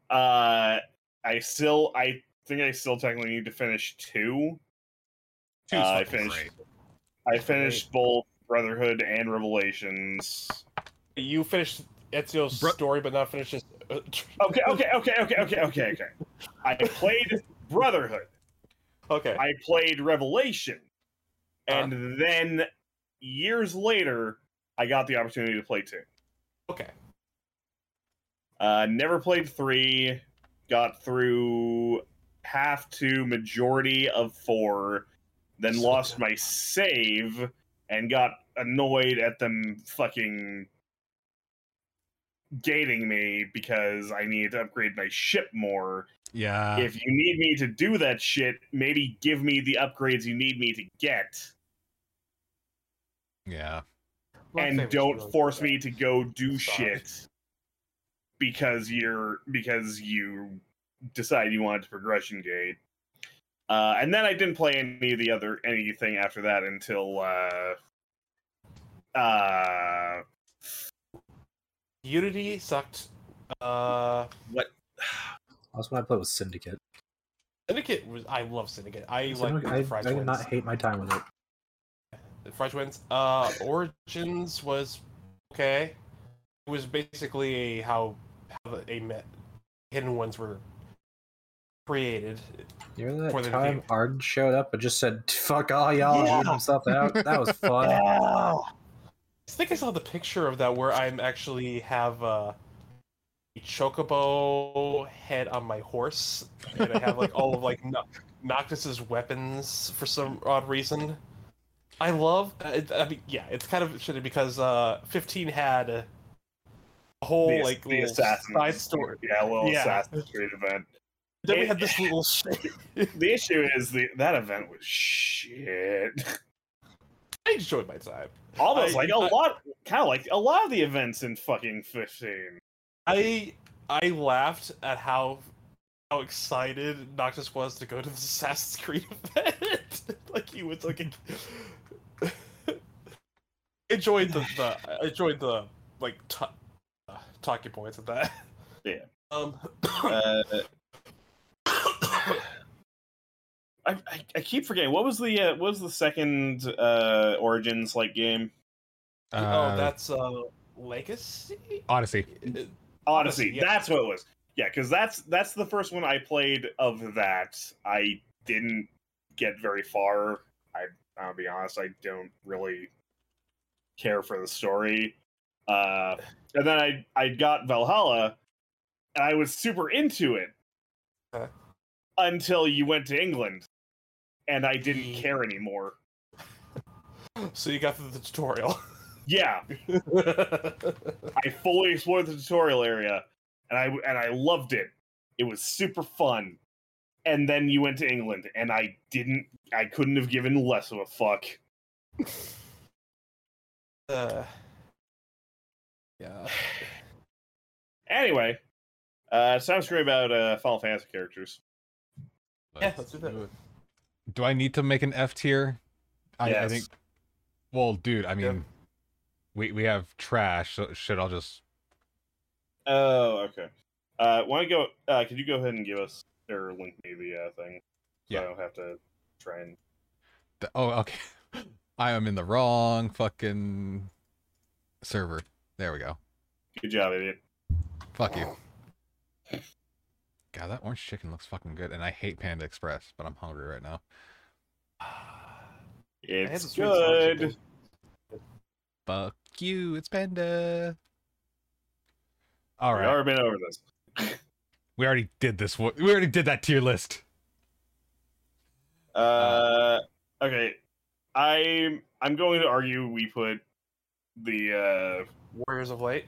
Uh, I still, I think I still technically need to finish two.
Two's
Uh, I
fucking
finished.
great.
I finished both Brotherhood and Revelations.
You finished Ezio's
Bro-
story, but not finished his. Uh, tr-
Okay, okay, okay, okay, okay, okay, okay. I played Brotherhood.
okay. Uh-huh.
I played Revelation, and then years later, I got the opportunity to play two.
okay.
Uh, never played three. Got through half to majority of four, then
So
lost my save and got annoyed at them fucking gating me because I needed to upgrade my ship more.
Yeah.
Uh-huh.
if you need me to do that shit, maybe give me the upgrades you need me to get,
yeah.
My
and
favorite's
don't
really
force
good.
me to go do
Sorry.
shit because you're because you decide you wanted to progression gate. Uh, and then I didn't play any of the other anything after that until uh, uh,
Unity sucked. Uh,
That's what I played with Syndicate.
Syndicate was. I love Syndicate. I like
Syndicate-
the
I, I
French
did
ones.
not hate my time with it.
The French ones. Uh, Origins was okay. It was basically a, how how the- a met, hidden ones were created.
You remember
For
that
the
time
theme.
Ard showed up and just said, "Fuck all y'all," and
Yeah.
moved himself out. That was fun.
I think I saw the picture of that where I'm actually have uh, a chocobo head on my horse, and I have like all of like no- Noctis's weapons for some odd reason. I love. I, I mean, yeah, it's kind of shitty because uh, 15 had a whole
the,
like
the
little
assassin
side story.
Yeah, little
Yeah.
Assassin's Creed event.
Then we
It-
had this little shit.
The issue is the that event was shit.
I enjoyed my time.
Almost
I-
like a
I-
lot, kind of like a lot of the events in fucking fifteen.
I I laughed at how how excited Noctis was to go to the Assassin's Creed event. like he was like a... enjoyed the, the I enjoyed the like t- uh, talking points of that.
Yeah.
Um.
Uh, I, I I keep forgetting what was the uh, what was the second uh Origins like game
oh,
Uh,
that's uh Legacy.
Odyssey.
Odyssey.
Odyssey, yeah.
That's what it was. Yeah, because that's that's the first one I played of that. I didn't get very far. I I'll be honest. I don't really care for the story. Uh, and then I I got Valhalla, and I was super into it
Okay.
until you went to England, and I didn't
Ye-
care anymore.
So you got through the tutorial. Uh,
Yeah, I fully explored the tutorial area, and I and I loved it. It was super fun. And then you went to England, and I didn't. I couldn't have given less of a fuck.
uh, yeah.
Anyway, uh, sounds great about uh, Final Fantasy characters.
Yeah, let's do that.
Do I need to make an F tier? I, I
Yes.
think. Well, dude, I mean,
Yeah.
we we have trash. So shit, I'll just.
Oh, okay. Uh, why don't you go? Uh, could you go ahead and give us or link me the uh, thing? So
Yeah.
I don't have to try and.
th- Oh, okay. I am in the wrong fucking server. There we go.
Good job, idiot.
Fuck you. God, that orange chicken looks fucking good, and I hate Panda Express, but I'm hungry right now.
I had
It's
this weird song
good.
Fuck you, it's Panda. All
We've
right,
already been over this.
we already did this. one- We already did that tier list.
Uh, okay. I'm I'm going to argue we put the uh,
Warriors of Light.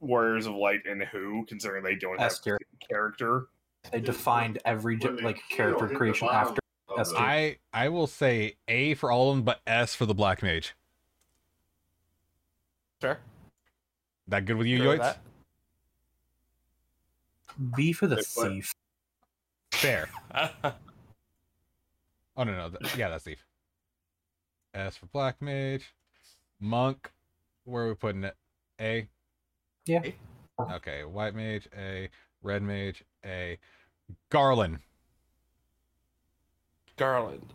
Warriors of Light and Who, considering they don't have
S tier.
character.
They defined every
When
di-
they
like
kill,
character
hit the
creation
bottom
after.
of
That's
the-
true.
I I will say A for all of them, but S for the Black Mage.
Sure.
That good with you,
sure with
Yoitz?
that.
B for the
Wait, what?
thief.
Fair. Oh no no, th- yeah that's Thief. S for Black Mage, Monk. Where are we putting it? A.
Yeah.
Okay, White Mage A, Red Mage A, Garland.
Garland.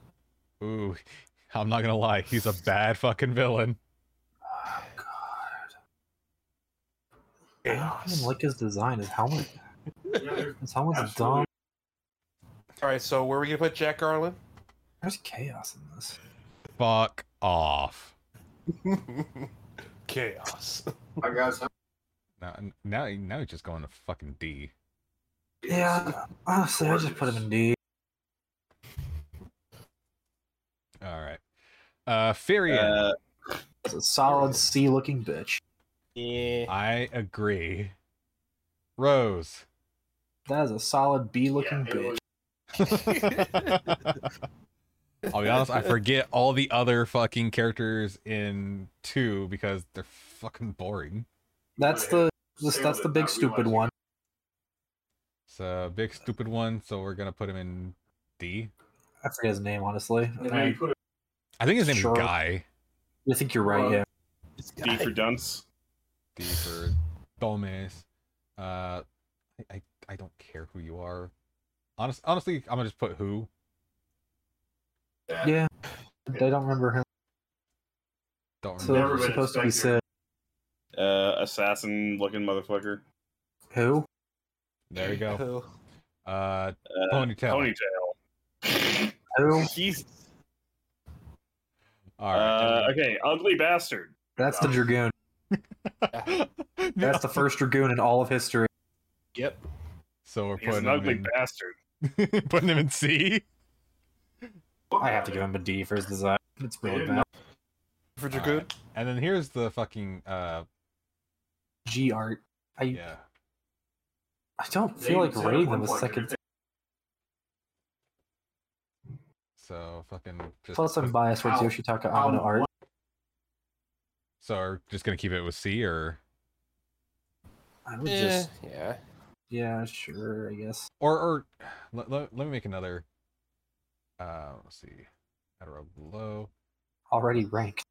Ooh, I'm not gonna lie, he's a bad fucking villain.
Oh, God. I don't
Oh,
Chaos.
even like his design. His helmet.
Yeah,
His helmet's
Absolutely.
dumb.
All right, so where are we gonna put Jack Garland?
There's chaos in this.
Fuck off.
Chaos.
I got some-
Now now now he's just going to fucking D.
Yeah, honestly, I just put him in D.
All right. Uh, Furion.
Uh,
It's a solid C looking bitch.
Yeah.
I agree. Rose.
That is a solid B looking
Yeah, it
bitch.
was-
I'll be honest, I forget all the other fucking characters in two because they're fucking boring.
That's the
Just-
Failed
that's the
at
big
not
stupid
realizing
one.
It's a big stupid one, so we're gonna put him in D.
I forget his name, honestly.
And then you
I,
put a
I think his name
Sure.
is Guy.
I think you're right,
Uh,
yeah.
D for dunce.
D for Domes. Uh, I, I I don't care who you are. Honest, honestly, I'm gonna just put who.
Yeah. I don't remember him.
Don't
So
remember.
it
Never
was
been
supposed to be
expected.
said.
Uh, assassin looking motherfucker.
Who?
There you go.
Who?
Uh,
Uh,
ponytail.
Ponytail.
Who?
He's
All
uh,
right.
okay, ugly bastard.
That's the
Oh.
Dragoon. That's the first Dragoon in all of history.
Yep.
So we're
He's
putting
an
him,
ugly
in,
bastard.
putting him in C.
I have to give him a D for his design. It's really
Yeah.
bad.
For
Alright.
Dragoon?
And then here's the fucking uh
G art. I
yeah.
I don't feel like rating them a second.
So fucking just
Plus, I'm biased towards Yoshitaka Amano art.
so are just gonna keep it with C or
I would
Eh,
just,
yeah.
yeah, sure, I guess.
or or let, let, let me make another uh let's see Adderall below
Already ranked.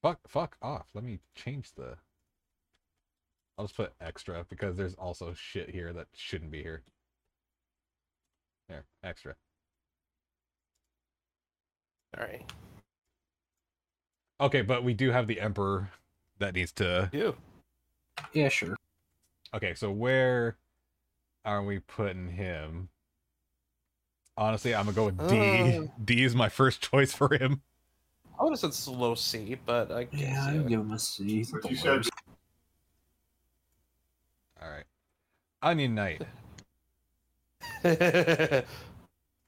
fuck fuck off let me change the I'll just put extra because there's also shit here that shouldn't be here there extra
Alright.
okay but we do have the emperor that needs to
You.
Yeah, sure.
okay so where are we putting him honestly i'm gonna go with d
Uh.
d is my first choice for him
I would have said slow C, but I guess.
Yeah, I'd
yeah.
give him a C. He's
But
the
you said
worst.
all right onion knight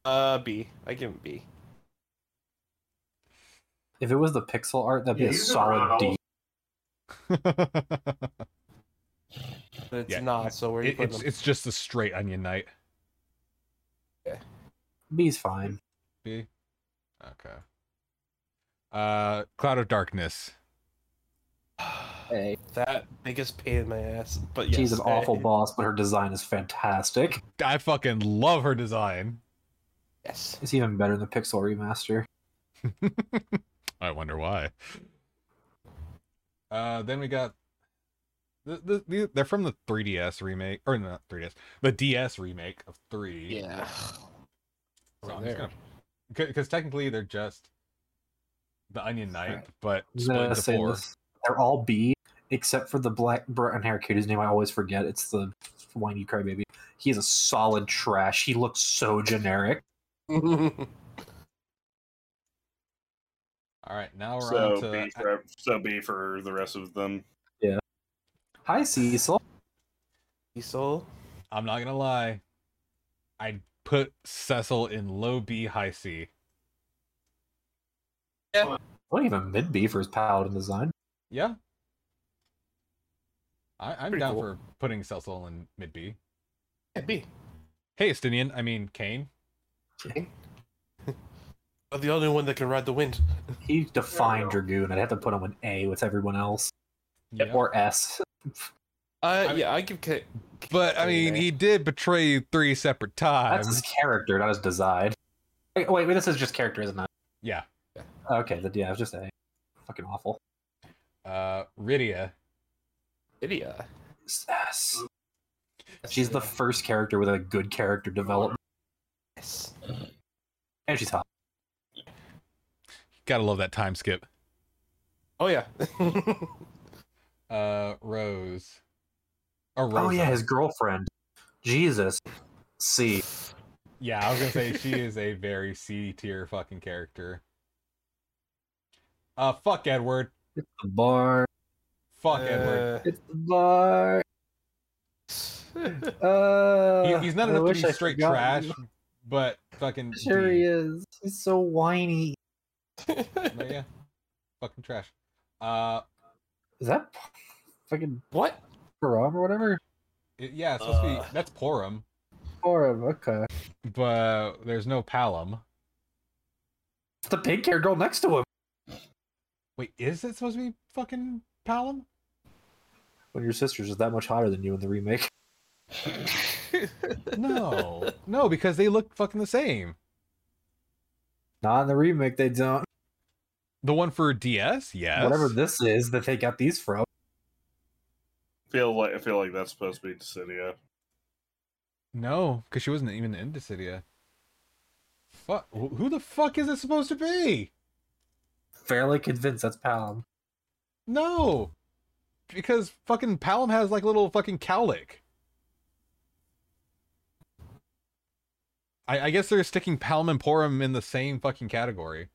uh, B. I give him B.
If it was the pixel art, that'd
Yeah,
be a
he's a
solid
Ronald.
D.
But it's
Yeah,
not, so where are you
It-
putting
it's
him?
it's just a straight onion knight.
B's fine.
B. Okay. Uh, cloud of darkness.
A.
that biggest pain in my ass. But yes,
She's an awful
A.
boss, but her design is fantastic.
I fucking love her design.
Yes.
It's even better than the Pixel Remaster.
I wonder why. Uh, then we got the, the, the they're from the 3ds remake or not 3ds the DS remake of three.
Yeah.
So I'm
there.
just gonna because technically they're just the onion knight,
Alright.
but
I'm
split
gonna
into
say
four.
this. They're all B, except for the black brown hair kid whose name I always forget. It's the whiny crybaby. He's a solid trash. He looks so generic.
All right, uh, now we're on
So
to
B, for, so B for the rest of them.
Hi, Cecil.
Diesel.
I'm not gonna lie. I'd put Cecil in low B, high C.
What even mid B for his paladin design?
Yeah. I, I'm
Pretty
down
cool.
for putting Cecil in mid B.
Yeah, B.
Hey, Estinian, I mean Kane.
I'm Oh, the only one that can ride the wind.
He defined Dragoon. I'd have to put him in A with everyone else.
Yeah.
Or S.
Uh,
I mean-
yeah, I give K.
But
Kane
I mean,
there.
he did betray you three separate
That's his
times.
character, not his design. Wait, wait, wait, this is just character, isn't it?
Yeah.
Okay, the, yeah, it was just A. Fucking awful.
Uh, Rydia.
Idia.
S. She's the first character with a good character development,
Yes.
and she's hot.
Gotta love that time skip.
Oh yeah.
Uh, Rose. Or Rosa.
Oh yeah, his girlfriend. Jesus. C.
Yeah, I was gonna say she is a very C tier fucking character. Uh, fuck Edward.
It's the bar.
Uh,
Fuck Edward.
It's the bar. Uh,
He- he's not
I
enough to
wish
be
I
straight
forgot
trash,
you.
but fucking
Sure
D.
he is. He's so whiny.
But yeah, fucking trash. Uh,
Is that fucking
what?
Param or whatever?
it- yeah, it's supposed to be
Uh.
that's Porum,
Param, okay.
but there's no Palum.
It's the pink haired girl next to him.
Wait, is it supposed to be fucking Palum?
when your sister's is that much hotter than you in the remake.
No, no, because they look fucking the same.
Not in the remake, they don't.
The one for DS, yes.
Whatever this is that they got these from.
Feel like I feel like that's supposed to be Dissidia.
No, because she wasn't even in Dissidia. Fuck, wh- who the fuck is it supposed to be?
Fairly convinced that's Palom.
No, because fucking Palom has like a little fucking cowlick. I, I guess they're sticking Palom and Porum in the same fucking category,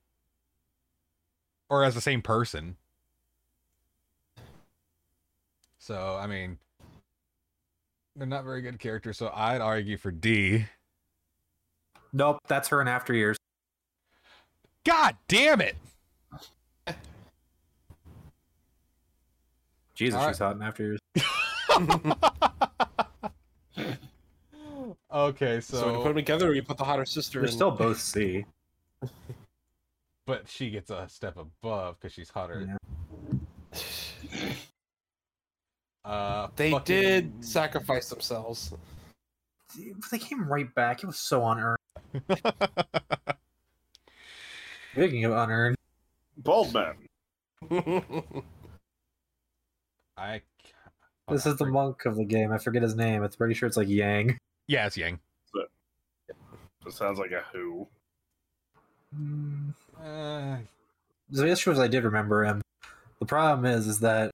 or as the same person. So I mean, they're not very good characters. So I'd argue for D.
Nope, that's her in After Years.
God damn it!
Jesus,
All
she's hot in After Years.
okay,
So, when you put them together, you put the hotter sister.
They're
in
still both C.
but she gets a step above because she's hotter. Uh,
They
fucking-
did sacrifice themselves.
They came right back. It was so unearned. Speaking of unearned,
Bald man.
I. ca-
This is the
Fuck,
monk of the game. I forget his name. I'm pretty sure it's like Yang.
Yeah, it's Yang.
That sounds like a who.
Uh,
Mm. The issue is I did remember him. The problem is, is that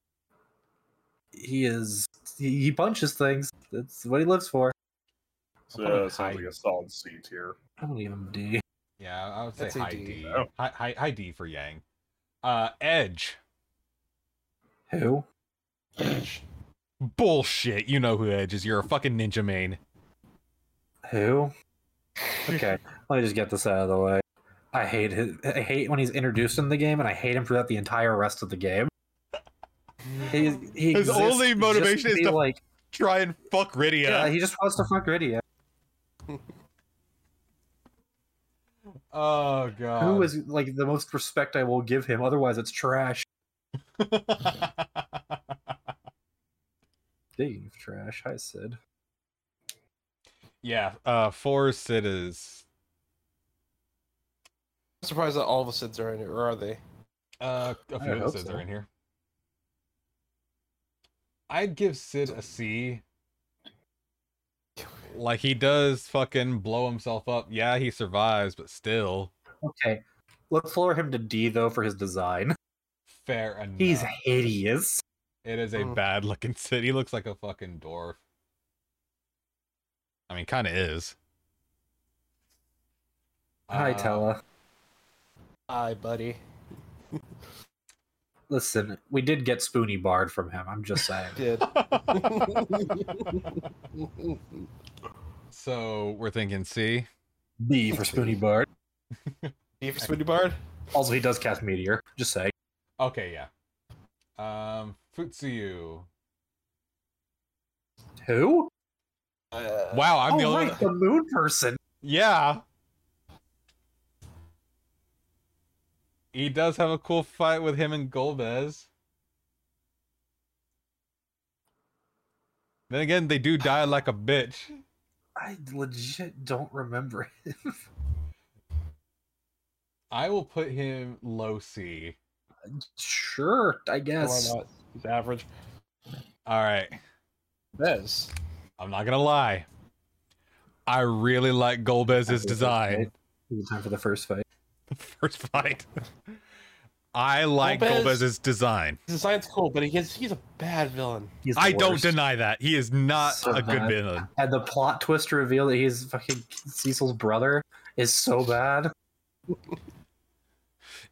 he is he, he punches things. That's what he lives for.
So,
Probably
that sounds
high.
like a solid C tier.
I don't even D.
yeah, I would say
That's a
high
D.
D.
Oh.
High, high, high D for Yang. Uh, Edge.
Who?
Bullshit. You know who Edge is. You're a fucking ninja main.
Who? Okay, let me just get this out of the way. I hate his, I hate when he's introduced in the game, and I hate him throughout the entire rest of the game. He, he
His
exists
only
just
motivation is
be
to-
like,
Try and fuck Rydia.
yeah. he just wants to fuck Rydia.
Oh god.
Who is like the most respect I will give him? Otherwise, it's trash. Speaking of trash, hi Sid.
yeah, uh, four Sid is.
I'm surprised that all the Sids are in it, or are they?
Uh, a few of
hope
the Sids
so.
are in here. I'd give Sid a C. Like he does fucking blow himself up. Yeah, he survives, but still
Okay, let's lower him to D though for his design.
fair enough.
He's hideous.
It is a
Mm.
bad looking Sid. He looks like a fucking dwarf. I mean, kind of is.
hi
Uh,
Tella.
Aye, buddy.
Listen, we did get Spoony barred from him. I'm just saying.
Did.
so we're thinking C.
B for Spoony barred.
D for Swindy Bard?
Also, he does cast meteor. Just saying.
Okay, yeah. Um, Futsuyu.
Who?
Uh,
Wow, I'm the
oh,
only.
right, the moon person.
Yeah. He does have a cool fight with him and Golbez. Then again, they do die like a bitch.
I legit don't remember him.
I will put him low C.
sure, I guess.
Why not? He's average.
All right.
Bez.
I'm not going to lie. I really like Golbez's design.
Right? Time for the first fight.
First fight. I like
Golbez-
Golbez's design.
His design's cool, but he gets, he's a bad villain.
He's the
I don't
worst.
deny that. He is not
So
a good
bad.
villain.
And the plot twist to reveal that he's fucking Cecil's brother is so bad.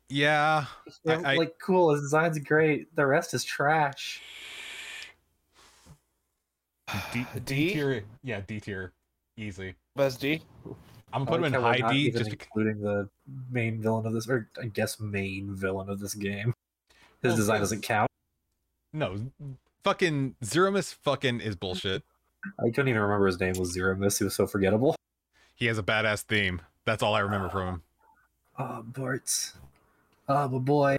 Yeah. I- I-
like, cool, his design's great. The rest is trash.
D, D
D?
tier. Yeah, D tier. Easy.
Bez D?
I'm
I
gonna put
like
him in
how we're
high
Oh, not
D
even
just because
including the main villain of this, or I guess main villain of this game. His
Well,
design
because-
doesn't count.
no fucking Zeromus fucking is bullshit.
I couldn't even remember his name was Zero Miss. He was so forgettable.
He has a badass theme. That's all I remember from him.
Oh, Bart. Oh, but boy,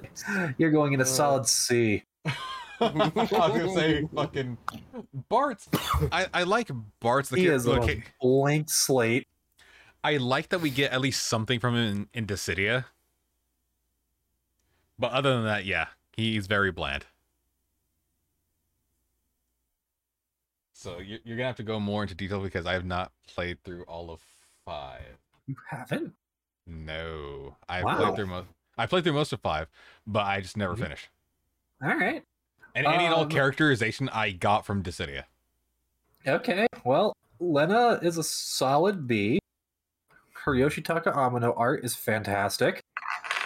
you're going into
Uh.
solid C.
I was gonna say fucking Bart's. I, I like Bart's the
He
char-
is
look,
a
he-
blank slate.
I like that we get at least something from him in, in Dissidia. But other than that, yeah, he's very bland. So you're, you're gonna have to go more into detail because I have not played through all of five.
You haven't?
No, I
Wow.
played through most. I played through most of five, but I just never
Mhm.
finished.
All right.
And any and all
Um,
characterization I got from Dissidia.
Okay. Well, Lena is a solid B. Her Yoshitaka Amano art is fantastic.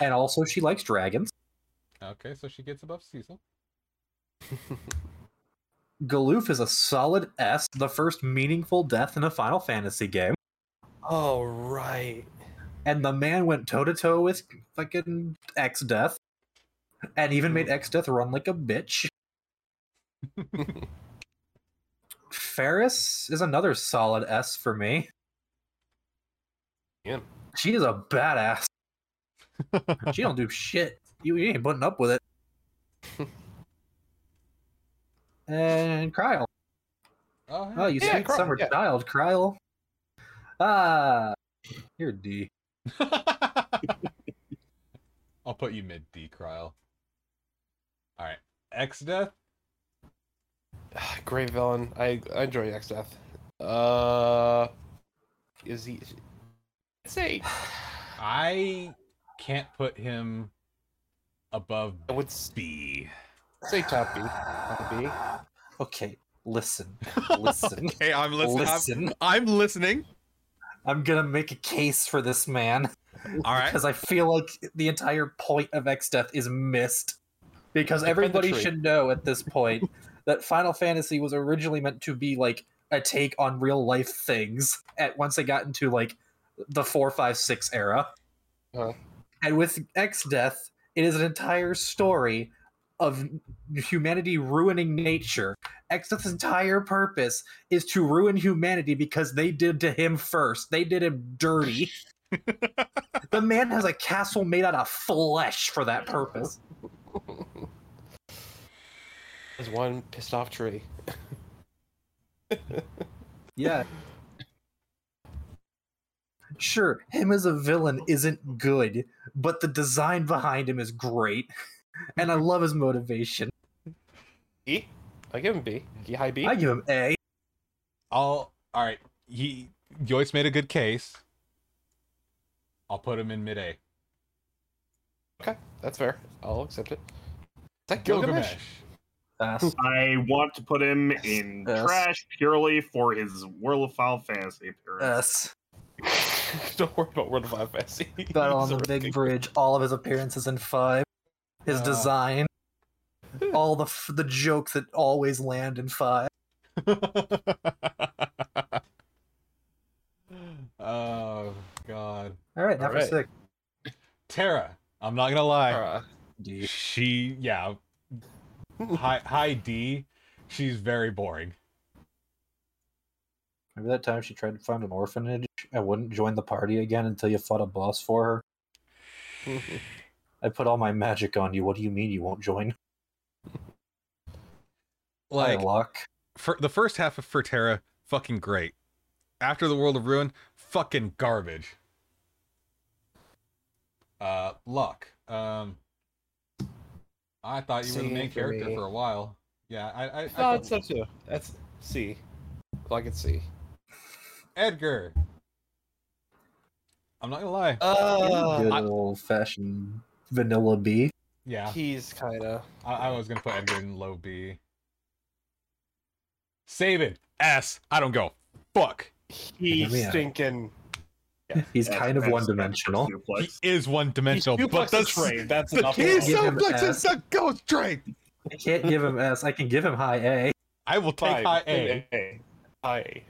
And also, she likes dragons.
Okay, so she gets above Cecil.
Galoof is a solid S, the first meaningful death in a Final Fantasy game.
All right.
and the man went toe to toe with fucking X Death, and even made X Death run like a bitch. Ferris is another solid S for me.
Yeah.
she is a badass. she don't do shit. You, you ain't putting up with it. and Kryle.
Oh,
Oh, you
Yeah,
sweet
Kryle,
summer
yeah.
child, Kryle. Ah, you're a D.
I'll put you mid D, Kryle. All right, X Death.
Great villain. I, I enjoy X Death. Uh, is he? I'd say
I can't put him above
I would s-
B.
say top B. Top B.
Okay, listen, listen,
Okay, I'm listening. I'm,
listen.
I'm listening.
I'm gonna make a case for this man
All right.
because I feel like the entire point of X Death is missed. Because
Defend the
everybody
tree.
should know at this point that Final Fantasy was originally meant to be like a take on real life things. At once they got into like the four, five, six era,
Uh-huh.
and with X Death, it is an entire story of humanity ruining nature. X Death's entire purpose is to ruin humanity because they did to him first. They did him dirty. the man has a castle made out of flesh for that purpose.
There's one pissed off tree.
Yeah. Sure, him as a villain isn't good, but the design behind him is great. And I love his motivation.
B. E? I give him B. He high B.
I give him A.
I'll. All right. He Joyce made a good case. I'll put him in mid A.
Okay, that's fair. I'll accept it. Is that
Gilgamesh.
Gilgamesh?
S.
I want to put him in
Yes.
trash purely for his World of Foul Fantasy appearance.
S.
Don't worry about World of Final Fantasy.
Battle on
He's
the
a
Big
ridic-
Bridge, all of his appearances in five,
Uh.
his
Ah.
design, all the f- the jokes that always land in five.
oh God,
All right, now for
Alright.
six.
Tara. I'm not gonna lie.
Uh,
D.
She, yeah, high high D. She's very boring.
Remember that time she tried to find an orphanage and wouldn't join the party again until you fought a boss for her? I put all my magic on you. What do you mean you won't join?
Like
my luck.
for the first half of for Tara, fucking great. After the World of Ruin, fucking garbage. Uh, luck. Um, I thought you were the
C
main
for
character
me.
for a while. Yeah, I, I, I
no,
thought
it's not too. That's C. Like it's C.
Edgar. I'm not gonna lie.
Uh,
Good
I-
old fashioned vanilla bee.
Yeah,
he's kind of.
I, I was gonna put Edgar in low B. Saban S. I don't go. Fuck.
He's
Yeah.
stinking.
He's
That's-
kind of
that's-
one dimensional.
that's
He
suplex.
is one
He's
dimensional, but
suplex
the
the
s-
train. That's
the
enough.
key
Give him
suplex is
S.
the ghost train.
I can't give him S. I can give him high A.
I will
Fine.
take high A.
I.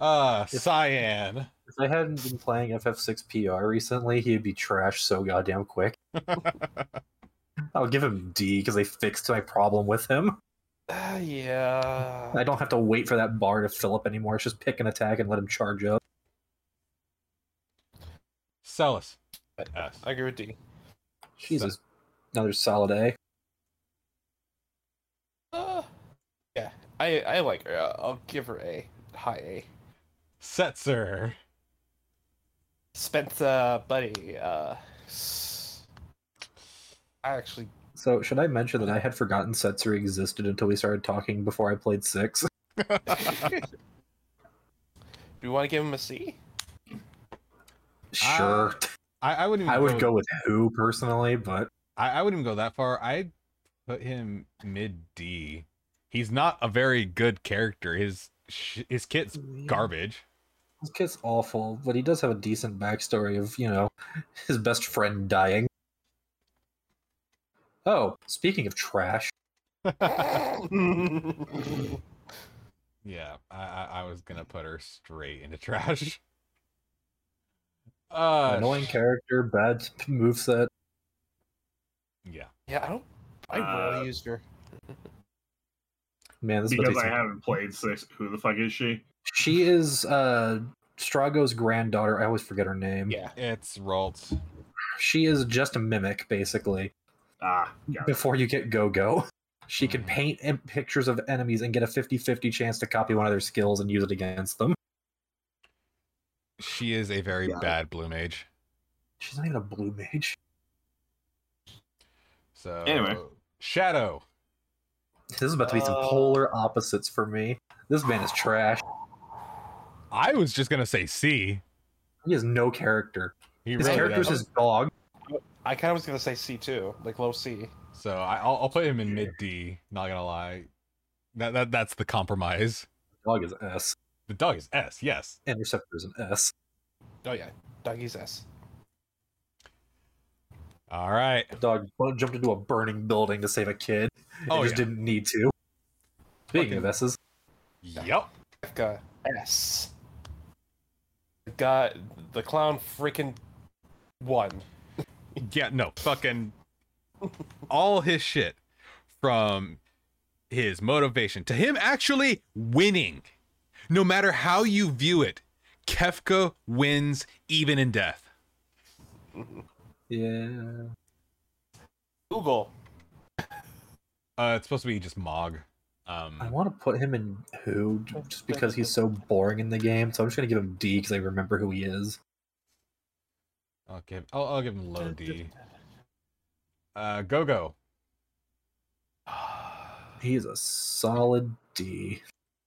Uh, cyan.
If I hadn't been playing FF6 PR recently, he'd be trash so goddamn quick. I'll give him D because they fixed my problem with him.
Uh, yeah.
I don't have to wait for that bar to fill up anymore. It's just pick an attack and let him charge up.
Celis.
I agree with D.
Jesus. Another solid A.
Uh, yeah, I I like her. Uh, I'll give her a high A.
Setzer.
Spent uh, buddy. Uh, s- I actually
So should I mention that I had forgotten Setsuri existed until we started talking before I played six?
do. You want to give him a C?
Sure.
I, I wouldn't. Even
I would go with who personally, but
I, I wouldn't go that far. I'd put him mid D. He's not a very good character. His sh- his kit's garbage.
This kid's awful, but he does have a decent backstory of, you know, his best friend dying. Oh, speaking of trash,
Yeah, I, I, I was gonna put her straight into trash. Uh,
annoying character, bad p- moveset.
yeah.
yeah, I don't. I
Uh,
rarely used her.
Man, this is
because
what they
I
say.
haven't played six. Who the fuck is she?
She is uh Strago's granddaughter. I always forget her name.
Yeah.
It's Ralt.
She is just a mimic, basically.
Ah, got it.
Before you get go go, she can
Mhm.
paint in pictures of enemies and get a 50 50 chance to copy one of their skills and use it against them.
She is a very
Yeah.
bad blue mage.
She's not even a blue mage.
So
Anyway.
Shadow.
This is about to be some
Uh,
polar opposites for me. This man is trash.
I was just gonna say C.
He has no character.
He
His
really
character's
does.
his dog.
I kind of was gonna say C too, like low C.
So I, I'll, I'll put him in mid D. Not gonna lie, that, that that's the compromise.
Dog is S.
The dog is S. Yes.
Interceptor is an S.
Oh yeah, Dougie's S.
All right.
Dog bu- jumped into a burning building to save a kid. It
Oh,
just
yeah.
didn't need to. Speaking of S's,
Yep.
Kafka S. The guy, the clown, freaking won.
Yeah, no, fucking all his shit from his motivation to him actually winning. No matter how you view it, Kefka wins even in death.
yeah.
Google.
Uh, it's supposed to be just Mog. Um,
I want to put him in who j- just because he's so boring in the game. So I'm just gonna give him D because I remember who he is.
I'll give I'll, I'll give him low D. Uh, go go.
He's a solid D.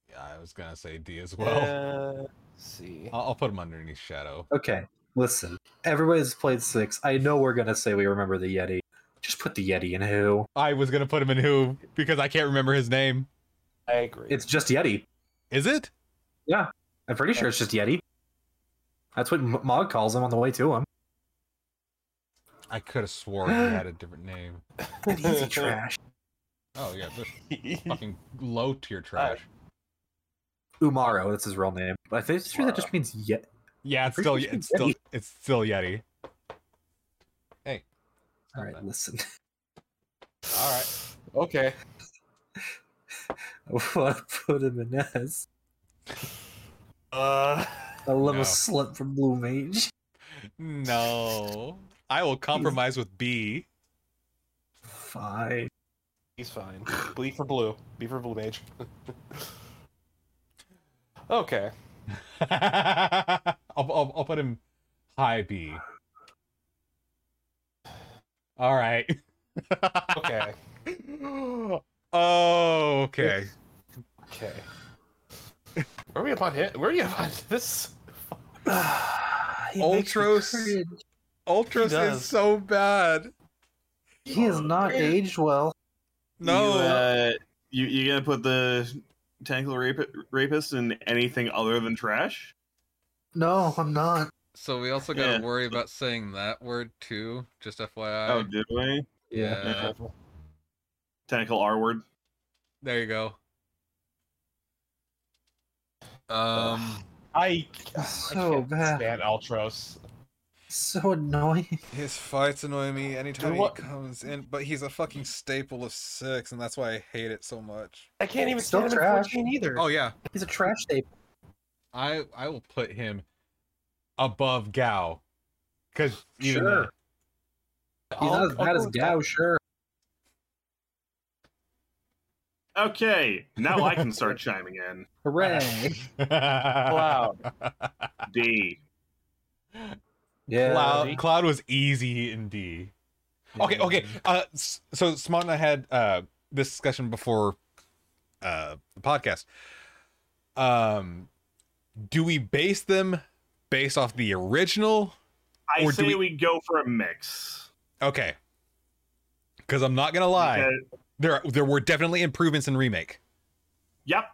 Yeah, I was gonna say D as well.
Well, Uh, see.
I'll, I'll put him underneath Shadow.
Okay, listen. Everybody's played six. I know we're gonna say we remember the Yeti. Just put the Yeti in who.
I was gonna put him in who because I can't remember his name.
I agree.
It's just Yeti.
Is it?
I'm pretty sure it's just Yeti. That's what M- Mog calls him on the way to him.
I could have sworn he had a different name.
Easy trash.
Oh yeah, this fucking low tier trash.
Umaro, that's his real name. But I think sure that just means Yeti.
Yeah, it's
Pretty
still
sure
it's
it's
still
Yeti.
it's still Yeti. Hey.
All right, listen.
All right.
okay.
I want to put him in S.
Uh,
I love
No.
a slut from Blue Mage.
No. I will compromise with B.
Fine.
he's fine. Bleed for blue. Be for blue mage. okay.
I'll, I'll I'll put him high B. All right.
Okay.
Oh, okay.
Okay. Where are we upon hit? Where are you upon this?
He makes me
Ultros.
cringe.
Ultras is
does.
so bad.
He has not aged well.
No.
You, uh, you you gonna put the tentacle rapi- rapist in anything other than trash?
No, I'm not.
So we also
gotta Yeah.
worry about saying that word too, just FYI.
Oh, did we?
Yeah.
Tentacle R word.
There you go.
Um, I I
So
can't
bad.
stand Altros.
So annoying.
his fights annoy me anytime
what-
he comes in, but he's a fucking staple of six, and that's why I hate it so much.
I can't even
Still
stand him in
trash.
14 either.
Oh yeah,
He's a trash tape.
I I will put him above Gao, because even
Sure.
the-
I'll-
He's not as
I'll
bad
go
as
with
Gao, sure.
Okay, now I can start chiming in.
Hooray!
Cloud.
D.
yeah.
Cloud. Cloud was easy in D. Okay, okay.
Mm-hmm.
Uh, s- so Smart and I had uh this discussion before uh the podcast. Um, do we base them based off the original?
I
Or
say
do we-
we... go for a mix.
Okay, because I'm not gonna lie,
Because-
there there were definitely improvements in remake.
Yep,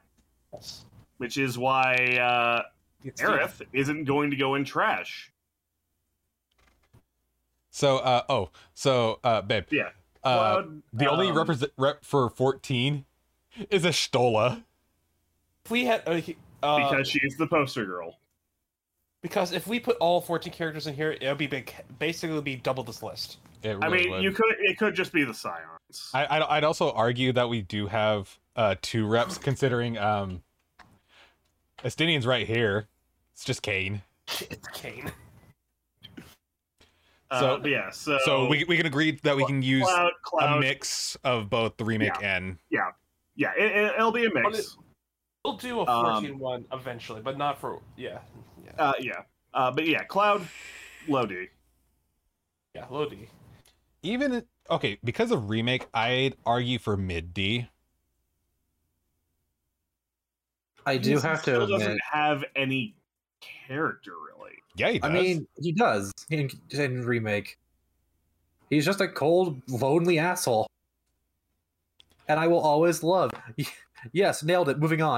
which is why uh,
It's-
Aerith isn't going to go in trash.
So, uh, oh, so uh, babe,
Yeah.
uh,
Cloud,
the only
um,
represent rep for 14 is a Stola.
If we had uh, he- uh,
because she's the poster girl.
because if we put all 14 characters in here, it would be big, basically be double this list.
It
I
really
mean,
would.
you could it could just be the Scions.
I, I'd, I'd also argue that we do have uh, two reps, considering um, Estinian's right here. It's just Kane,
It's Kane.
Uh,
so-
but yeah, so
so we we can agree that we can use
Cloud,
a
Cloud,
mix of both the remake and
yeah, it, it, it'll be a
Well,
mix.
We'll do a
Um,
14 one eventually, but not for yeah, yeah,
Uh, yeah, uh, but yeah, Cloud, low D.
yeah. Lodi.
even okay because of remake. I'd argue for mid D.
I do
He
have to
still
admit.
doesn't have any character really.
Yeah, he does.
I mean, he does in, in remake. He's just a cold, lonely asshole, and I will always love. Yes, nailed it. Moving on.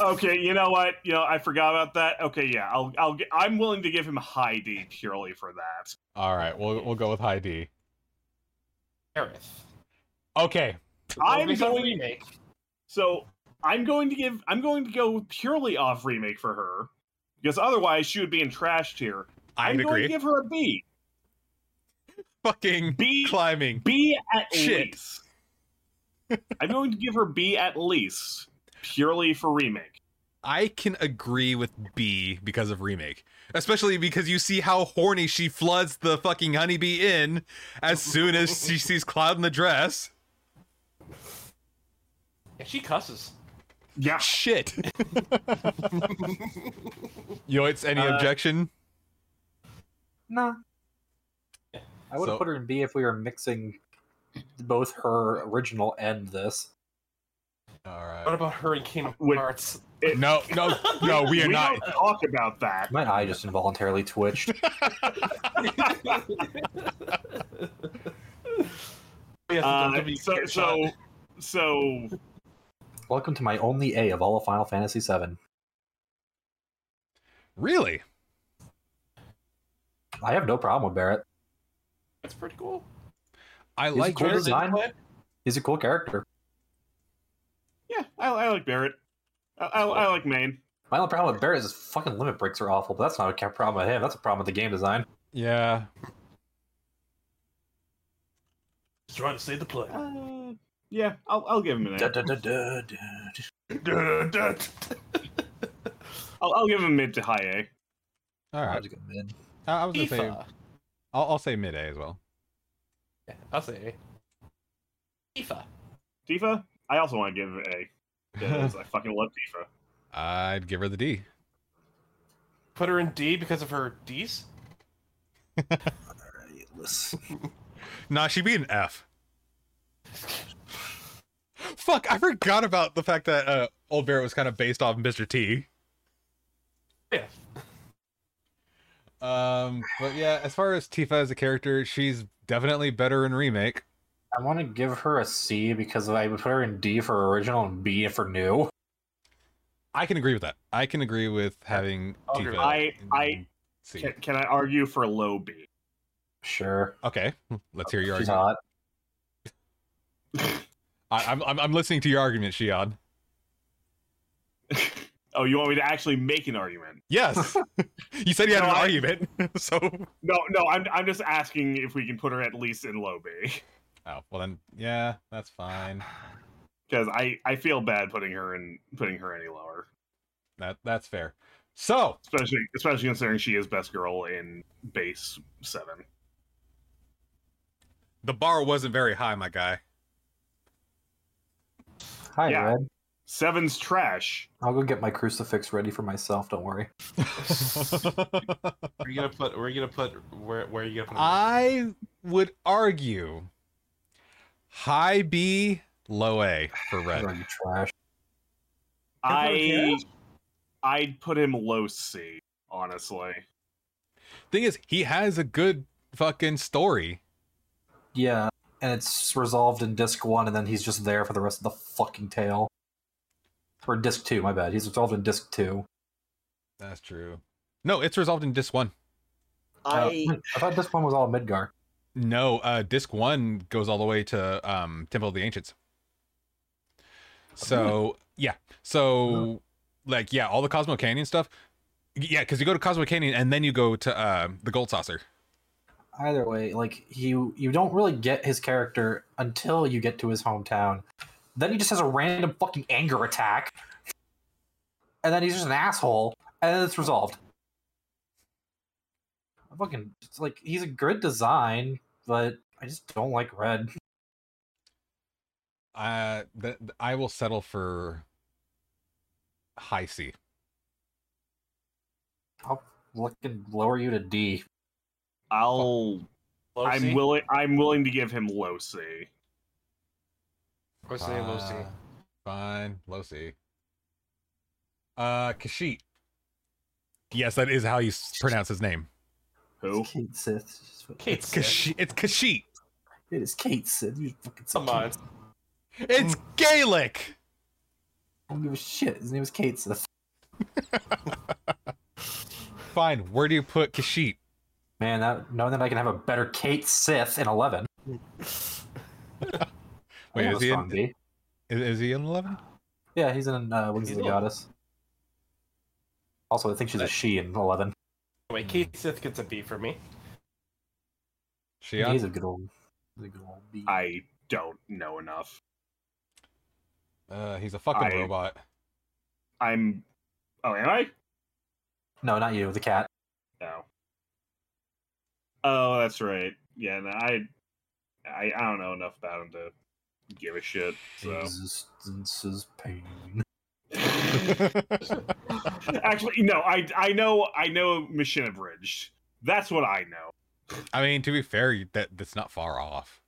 Okay, you know what? You know I forgot about that. Okay, yeah, I'll I'll gi- I'm willing to give him high D purely for that.
all right, we'll we'll go with high D.
Aerith.
Okay,
I'm
Focus on
going
remake.
So I'm going to give I'm going to go purely off remake for her because otherwise she would be in trash tier.
I
I'm
would
going
agree.
to give her a B.
Fucking
B
climbing.
B at
Shit.
least. I'm going to give her B at least purely for remake.
I can agree with B because of remake, especially because you see how horny she floods the fucking honeybee in as soon as she sees Cloud in the dress.
Yeah, she cusses.
Yeah.
Shit. Yoitz, any
Uh,
objection?
Nah. I would have
So-
put her in B if we were mixing both her original and this.
All
What
right.
about her in Kingdom
Would-
Hearts?
No, no, no. We are
we
not.
don't talk about that.
My eye just involuntarily twitched.
Yes,
Uh,
WWE
so
chair shot.
so so
Welcome to my only A of all of Final Fantasy VII.
Really?
I have no problem with Barrett.
that's pretty cool.
I
He's
like
cool
her.
as- design. He's a cool character.
yeah, I, I like Barrett. I, I, I like Maine.
My only problem with Barrett is his fucking limit breaks are awful, but that's not a problem with him. That's a problem with the game design.
Yeah.
Just trying to save the play.
Uh, yeah, I'll, I'll give him an
Da,
A.
da, da, da, da.
I'll, I'll give him mid to high
All
That
right.
was a good mid.
I, I was gonna say.
Aoife.
I'll, I'll say mid A as well.
Yeah, I'll say A. Aoife.
A. Tifa, I also want to give him A. because I fucking love Tifa.
I'd give her the D.
Put her in D because of her D's.
Alright, let's-
Nah, she'd be an F. Fuck, I forgot about the fact that uh, Old Barrett was kind of based off Mr. T.
Yeah.
Um, but yeah, as far as Tifa as a character, she's definitely better in remake.
I want to give her a C because I would put her in D for original and B for new.
I can agree with that. I can agree with having
I'll agree.
Tifa.
I-
in
I-
C.
Can, can I argue for low B?
Sure.
Okay, let's hear your
She's
argument.
hot.
I, I'm, I'm I'm listening to your argument, Shion.
Oh, you want me to actually make an argument?
Yes, you said you had
No,
an
I-
argument, so
No, no, I'm, I'm just asking if we can put her at least in low B.
oh well then yeah, that's fine.
Because I, I feel bad putting her in putting her any lower.
That that's fair. So
especially especially considering she is best girl in base seven.
the bar wasn't very high, my guy.
Hi,
Yeah.
Red.
Seven's trash.
I'll go get my crucifix ready for myself. Don't worry.
Where you gonna put? Where you gonna put? Where Where you gonna put? it?
I would argue high B, low A for
You're
red.
already trash.
I I'd put him low C, honestly.
Thing is, he has a good fucking story.
Yeah, and it's resolved in disc one, and then he's just there for the rest of the fucking tale. Or disc two, my bad. He's resolved in disc two.
That's true. No, it's resolved in disc one.
I
Uh, I thought this one was all Midgar.
No, uh, disc one goes all the way to um, Temple of the Ancients. So yeah, so like yeah, all the Cosmo Canyon stuff. Yeah, because you go to Cosmo Canyon and then you go to uh, the Gold Saucer.
either way like you you don't really get his character until you get to his hometown then he just has a random fucking anger attack and then he's just an asshole and then it's resolved I fucking it's like he's a good design but i just don't like red
Uh, th- th- I will settle for high C.
i'll fucking lower you to d
I'll
Low
I'm
C?
willing I'm willing to give him low C.
Or say low C.
Fine- Uh, Fine, low C. Uh, Kashyyyk. Yes, that is how you s- pronounce his name.
Who?
it's kate sith
Kate Sith.
Kashi- it's Kashyyyk.
it is kate sith you fucking
Come on.
It's Gaelic.
i don't give a shit his name is kate sith
Fine. Where do you put Kashyyyk?
man that, knowing that i can have a better kate sith in 11 I
Wait,
want
is
a
he
strong
in?
D.
Is, is he in eleven?
Yeah, he's in uh, Wings of the
He's old.
Goddess. Also, I think she's a
That-
she in eleven.
Wait, Kate Sith gets a B for me.
She on?
He's a good old, he's a good old bee.
I don't know enough.
Uh, he's a fucking
I-
robot.
I'm Oh, am I?
No, not you, the cat.
No. Oh, that's right. Yeah, no, I I I don't know enough about him to give a shit. So
Existence is pain.
Actually, no. I I know I know Mission Abridged. That's what I know.
I mean, to be fair, you- that that's not far off.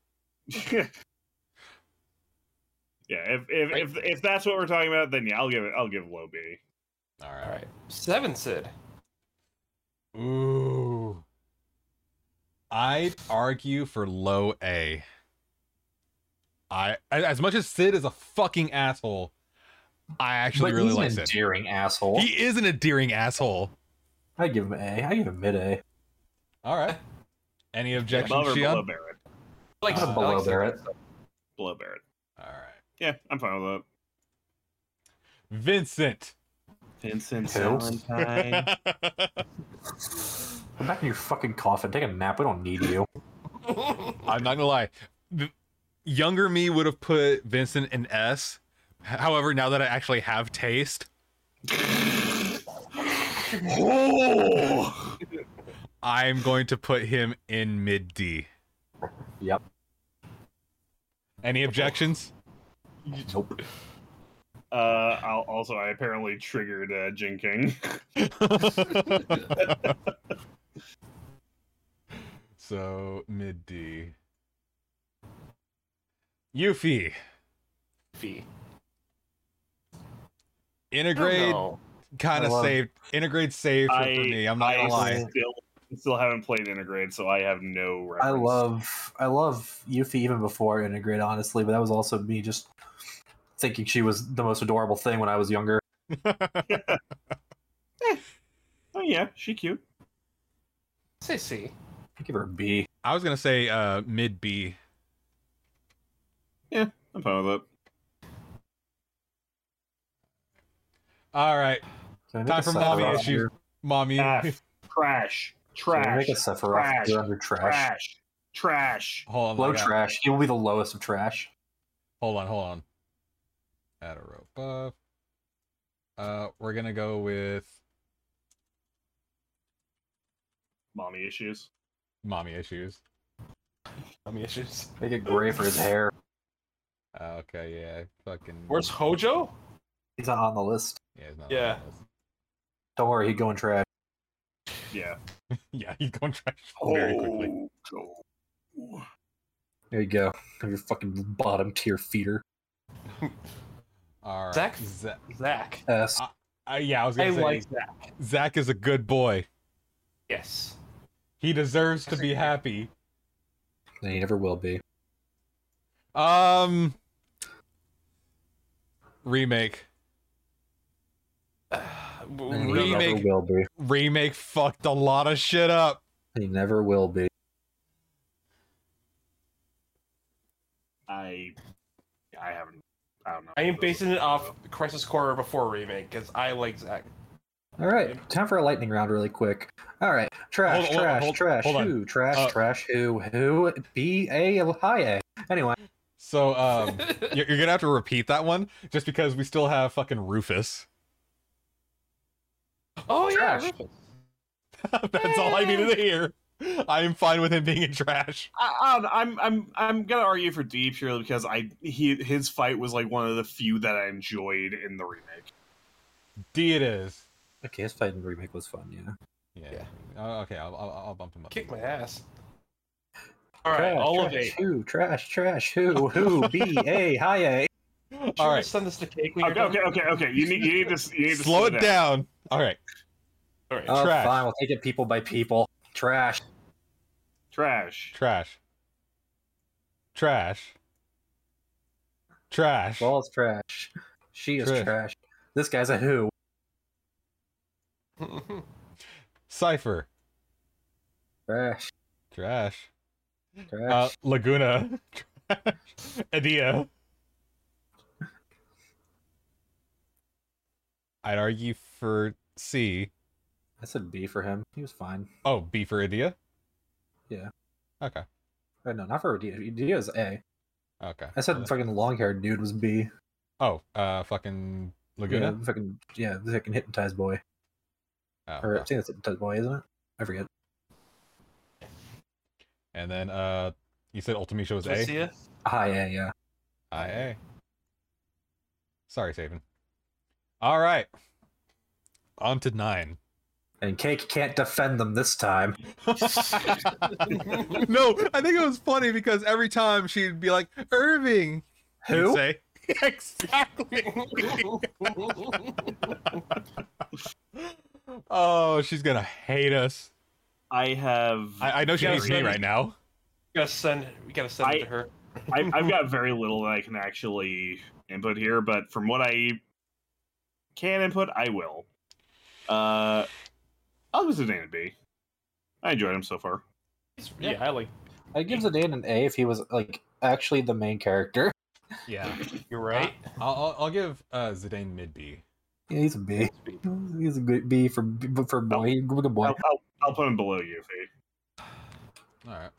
yeah. If if, if if that's what we're talking about, then yeah, I'll give it. I'll give low B.
All right.
All right, seven Sid.
Ooh. I'd argue for low A. I a- as much as Sid is a fucking asshole, I actually
but
really
he's
like
an
Sid.
endearing asshole.
He is an endearing asshole.
I give him A. I give him mid A.
All right. Any objections,
Above or
Shion?
below
All
Barrett.
I like
Uh,
I
below
like Sid.
Barrett.
Below Barrett.
right.
Yeah, I'm fine with that.
Vincent.
Vincent
Who?
Valentine.
Come back in your fucking coffin. Take a nap. We don't need you.
I'm not gonna lie. The younger me would have put Vincent an S. H- However, now that I actually have taste, I'm going to put him in mid D.
Yep.
Any objections?
Nope.
Uh, I'll, also, I apparently triggered uh, Jin King.
so mid D. Yuffie,
B.
integrate
No.
kind
I
of
love-
saved. Integrate saved for, for
I-
me. I'm not
I
gonna lie.
still, still haven't played Integrate, so I have no
I
reference.
love, I love Yuffie even before Integrate, honestly. But that was also me just thinking she was the most adorable thing when I was younger.
Oh yeah, she cute.
Say C.
I give her a B.
I was gonna say uh, mid B.
I'm fine with it.
All right,
Can I make
time
a
for
side
mommy
roster?
issues. Mommy,
Ah, F. Trash.
Can I
Trash.
Make a Sephiroth
trash,
go under trash.
Trash. Oh Trash.
hold on,
Low
I got-
trash. He will be the lowest of trash.
Hold on, hold on. Add a rope buff. Uh, we're gonna go with
Mommy issues.
Mommy issues.
Mommy issues.
Make it gray for his hair.
Uh, okay, yeah. Fucking.
Where's Hojo?
He's not on the list.
Yeah. He's not on
Yeah.
the list.
Don't worry, he'd go in trash.
Yeah.
Yeah, he's going trash very quickly.
Oh, no.
There you go. Have your fucking bottom tier feeder.
All right.
Zach?
Zach.
Zach.
S.
Uh, yeah, I was
I
gonna say
like that.
Zach is a good boy.
Yes.
He deserves to
That's
be
okay.
happy.
And he never will be.
Um. Remake.
And he
Remake.
never will be.
Remake fucked a lot of shit up.
He never will be.
I I haven't I don't know.
I am basing it off Crisis Core before remake because I like Zach.
All right, time for a lightning round, really quick. All right,
Hold-
trash,
hold-
trash,
hold-
trash,
hold on.
who, trash,
Uh,
trash, who, who, B A L I A. Anyway,
So um, you're, you're gonna have to repeat that one just because we still have fucking Rufus.
oh yeah,
Trash.
Rufus.
That's all I needed to hear. I am fine with him being in trash.
I, I don't know, I'm I'm I'm gonna argue for D purely because I he his fight was like one of the few that I enjoyed in the remake.
D it is.
okay, his fight in remake was fun, yeah.
Yeah.
Yeah.
Oh, okay, I'll, I'll I'll bump him up.
kick my ass. All right, all of
trash,
it.
who, trash, trash, who, who, B A Hi A.
All
All
right.
right, send us the cake. when you're
Okay,
done?
okay, okay, okay. You need you need to s- you need to
Slow it down. All right.
All right.
Oh,
Trash.
fine, we'll take it people by people. Trash,
Trash.
Trash. Trash. Trash.
balls, trash. She is
Trash.
trash. This guy's a who.
Cipher.
Trash,
Trash.
trash.
Uh, Laguna. Trash. Adia. I'd argue for C.
I said B for him. He was fine.
Oh, B for Adia.
Yeah.
Okay.
Or Uh, no, not for Radia. Radia is A.
Okay.
I said fucking long haired dude was B.
Oh, uh, fucking
Yeah,
Laguna.
fucking yeah, the fucking hypnotized boy.
Oh,
Or I
okay.
think that's hypnotized boy, isn't it? I forget.
And then uh, you said Ultimisha was A.
Lucia?
Ah, yeah, yeah.
Aye, aye. Sorry, Taven. All right. On to nine.
And Cake can't defend them this time.
no, I think it was funny because every time she'd be like, Irving. he'd
Who?
Say, exactly. oh, she's going to hate us.
I have I,
I, I know she
Yeah,
hates me
Irving.
right now.
We gotta send. We gotta send
I-
it to her.
I've got very little that I can actually input here, but from what I can input, I will. Uh I'll give Zidane a B. I enjoyed him so far.
Yeah, I like.
I'd give Zidane an A if he was like actually the main character.
Yeah.
You're right.
I'll, I'll, I'll give uh, Zidane mid B.
Yeah, he's a B. He's a good B for for boy. He's a good boy.
I'll, I'll, I'll put him below you, Fee.
All right.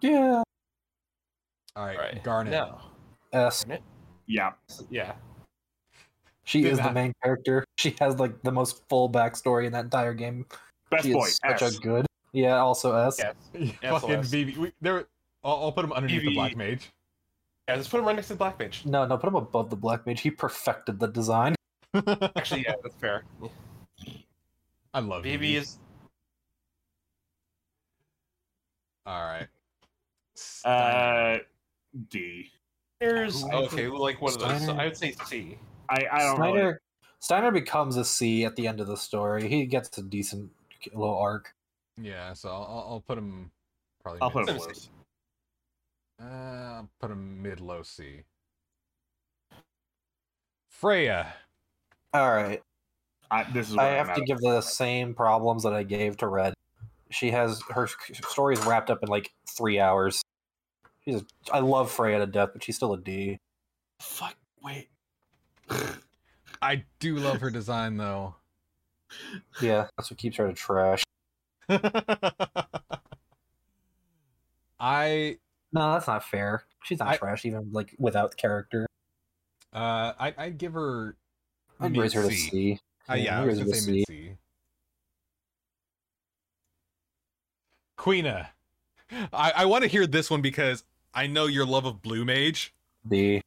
Yeah.
All right.
All right.
Garnet.
No.
S.
Yeah.
Yeah.
She
Dude,
is
that-
the main character. She has like the most full backstory in that entire game.
Best
she
boy.
is such
S.
a good. Yeah. Also S.
Yes.
Fucking
SLS.
BB. We, there, I'll, I'll put him underneath the
BB.
Black Mage.
Yeah. Let's put him right next to the Black Mage.
No, no. Put him above the Black Mage. He perfected the design.
Actually, yeah, that's fair.
I love
BB is
All right.
Uh, D.
There's
Who-
oh, okay, well, like one of those. So
Steiner?
I would say C.
I, I don't
Snyder
really.
Steiner becomes a C at the end of the story. He gets a decent little arc.
yeah, so I'll, I'll- I'll put him probably.
I'll put
mid-
him below. C.
Uh, I'll put him mid low C. Freya.
All right,
I, this is. Where
I
I'm
have to
at.
give the same problems that I gave to Red. She has her story's wrapped up in like three hours. She's a, I love Freya to death, but she's still a D.
Fuck. Wait.
I do love her design though.
Yeah, that's what keeps her to trash.
I
No, that's not fair. She's not
I-
trash even like without character.
uh I I'd give her
I'd
mid
raise her to
C.
C.
Uh, yeah,
I'd
I was
raise her
gonna
to
say mid C. Queena, I, I want to hear this one because I know your love of Blue Mage.
The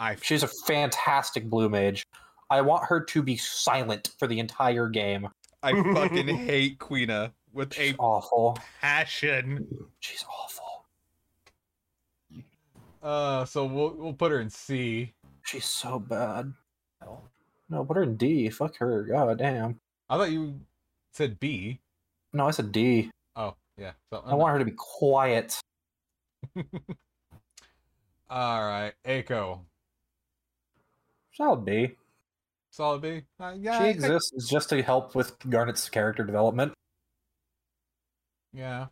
I
she's a fantastic blue mage. I want her to be silent for the entire game.
I fucking hate Queena with
She's
a
awful.
passion.
She's awful.
Uh, so we'll we'll put her in C.
She's so bad. No, put her in D. Fuck her. God damn.
I thought you said B.
No, I said D.
Oh yeah. So
I want her to be quiet.
All right, Aiko,
Solid B.
solid B. Uh, yeah,
She
I-
exists just to help with Garnet's character development.
Yeah.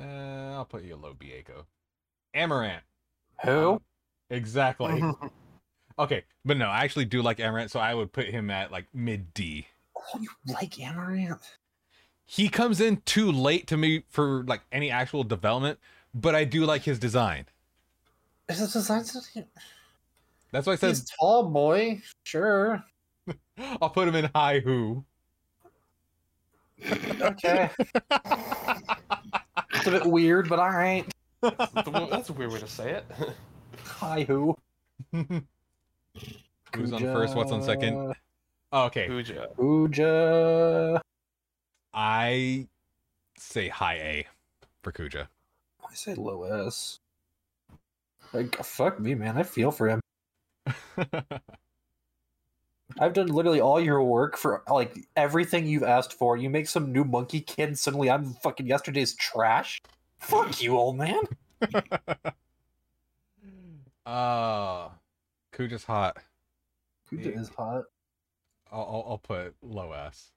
Uh, I'll put you a low B, Aiko. Amaranth.
Who?
Exactly. okay, but no, I actually do like Amaranth, so I would put him at like mid D.
Oh, you like Amaranth?
He comes in too late to me for like any actual development, but I do like his design.
Is this design something?
That's why I said
He's tall boy. Sure.
I'll put him in high who.
Okay. it's a bit weird, but all right.
That's a weird way to say it.
Hi, who?
Who's on first? What's on second? Okay,
Uja.
Uja.
I say high A for Kuja.
I say low S. Like fuck me, man. I feel for him. I've done literally all your work for like everything you've asked for. You make some new monkey kid, and suddenly I'm fucking yesterday's trash. Fuck you, old man.
uh, Kuja's hot.
Uja is hot.
I'll, I'll, I'll put low S.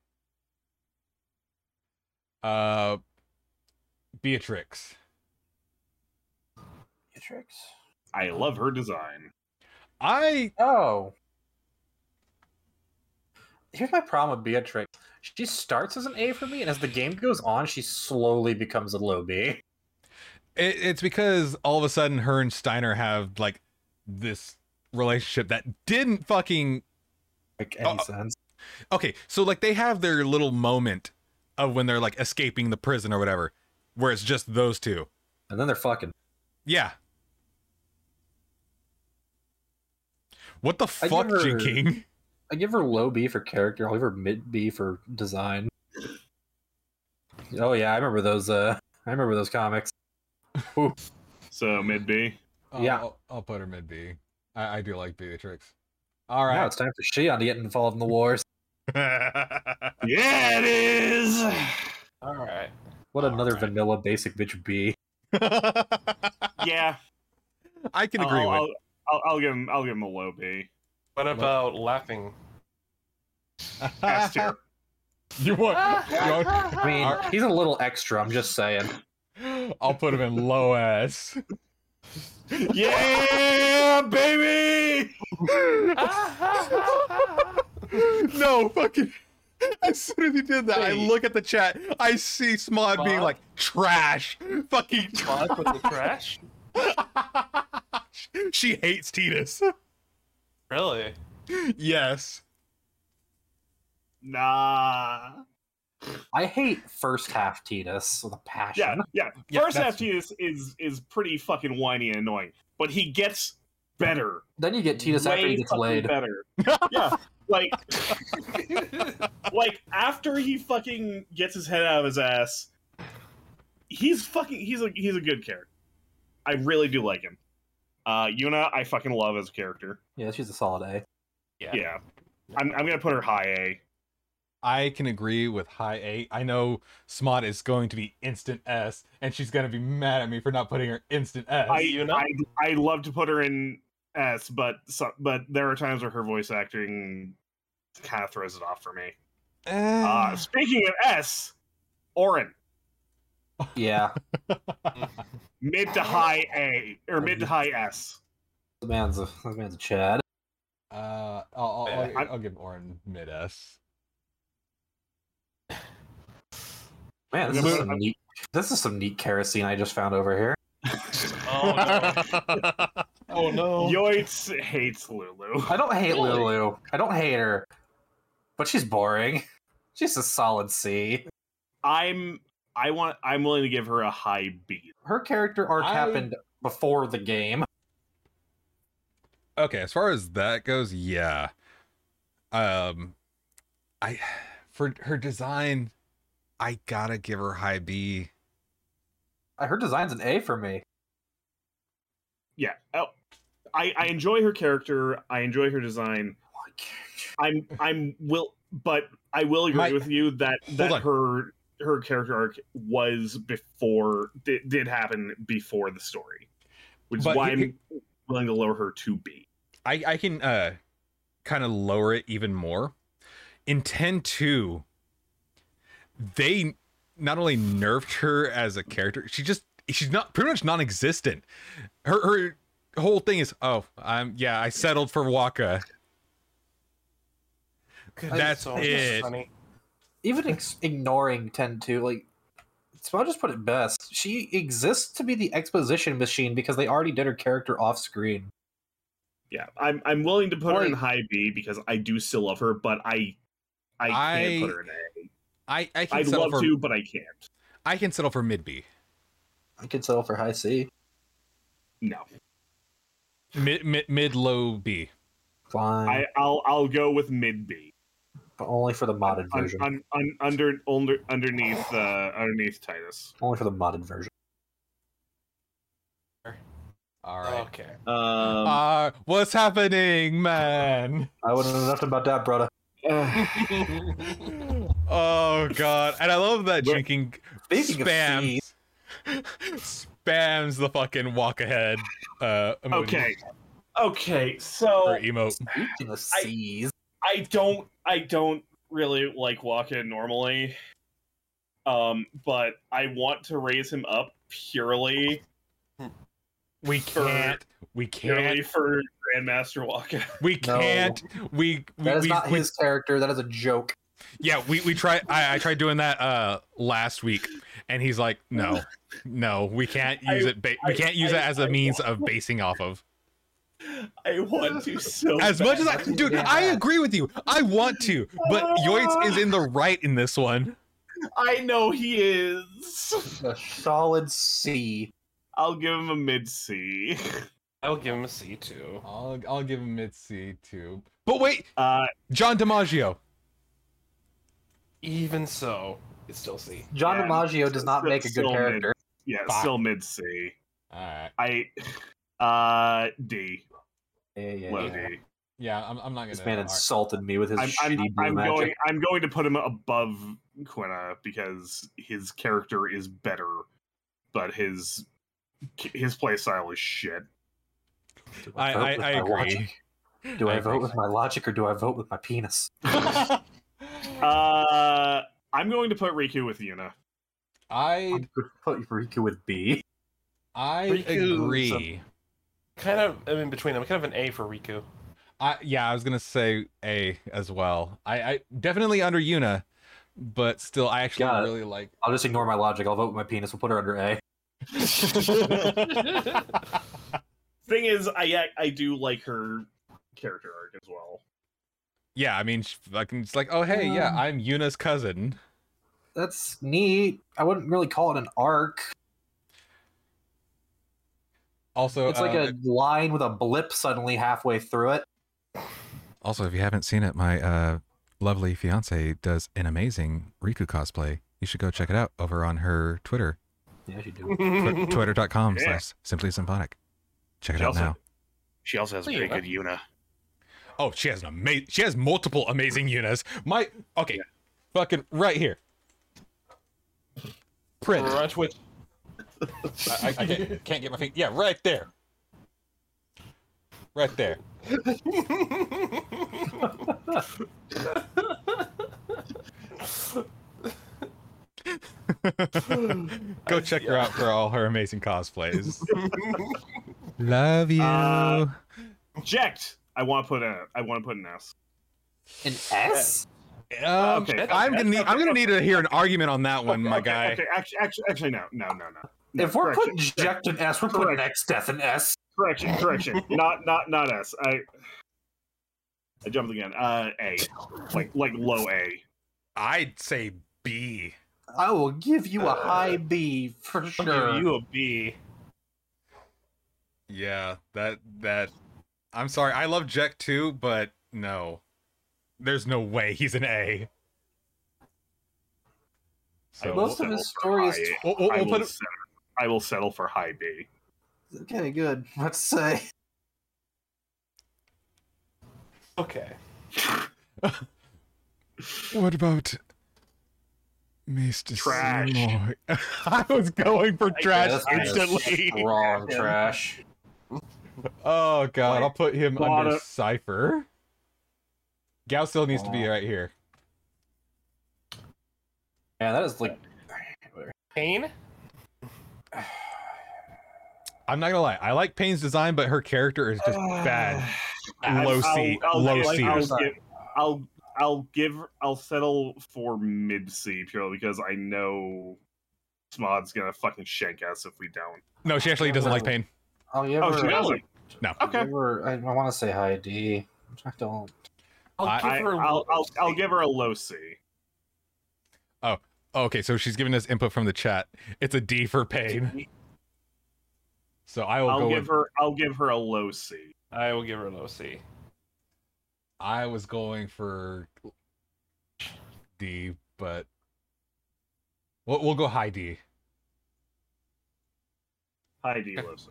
Uh, Beatrix.
Beatrix.
I love her design.
I
Oh. Here's my problem with Beatrix. She starts as an A for me, and as the game goes on, she slowly becomes a low B.
it, it's because all of a sudden her and Steiner have like this relationship that didn't fucking
Make any
Uh,
sense.
okay. So like they have their little moment of when they're like escaping the prison or whatever, where it's just those two.
And then they're fucking.
Yeah. What the
I
fuck,
never-
Jin King?
I give her low B for character. I'll give her mid B for design. Oh yeah, I remember those. Uh, I remember those comics.
So mid B.
I'll-
Yeah.
Uh, I'll, I'll put her mid B. I, I do like Beatrix. All
Now
right.
it's time for Shion to get involved in the wars.
Yeah, it is.
All right.
What
All
another
right.
vanilla basic bitch B.
Yeah,
I can agree
I'll,
with.
I'll, I'll, I'll give him. I'll give him a low B.
What about laughing?
Pass tier.
you want?
I mean,
Alright.
he's a little extra. I'm just saying.
I'll put him in low ass.
yeah, baby.
no, fucking. As soon as he did that, I look at the chat. I see Smod being
Smod?
like trash, fucking. Trash.
Fuck with the trash?
she hates Titus.
Really?
yes.
Nah.
I hate first half Titus with a passion.
Yeah, yeah.
Yeah,
First
that's-
half is is is pretty fucking whiny and annoying, but he gets better.
Then you get Titus after
Way
he gets
fucking
laid.
better. yeah, like like after he fucking gets his head out of his ass, he's fucking he's a he's a good character. I really do like him. Uh Yuna, I fucking love as a character.
Yeah, she's a solid A.
Yeah.
Yeah. I'm I'm gonna put her high A.
I can agree with high A. I know Smod is going to be instant S, and she's gonna be mad at me for not putting her instant S.
I
Yuna?
I I love to put her in S, but so, but there are times where her voice acting kind of throws it off for me.
Eh. Ah,
Uh, speaking of S, Orin,
Yeah,
mid to high A or mid to
Oh.
high S.
this man's a this man's a Chad.
Uh, I'll, I'll,
Yeah,
I'll, I'll give Orin mid S.
Man, this
Yeah,
is
but-
some neat. This is some neat kerosene I just found over here.
Oh no. Oh no.
Yoitz hates Lulu.
I don't hate
Really?
Lulu. I don't hate her. but she's boring. She's a solid C.
I'm I want I'm willing to give her a high B.
Her character arc
I-
happened before the game.
Okay, as far as that goes, yeah. Um I for her design, I gotta give her high B.
Uh, Her design's an A for me.
Yeah. Oh, I I enjoy her character. I enjoy her design. I'm I'm will but I will agree
My-
with you that that
on.
her her character arc was before did, did happen before the story, which
But
is why
he-
I'm willing to lower her to B.
I I can uh kind of lower it even more. In 10 2, they not only nerfed her as a character, she just she's not pretty much non-existent. Her her whole thing is, oh, I'm yeah, I settled for Waka. That's it.
Funny.
Even ex- ignoring 10 2, like, so I'll just put it best. She exists to be the exposition machine because they already did her character off screen.
Yeah, I'm I'm willing to put her in
Right.
high B because I do still love her, but I I can't
I
put her in A.
I I can
I'd
settle
love
for
to, but I can't.
I can settle for mid B.
I could settle for high C.
No,
Mid mid mid low B.
Fine.
I, I'll I'll go with mid B.
but only for the modded
Un,
version.
un, un, under, under underneath uh, underneath Titus.
only for the modded version.
All right.
Okay.
Um,
Uh, what's happening, man?
I wouldn't have known about that, brother.
Oh god. And I love that
We're-
drinking
Speaking of C,
spams spams the fucking walk ahead uh emoji
okay, okay.
or E.
So
emote.
speaking of C's,
I don't I don't really like Waka normally, um, but I want to raise him up purely
We
For-
can't we
purely
can't
for Grandmaster Waka.
we
No.
can't we we,
that is
we,
not
we-
his character. That is a joke.
yeah we we try I, I tried doing that uh last week and he's like no no we can't
I-
use it ba- we
I-
can't use
I-
it as a
I-
means of basing off of
I want to so
as much as I,
bad.
dude,
Yeah.
I agree with you. I want to, but Yoitz is in the right in this one.
I know he is.
A solid C.
I'll give him a mid C.
I'll give him a C too.
I'll I'll give him mid C too. But wait,
Uh,
John DiMaggio.
Even so, it's still C.
John
Yeah,
DiMaggio does not
still-
make a good
still mid.
character.
yeah,
Fuck.
still mid C.
All right,
I uh D.
Yeah, yeah,
Low
yeah.
D.
yeah, I'm, I'm not
This man insulted me with his
I'm, I'm,
shitty blue
I'm
magic.
going I'm going to put him above Quina because his character is better, but his his playstyle is shit.
Do
I
vote
I,
with
I
my
agree.
logic? Do I,
I
vote
agree.
with my logic or do I vote with my penis?
Uh I'm going to put Riku with Yuna.
I
I'm gonna Put Riku with B.
I
Riku's
agree.
Kind of I'm in between. I'm kind of an A for Riku.
I yeah, I was gonna say A as well. I I definitely under Yuna, but still, I actually
Got it.
really like.
I'll just ignore my logic. I'll vote with my penis. We'll put her under A.
Thing is, I I do like her character arc as well.
Yeah, I mean, sh- fucking, it's like, oh hey, yeah,
Um,
I'm Yuna's cousin.
That's neat. I wouldn't really call it an arc.
Also,
It's like
uh,
a line with a blip suddenly halfway through it.
Also, if you haven't seen it, my uh, lovely fiance does an amazing Riku cosplay. You should go check it out over on her Twitter,
Yeah, you do.
tw- twitter.com
Yeah.
slash simply symphonic. Check it
She
out
also-
now.
She also has a
Hey,
pretty
uh,
good Yuna.
Oh, she has an amazing, she has multiple amazing Yunas. My, okay,
Yeah.
fucking right here. Print.
We're on Twitch.
I, I, I can't, can't get my finger. Yeah, right there. Right there. Go check her out for all her amazing cosplays. Love you.
Uh, Ject. I want to put a I want to put an S.
An S?
Um,
okay, okay,
I'm gonna need, I'm gonna need to hear an argument on that one, my
Okay,
guy.
Okay, actually, actually, actually, no, no, no, no. no
If we're
correction,
putting Ject an S, we're putting X Death an S.
correction, correction, not, not, not us. I I jumped again. Uh, A, like like low A.
I'd say B.
I will give you a
Uh,
high B for
I'll
sure.
give you a B.
Yeah, that that. I'm sorry. I love Jack too, but no, there's no way he's an A. So
will
Most of his
settle for
story is
high A.
we'll, we'll-
I
we'll
will
put it-
settle- I will settle for high B.
Okay, good. Let's say
Okay.
What about Mr.
Trash.
Seymour? I was going for trash
that's kind of
instantly.
strong trash.
Oh god, I'll put him
Lot
under
of-
cipher. Gao still needs to be right here.
Yeah, that is like
Pain?
I'm not gonna lie, I like Payne's design, but her character is just bad.
I-
Low
I'll-
C,
I'll
low
give-
C.
I'll give, I'll I'll give I'll settle for mid C purely because I know Smod's gonna fucking shank us if we don't.
No, she actually doesn't like Payne.
I'll give
Oh,
her.
she doesn't.
No.
I'll
Okay.
give her- I, want to say high D. I don't.
I'll
I-
give
I,
her a
I'll, I'll I'll
C.
give her a low C.
Oh, Okay, so she's giving us input from the chat. It's a D for Payne. So I will
I'll
go
give
with,
her I'll give her a low C.
I will give her a low C.
I was going for D, but we'll, we'll go high D.
High D low C.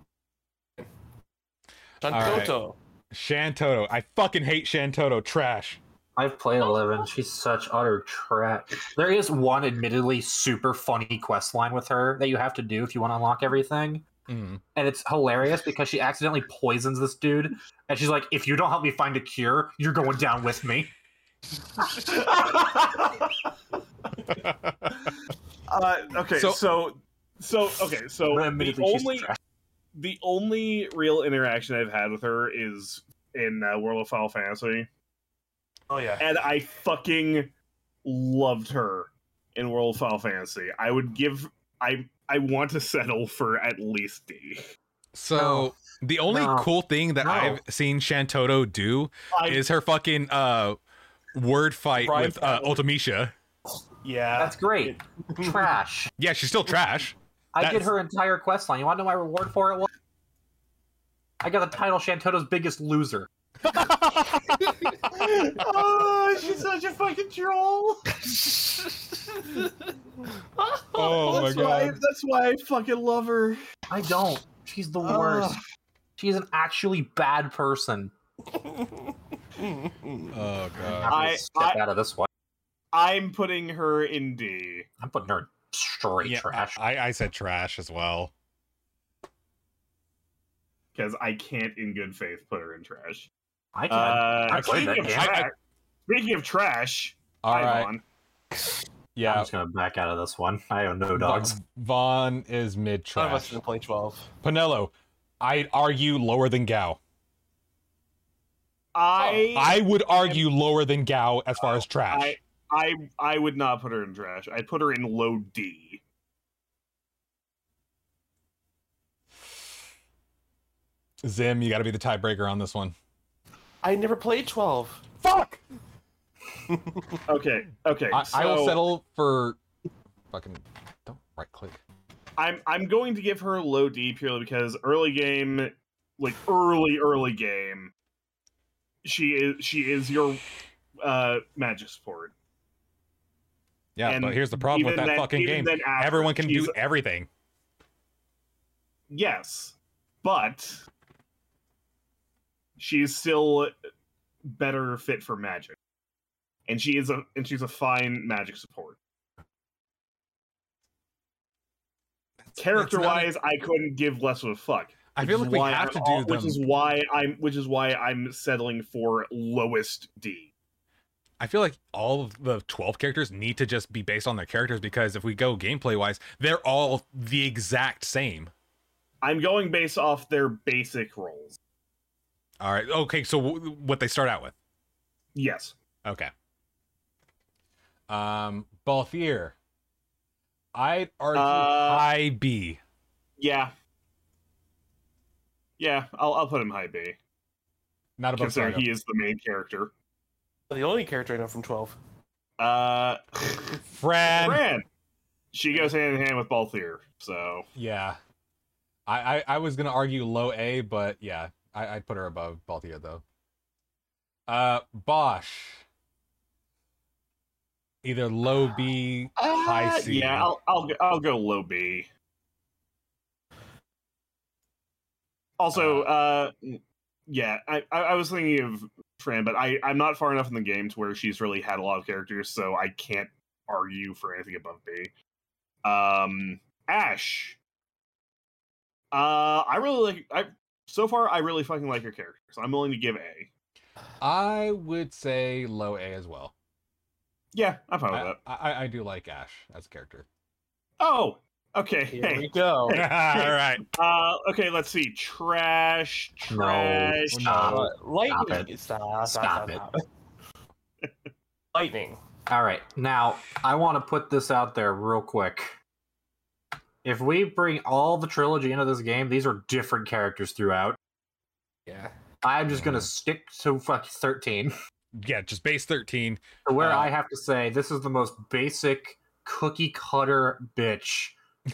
right.
Chantoto.
Shantoto. I fucking hate Shantoto. Trash.
I've played Eleven. She's such utter trash. There is one admittedly super funny quest line with her that you have to do if you want to unlock everything.
Mm.
And it's hilarious because she accidentally poisons this dude. And she's like, if you don't help me find a cure, you're going down with me.
Uh, okay,
So-
so, so okay, so
But
the
admittedly, she's
only
trash.
the only real interaction I've had with her is in uh, World of Final Fantasy,
Oh yeah.
and I fucking loved her in World of Final Fantasy. I would give I I want to settle for at least D.
So
No.
the only
No.
cool thing that
No.
I've seen Shantoto do
I,
is her fucking uh word fight
Rhyme
with uh,
battle.
Ultimisha.
Yeah.
That's great. trash.
Uh, Yeah, she's still trash.
I
That
did
is-
her entire quest line. You want to know my reward for it was? I got the title Shantoto's biggest loser.
oh, she's such a fucking troll.
Oh my
that's why
god.
that's why I fucking love her.
I don't. She's the worst. She's an actually bad person.
Oh
I'm
god.
gonna
I-
step out of this one.
I'm putting her in D.
I'm putting her straight
Yeah,
trash.
I, I said trash as well.
because I can't, in good faith, put her in trash.
I can.
Uh,
I played
speaking,
that
of
game.
trash
I-
speaking of trash,
All right.
Ivan,
I'm
Yeah.
just gonna back out of this one. I own no dogs.
Va- Vaughn is mid
None of us
trash.
didn't play twelve.
Pinello, I'd argue lower than Gao.
I,
Oh, I would argue lower than Gao as far as trash.
I, I, I would not put her in trash. I'd put her in low D.
Zim, you got to be the tiebreaker on this one.
I never played twelve.
Fuck.
Okay, okay.
I, I will
so
settle for fucking. Don't right click.
I'm, I'm going to give her low D purely because early game, like early, early game, she is, she is your uh magic support.
Yeah,
And
but here's the problem with
Even
that
then-
fucking
even
game.
then after,
Everyone can
she's
do everything.
Yes, but she's still better fit for magic, and she is a and she's a fine magic support. Character wise, I couldn't give less of a fuck.
I
which
feel
is
like we
why
have
I'm
to
all-
do them.
which is why I'm which is why I'm settling for lowest D.
I feel like all of the 12 characters need to just be based on their characters because if we go gameplay wise, they're all the exact same.
I'm going based off their basic roles.
All right. Okay. So w- what they start out with.
Yes,
Okay. Um, Balthier. I'd argue
Uh,
high B.
yeah, yeah. I'll I'll put him high B.
Not above
considering
Sargo.
he is the main character.
The only character I know from 12.
Uh,
Fran.
Fran. She goes hand in hand with Balthier, so
Yeah. I, I, I was gonna argue low A, but yeah, I, I'd put her above Baltia though. Uh Bosch. Either low B, high
Uh,
C.
Yeah, I'll, I'll go- I'll go low B. Also, uh, yeah, I I I was thinking of Fran, but I I'm not far enough in the game to where she's really had a lot of characters, so I can't argue for anything above B. Um, Ash. Uh, I really like I so far I really fucking like her character, so I'm willing to give A.
I would say low A as well.
Yeah, I'm fine with
I,
Oh, that.
I, I do like Ash as a character.
Oh, okay.
Here
hey.
we go.
All right.
Uh, okay, let's see. Trash,
No.
trash.
No.
Uh, lightning.
Stop
Stop,
Stop
stop, stop, stop. lightning.
All right. Now, I want to put this out there real quick. If we bring all the trilogy into this game, these are different characters throughout.
Yeah.
I'm just going to
Mhm.
stick to fucking 13,
Yeah, just base thirteen.
to where
Uh-huh.
Uh,
I have to say this is the most basic cookie cutter bitch.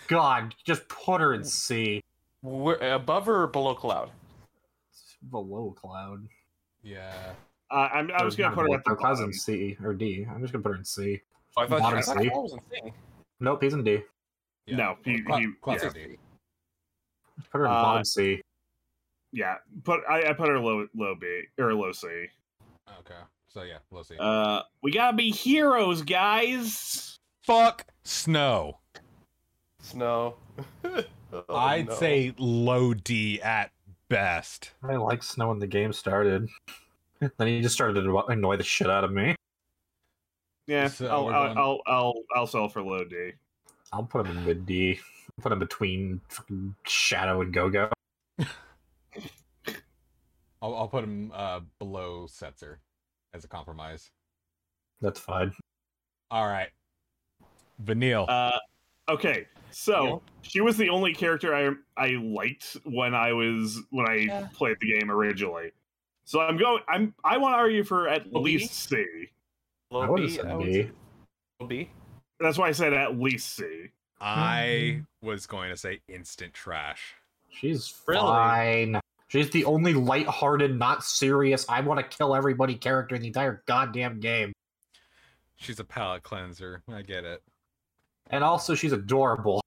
God, just put her in C.
We're above or below cloud?
It's below Cloud.
Yeah.
Uh, I'm, I was gonna put it at the
Cloud's in
bottom.
C or D. I'm just gonna put her in C.
Oh, I thought
Bottom
I thought
three.
Cloud was a thing.
Nope, he's in D.
yeah.
No, he,
Cla-
he,
Class
yeah,
D.
Put her in
Uh,
bottom C.
yeah. But I, I put her low, low B or low C.
Okay. So yeah, low C.
Uh, we gotta be heroes, guys.
Fuck snow.
Snow. Oh,
I'd
no.
say low D at best.
I like Snow when the game started. then he just started to annoy the shit out of me.
Yeah,
So
I'll,
we're
I'll,
going-
I'll, I'll, I'll sell for low D.
I'll put him in mid D. I'll Put him between fucking Shadow and Go Go.
I'll, I'll put him uh, below Setzer as a compromise.
That's fine.
All right. Vanille.
Uh, okay, so she was the only character I I liked when I was when I
Yeah.
played the game originally. So I'm going. I'm I want to argue for at
Low B?
least C.
I
Low
would have
B. I
said
would
B.
say Low B.
That's why I said at least C.
I was going to say instant trash.
She's
Really?
fine. She's the only lighthearted, not serious. I want to kill everybody character in the entire goddamn game.
She's a palate cleanser. I get it.
And also, she's adorable.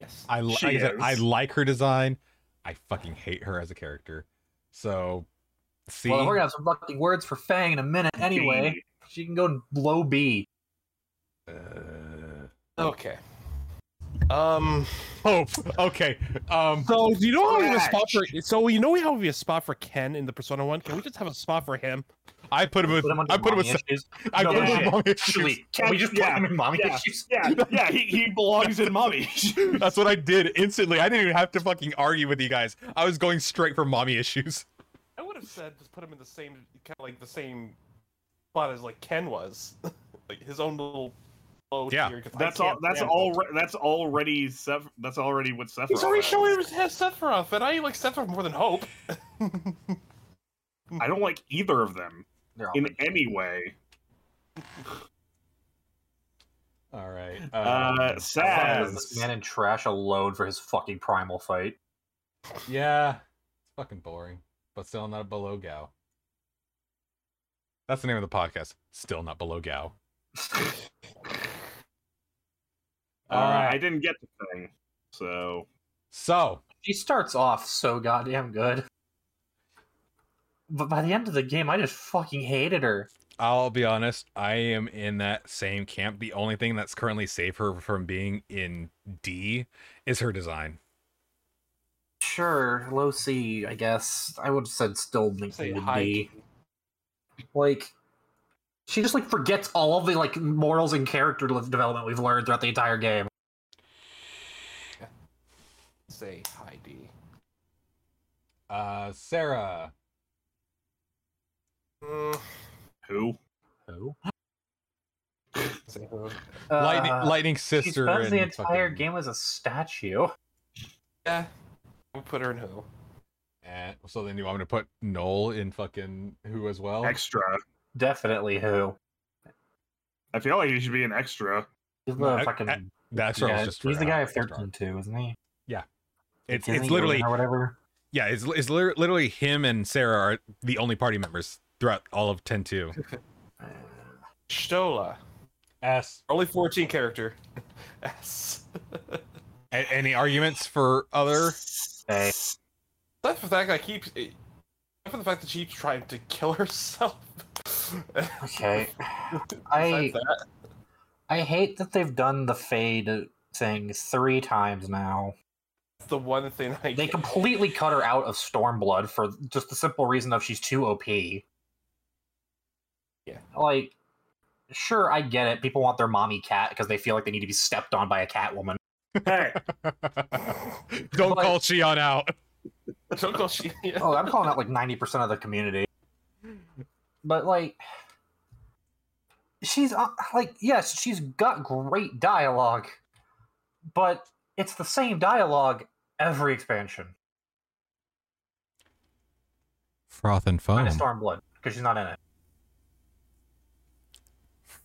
Yes.
I, li-
She
like I, said, I
is.
like her design. I fucking hate her as a character. So, C.
Well, we're gonna have some fucking words for Fang in a minute. Anyway,
B.
she can go low B.
Uh,
Okay. Um.
hope. Okay. Um.
So do you know how we have a
Trash.
spot for? So you know we have a spot for Ken in the Persona One. Can we just have a spot for him?
I put him with.
Put him under
I put him
mommy
with. Se-
issues.
I
No,
put him
shit.
with. mommy issues.
Actually, can we just put
Yeah,
him in mommy
yeah.
issues?
Yeah, yeah, he, he belongs in mommy.
That's what I did instantly. I didn't even have to fucking argue with you guys. I was going straight for mommy issues.
I would have said just put him in the same kind of like the same spot as like Ken was, like his own little low
Yeah.
tier, 'cause I
that's all.
can't
That's
stand
all.
him.
That's already. Seph- that's already what Sephiroth.
He's already
is.
showing him has Sephiroth, and I like Sephiroth more than Hope.
I don't like either of them
They're all
in any way.
All right.
Uh,
Fuck,
Saz.
this man in trash alone for his fucking primal fight.
Yeah, it's fucking boring, but still not below Gao. That's the name of the podcast. Still not below Gao.
Uh, I didn't get the thing. So
So
She starts off so goddamn good. But by the end of the game, I just fucking hated her.
I'll be honest. I am in that same camp. The only thing that's currently saved her from being in D is her design.
Sure, low C, I guess. I would have said still mid
Say
mid
hi.
D. Like, she just like forgets all of the like morals and character li- development we've learned throughout the entire game.
Say hi D.
Uh, Sarah.
Mm,
who?
Who?
say who?
Lightning,
Uh,
Lightning's
she
sister.
spends the
and
entire
fucking-
game as a statue.
Yeah. We put her in who?
Eh, And so then you want me to put Noel in fucking who as well?
Extra.
Definitely who.
I feel like you should be an extra.
He's the
No, I-
fucking.
I- That's what I
guy-
was just
he's the
figuring
guy
out.
of thirteen too, isn't he?
It's
Isn't
it's
he Odin
literally
or whatever.
yeah. It's it's liter- literally him and Sarah are the only party members throughout all of ten two.
Stola.
S.
Only 14 character. S.
A- any arguments for other?
Hey,
Except for the fact that I keep. Except for the fact that she keeps trying to kill herself.
okay.
Besides
I
that,
I hate that they've done the fade thing three times now.
that's the one thing I
They
get.
completely cut her out of Stormblood for just the simple reason of she's too OP. Yeah. Like, sure, I get it. People want their mommy cat because they feel like they need to be stepped on by a cat woman.
Hey,
Don't
But-
call Cheon out.
Don't go she. Yeah.
Oh, I'm calling out like 90% of the community. But like she's uh, like yes, she's got great dialogue, but it's the same dialogue every expansion.
Froth and foam.
Minus Stormblood because she's not in it.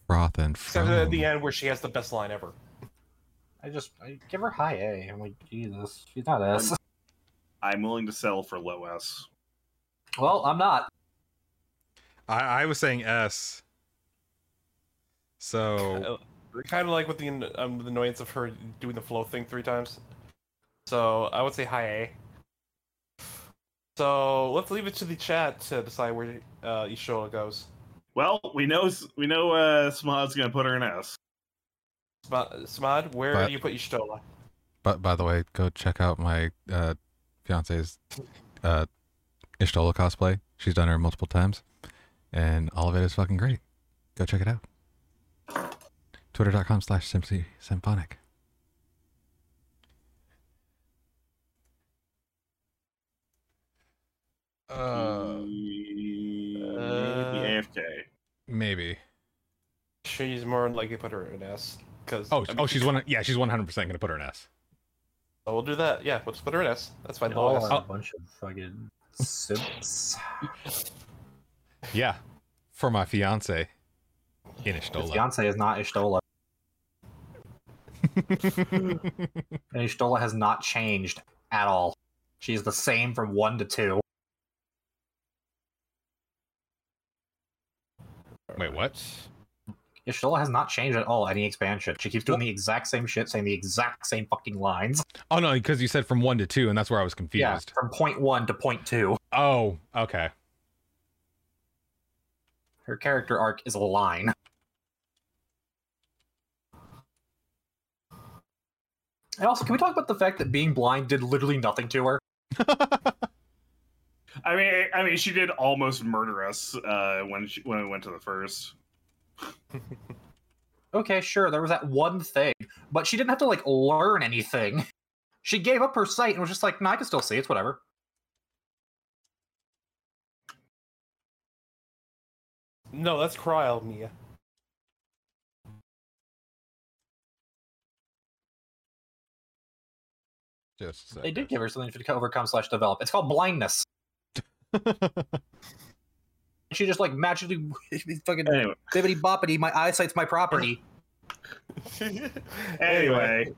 Froth and
Except at the end where she has the best line ever.
I just I give her high A. I'm like Jesus, she's not S.
I'm willing to sell for low S.
Well, I'm not.
I, I was saying S. So
Kind of like with the um, the annoyance of her doing the flow thing three times. So I would say high A. So let's leave it to the chat to decide where uh, Ishola goes.
Well, we know we know uh, Smod's gonna put her in S.
Sma- Smod, where
But-
do you put Ishtola?
but by the way, go check out my uh fiance's uh Ishtola cosplay. She's done her multiple times. And all of it is fucking great. Go check it out. Twitter.com slash simply symphonic. Uh,
Uh,
Maybe
uh,
AFK.
maybe.
She's more likely to put her in S. Cause,
Oh,
I mean,
oh, she's one. Yeah, she's one hundred percent gonna put her in S.
So we'll do that. Yeah, let's put her in S. That's fine.
Y'all
low
are
S.
a bunch of fucking simps.
Yeah, for my fiance in Ishtola.
Beyonce is not Ishtola, and Ishtola has not changed at all. She's the same from one to two.
Wait, what?
Ishtola has not changed at all any expansion. She keeps doing the exact same shit, saying the exact same fucking lines.
Oh no, because you said from one to two, and that's where I was
Yeah,
confused.
from point one to point two.
Oh, okay.
Her character arc is a line. And also, can we talk about the fact that being blind did literally nothing to her?
I mean, I mean, she did almost murder us uh, when she, when we went to the first.
Okay, sure, there was that one thing, but she didn't have to like learn anything. She gave up her sight and was just like, "No, I can still see. It's whatever."
No, that's Cryle, Mia.
Just
They did give her something to overcome slash develop. It's called blindness. She just like magically fucking
Anyway,
bibbity boppity. My eyesight's my property.
anyway.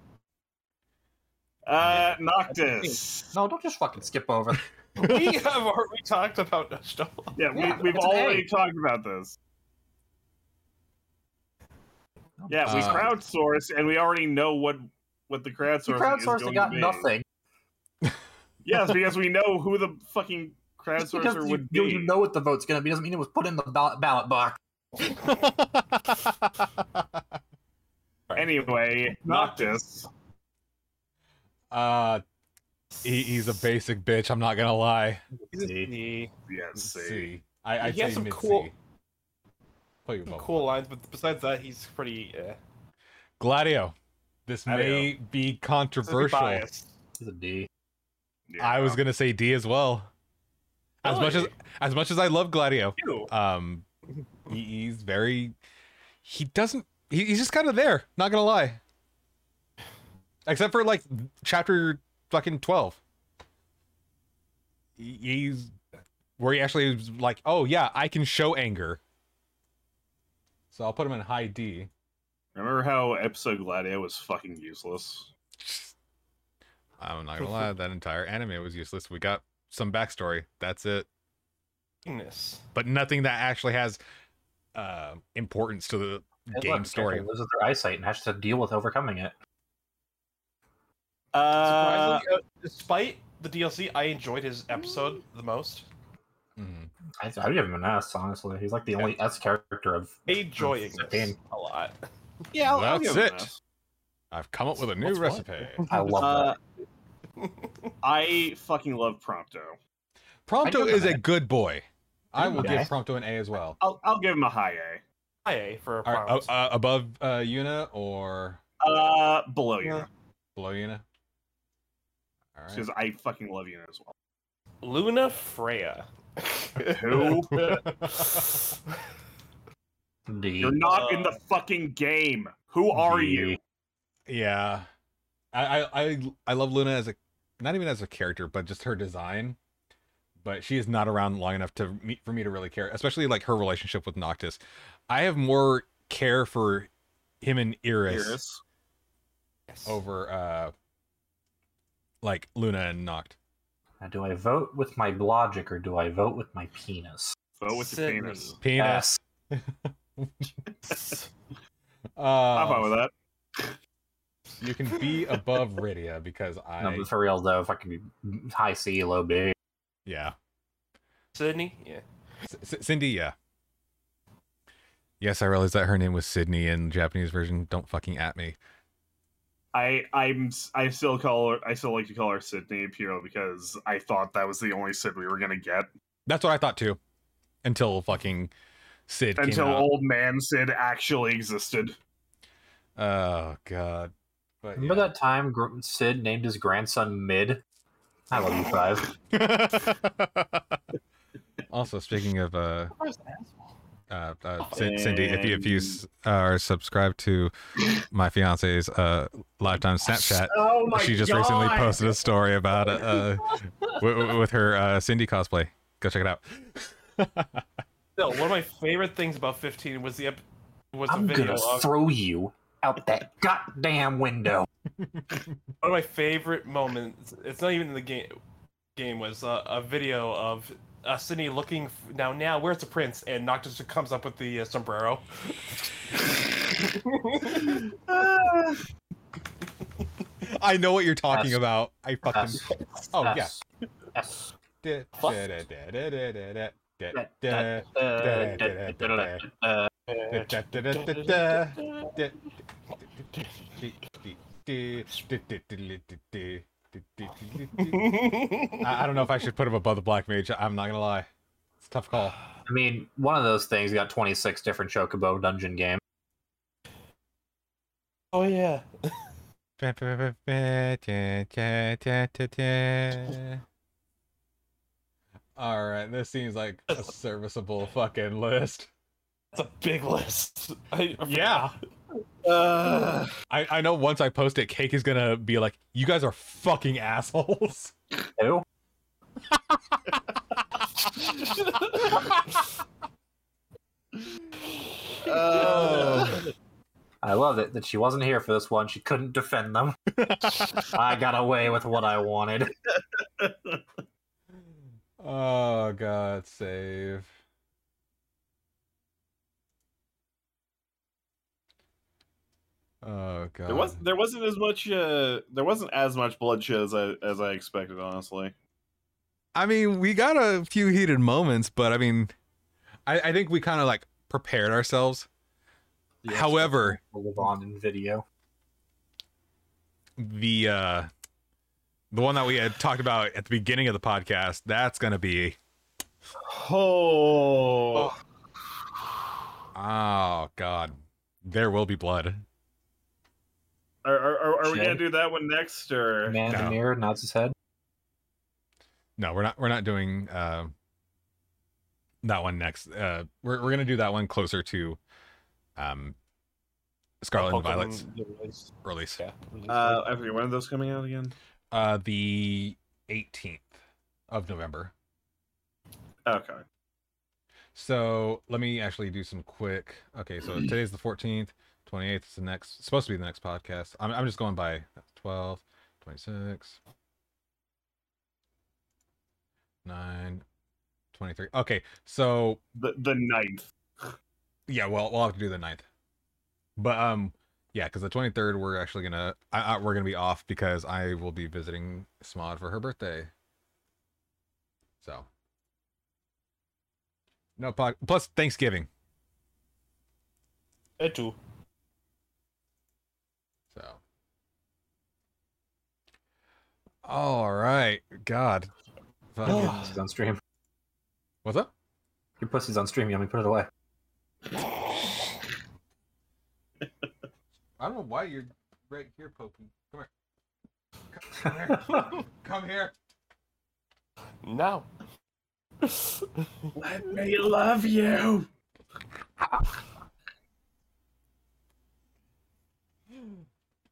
Uh, Noctis.
No, don't just fucking skip over.
we have already talked about Ishtola.
Yeah, we,
Yeah,
we've
it's an
already
A.
talked about this. Yeah, we
Uh,
crowdsourced, and we already know what what the
You
crowdsourcing. is
crowdsourced
going
and
to
got
be.
nothing.
Yes, because we know who the fucking
Just because
crowdsourcer
you,
would be.
you, you know what the vote's gonna be doesn't mean it was put in the ball- ballot box.
Anyway, Noctis.
uh, he, he's a basic bitch. I'm not gonna lie.
The
Yes, see.
C. I, I'd
He has
say
some
mid
cool-
C. Put your vote.
cool lines, but besides that, he's pretty. Uh,
Gladio. This may be controversial.
biased.
It's a D.
Yeah.
I was gonna say D as well. As much as as much as I love Gladio,
You.
um, he, he's very. He doesn't. He, he's just kind of there. Not gonna lie. Except for like chapter fucking twelve. he's where he actually was like, oh yeah, I can show anger. So I'll put him in high D.
Remember how episode Gladio was fucking useless?
I'm not gonna lie, that entire anime was useless. We got some backstory. That's it.
Goodness.
But nothing that actually has uh, importance to the
Hey,
game
look,
story.
Careful, loses their eyesight and has to deal with overcoming it.
Uh,
Surprisingly, uh, despite the DLC, I enjoyed his episode the most.
Mhm.
I, I would give him an S, honestly. He's like the only S character of.
Enjoying this
Damn.
a lot.
yeah, I'll, I'll
That's
give him
it.
that.
I've come up with a new
What's what?
recipe.
I love
Uh,
that.
I fucking love Prompto.
Prompto
give him
is
an
a good boy. I will
Okay.
give Prompto an A as well.
I'll, I'll give him a high A.
Hi, A, for a
All right,
promise.
uh, uh, above uh, Yuna or
Uh, below you
Yeah.
below Yuna? All right.
because I fucking love you as well.
Luna Freya.
Who?
D.
You're not in the
Uh,
fucking game. Who are you?
Yeah, I, I I I love Luna as a not even as a character, but just her design. But she is not around long enough to me, for me to really care, especially like her relationship with Noctis. I have more care for him and Iris,
Iris.
over uh like Luna and Noct.
Now, do I vote with my logic or do I vote with my penis?
Vote with your
Sydney.
penis.
Penis. Uh,
I'm fine with that.
You can be above Rydia because I
No, but Uh, for real though, if I can be high C, low B.
yeah.
Sydney? Yeah.
C- C- Cindy, yeah. Yes, I realized that her name was Sydney in Japanese version. Don't fucking at me.
I I'm s- I still call her I still like to call her Sydney purely because I thought that was the only Sid we were gonna get
That's what I thought too, until fucking Sid
until
came out.
old man Sid actually existed.
oh god. But
Remember that time Gr- Sid named his grandson Mid? I love you, Five.
that? also, speaking of uh, uh, uh Cin- Cindy, if you if you s- are subscribed to my fiance's uh lifetime Snapchat,
Oh
she just recently posted a story about uh w- w- with her uh Cindy cosplay. Go check it out.
No, one of my favorite things about 15 was the ep- was the
I'm
video
gonna
of
throw you out that goddamn window.
one of my favorite moments. It's not even in the game. Game was uh, a video of uh, Sydney looking f- now. Now where's the prince? And Noctis comes up with the uh, sombrero.
I know what you're talking
Yes.
about. I fucking
S,
oh yeah.
S, S.
Da-
Fuck.
da- da- da- da- da- da- da- da-
Da-
da-
Uh,
da- da- da- da-
uh,
da- da- da- da- da- da. Da- dee- dee- dee- dee- dee- dee- dee- dee- dee- dee- dee- dee- dee- dee. I I don't know if I should put him above the Black Mage. I'm not gonna lie. It's a tough call.
I mean, one of those things got 26 different Chocobo dungeon games.
oh yeah.
All right, this seems like a serviceable fucking list.
That's a big list. I, I
Yeah.
Uh,
I, I know once I post it, Cake is gonna be like, "You guys are fucking assholes."
Who? I love it that she wasn't here for this one. She couldn't defend them. I got away with what I wanted.
Oh god, save. Oh god.
There was there wasn't as much uh there wasn't as much bloodshed as I as I expected honestly.
I mean, we got a few heated moments, but I mean, I, I think we kind of like prepared ourselves.
The
However-
extra will live on in video.
The uh the one that we had talked about at the beginning of the podcast, that's gonna be
Oh,
oh god, there will be blood.
Are, are, are, are we
Shit.
gonna do that one next or
Man in
No.
the mirror nods his head.
No, we're not. We're not doing uh, that one next. Uh, we're we're gonna do that one closer to um, Scarlet and Violet's
Pokemon-
release.
Yeah.
uh I forget when are those coming out again?
Uh, the eighteenth of November.
Okay.
So let me actually do some quick. Okay, so today's the 14th, 28th is the next, supposed to be the next podcast. I'm, I'm just going by 12, 26, 9, 23. Okay, so
The the ninth.
yeah, well, we'll have to do the 9th. But, um, yeah, because the 23rd, we're actually gonna, I, I, we're gonna be off because I will be visiting Smod for her birthday. So, no, pod, plus Thanksgiving.
That too.
So. All right, God. Fuck it.
Your pussy's on stream.
What's up?
Your pussy's on stream, Yummy. Put it away.
I don't know why you're right here, Pokey. Come here. Come here. Come here.
No.
Let me love you.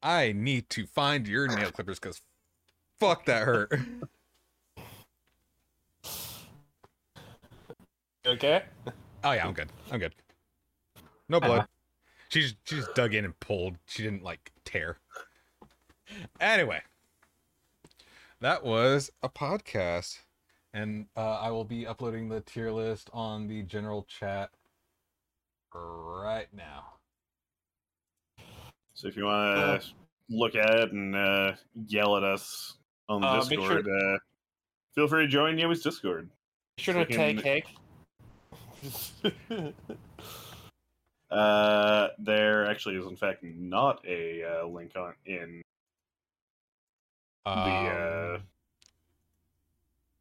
I need to find your nail clippers because fuck that hurt.
Okay.
Oh yeah, I'm good. I'm good. No blood. She just, she just dug in and pulled. She didn't like tear. Anyway, that was a podcast, and uh, I will be uploading the tier list on the general chat right now.
So if you want to look at it and uh, yell at us on
Uh, make sure-
Discord, uh, feel free to join Yami's Discord.
Be sure to
Freaking-
tag Hank.
Uh, there actually is, in fact, not a uh, link on in the uh,
Um,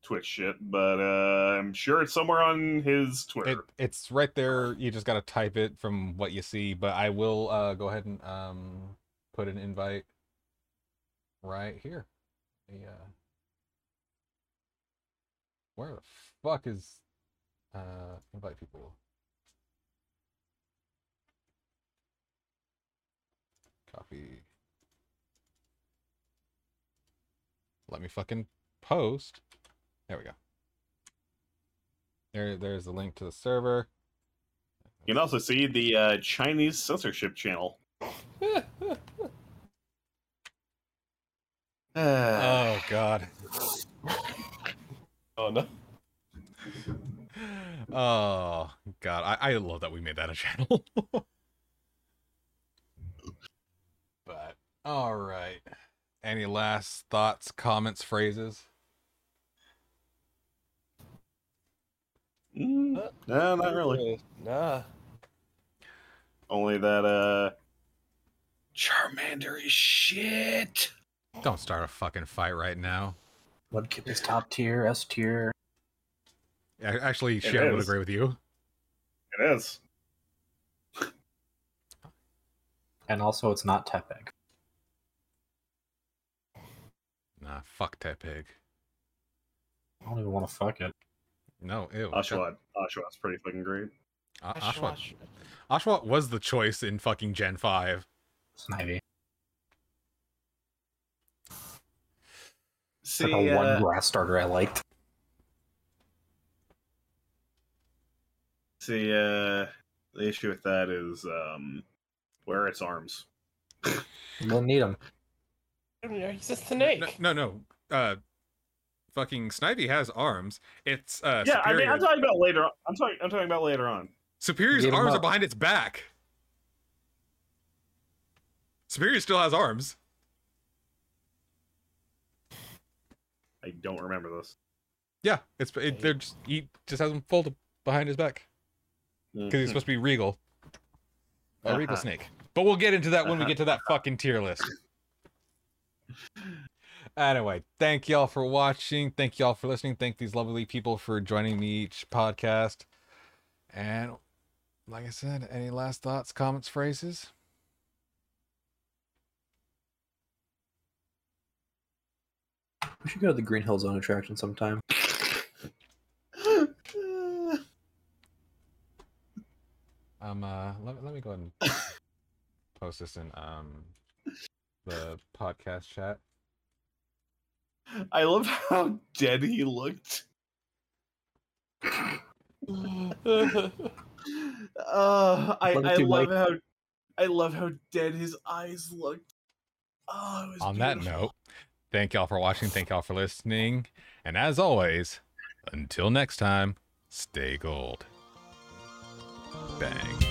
Twitch shit, but uh, I'm sure it's somewhere on his Twitter.
it, it's right there. You just gotta type it from what you see. But I will uh, go ahead and um, put an invite right here. The, uh, where the fuck is uh, invite people? Copy. Let me fucking post. There we go. There, there's the link to the server.
You can also see the uh, Chinese censorship channel. Uh,
Oh God.
oh no.
Oh God, I, I love that we made that a channel. but all right. Any last thoughts, comments, phrases?
mm, no, not really.
Nah.
Only that uh, Charmander is shit.
Don't start a fucking fight right now.
Mudkip is top tier, S tier.
A- Actually, Sharon would
is.
agree with you.
It is.
And also, it's not Tepig.
Nah, fuck that pig.
I don't even want to fuck it.
No, ew.
Oshawa. Oshawa's pretty fucking great.
A- Oshawa. Oshawa was the choice in fucking Gen Five.
It's an Ivy.
See, uh,
like a one grass starter I liked.
see, uh, the issue with that is um, where are its arms.
You'll need him.
He's a
No,
snake.
no, no. Uh, fucking Snivy has arms. It's uh,
yeah, I mean,
superior.
I'm talking about later. On. I'm talking. I'm talking about later on.
Superior's
Get 'em
arms are
up.
behind its back. Superior still has arms.
I don't remember this.
Yeah, it's it, they're just he just has them folded behind his back because he's supposed to be regal, a regal
Hmm. Uh-huh.
snake. But we'll get into that when we
Uh-huh.
get to that fucking tier list. Anyway, thank y'all for watching. Thank y'all for listening. Thank these lovely people for joining me each podcast. And like I said, any last thoughts, comments, phrases?
We should go to the Green Hill Zone attraction sometime.
Um, uh, let, let me go ahead and post this in um the podcast chat.
I love how dead he looked. Uh, I,
Love it
I
too,
love how I love how dead his eyes looked. Oh, it was
On that
beautiful.
note, thank y'all for watching. Thank y'all for listening. And as always, until next time, stay gold. Bang.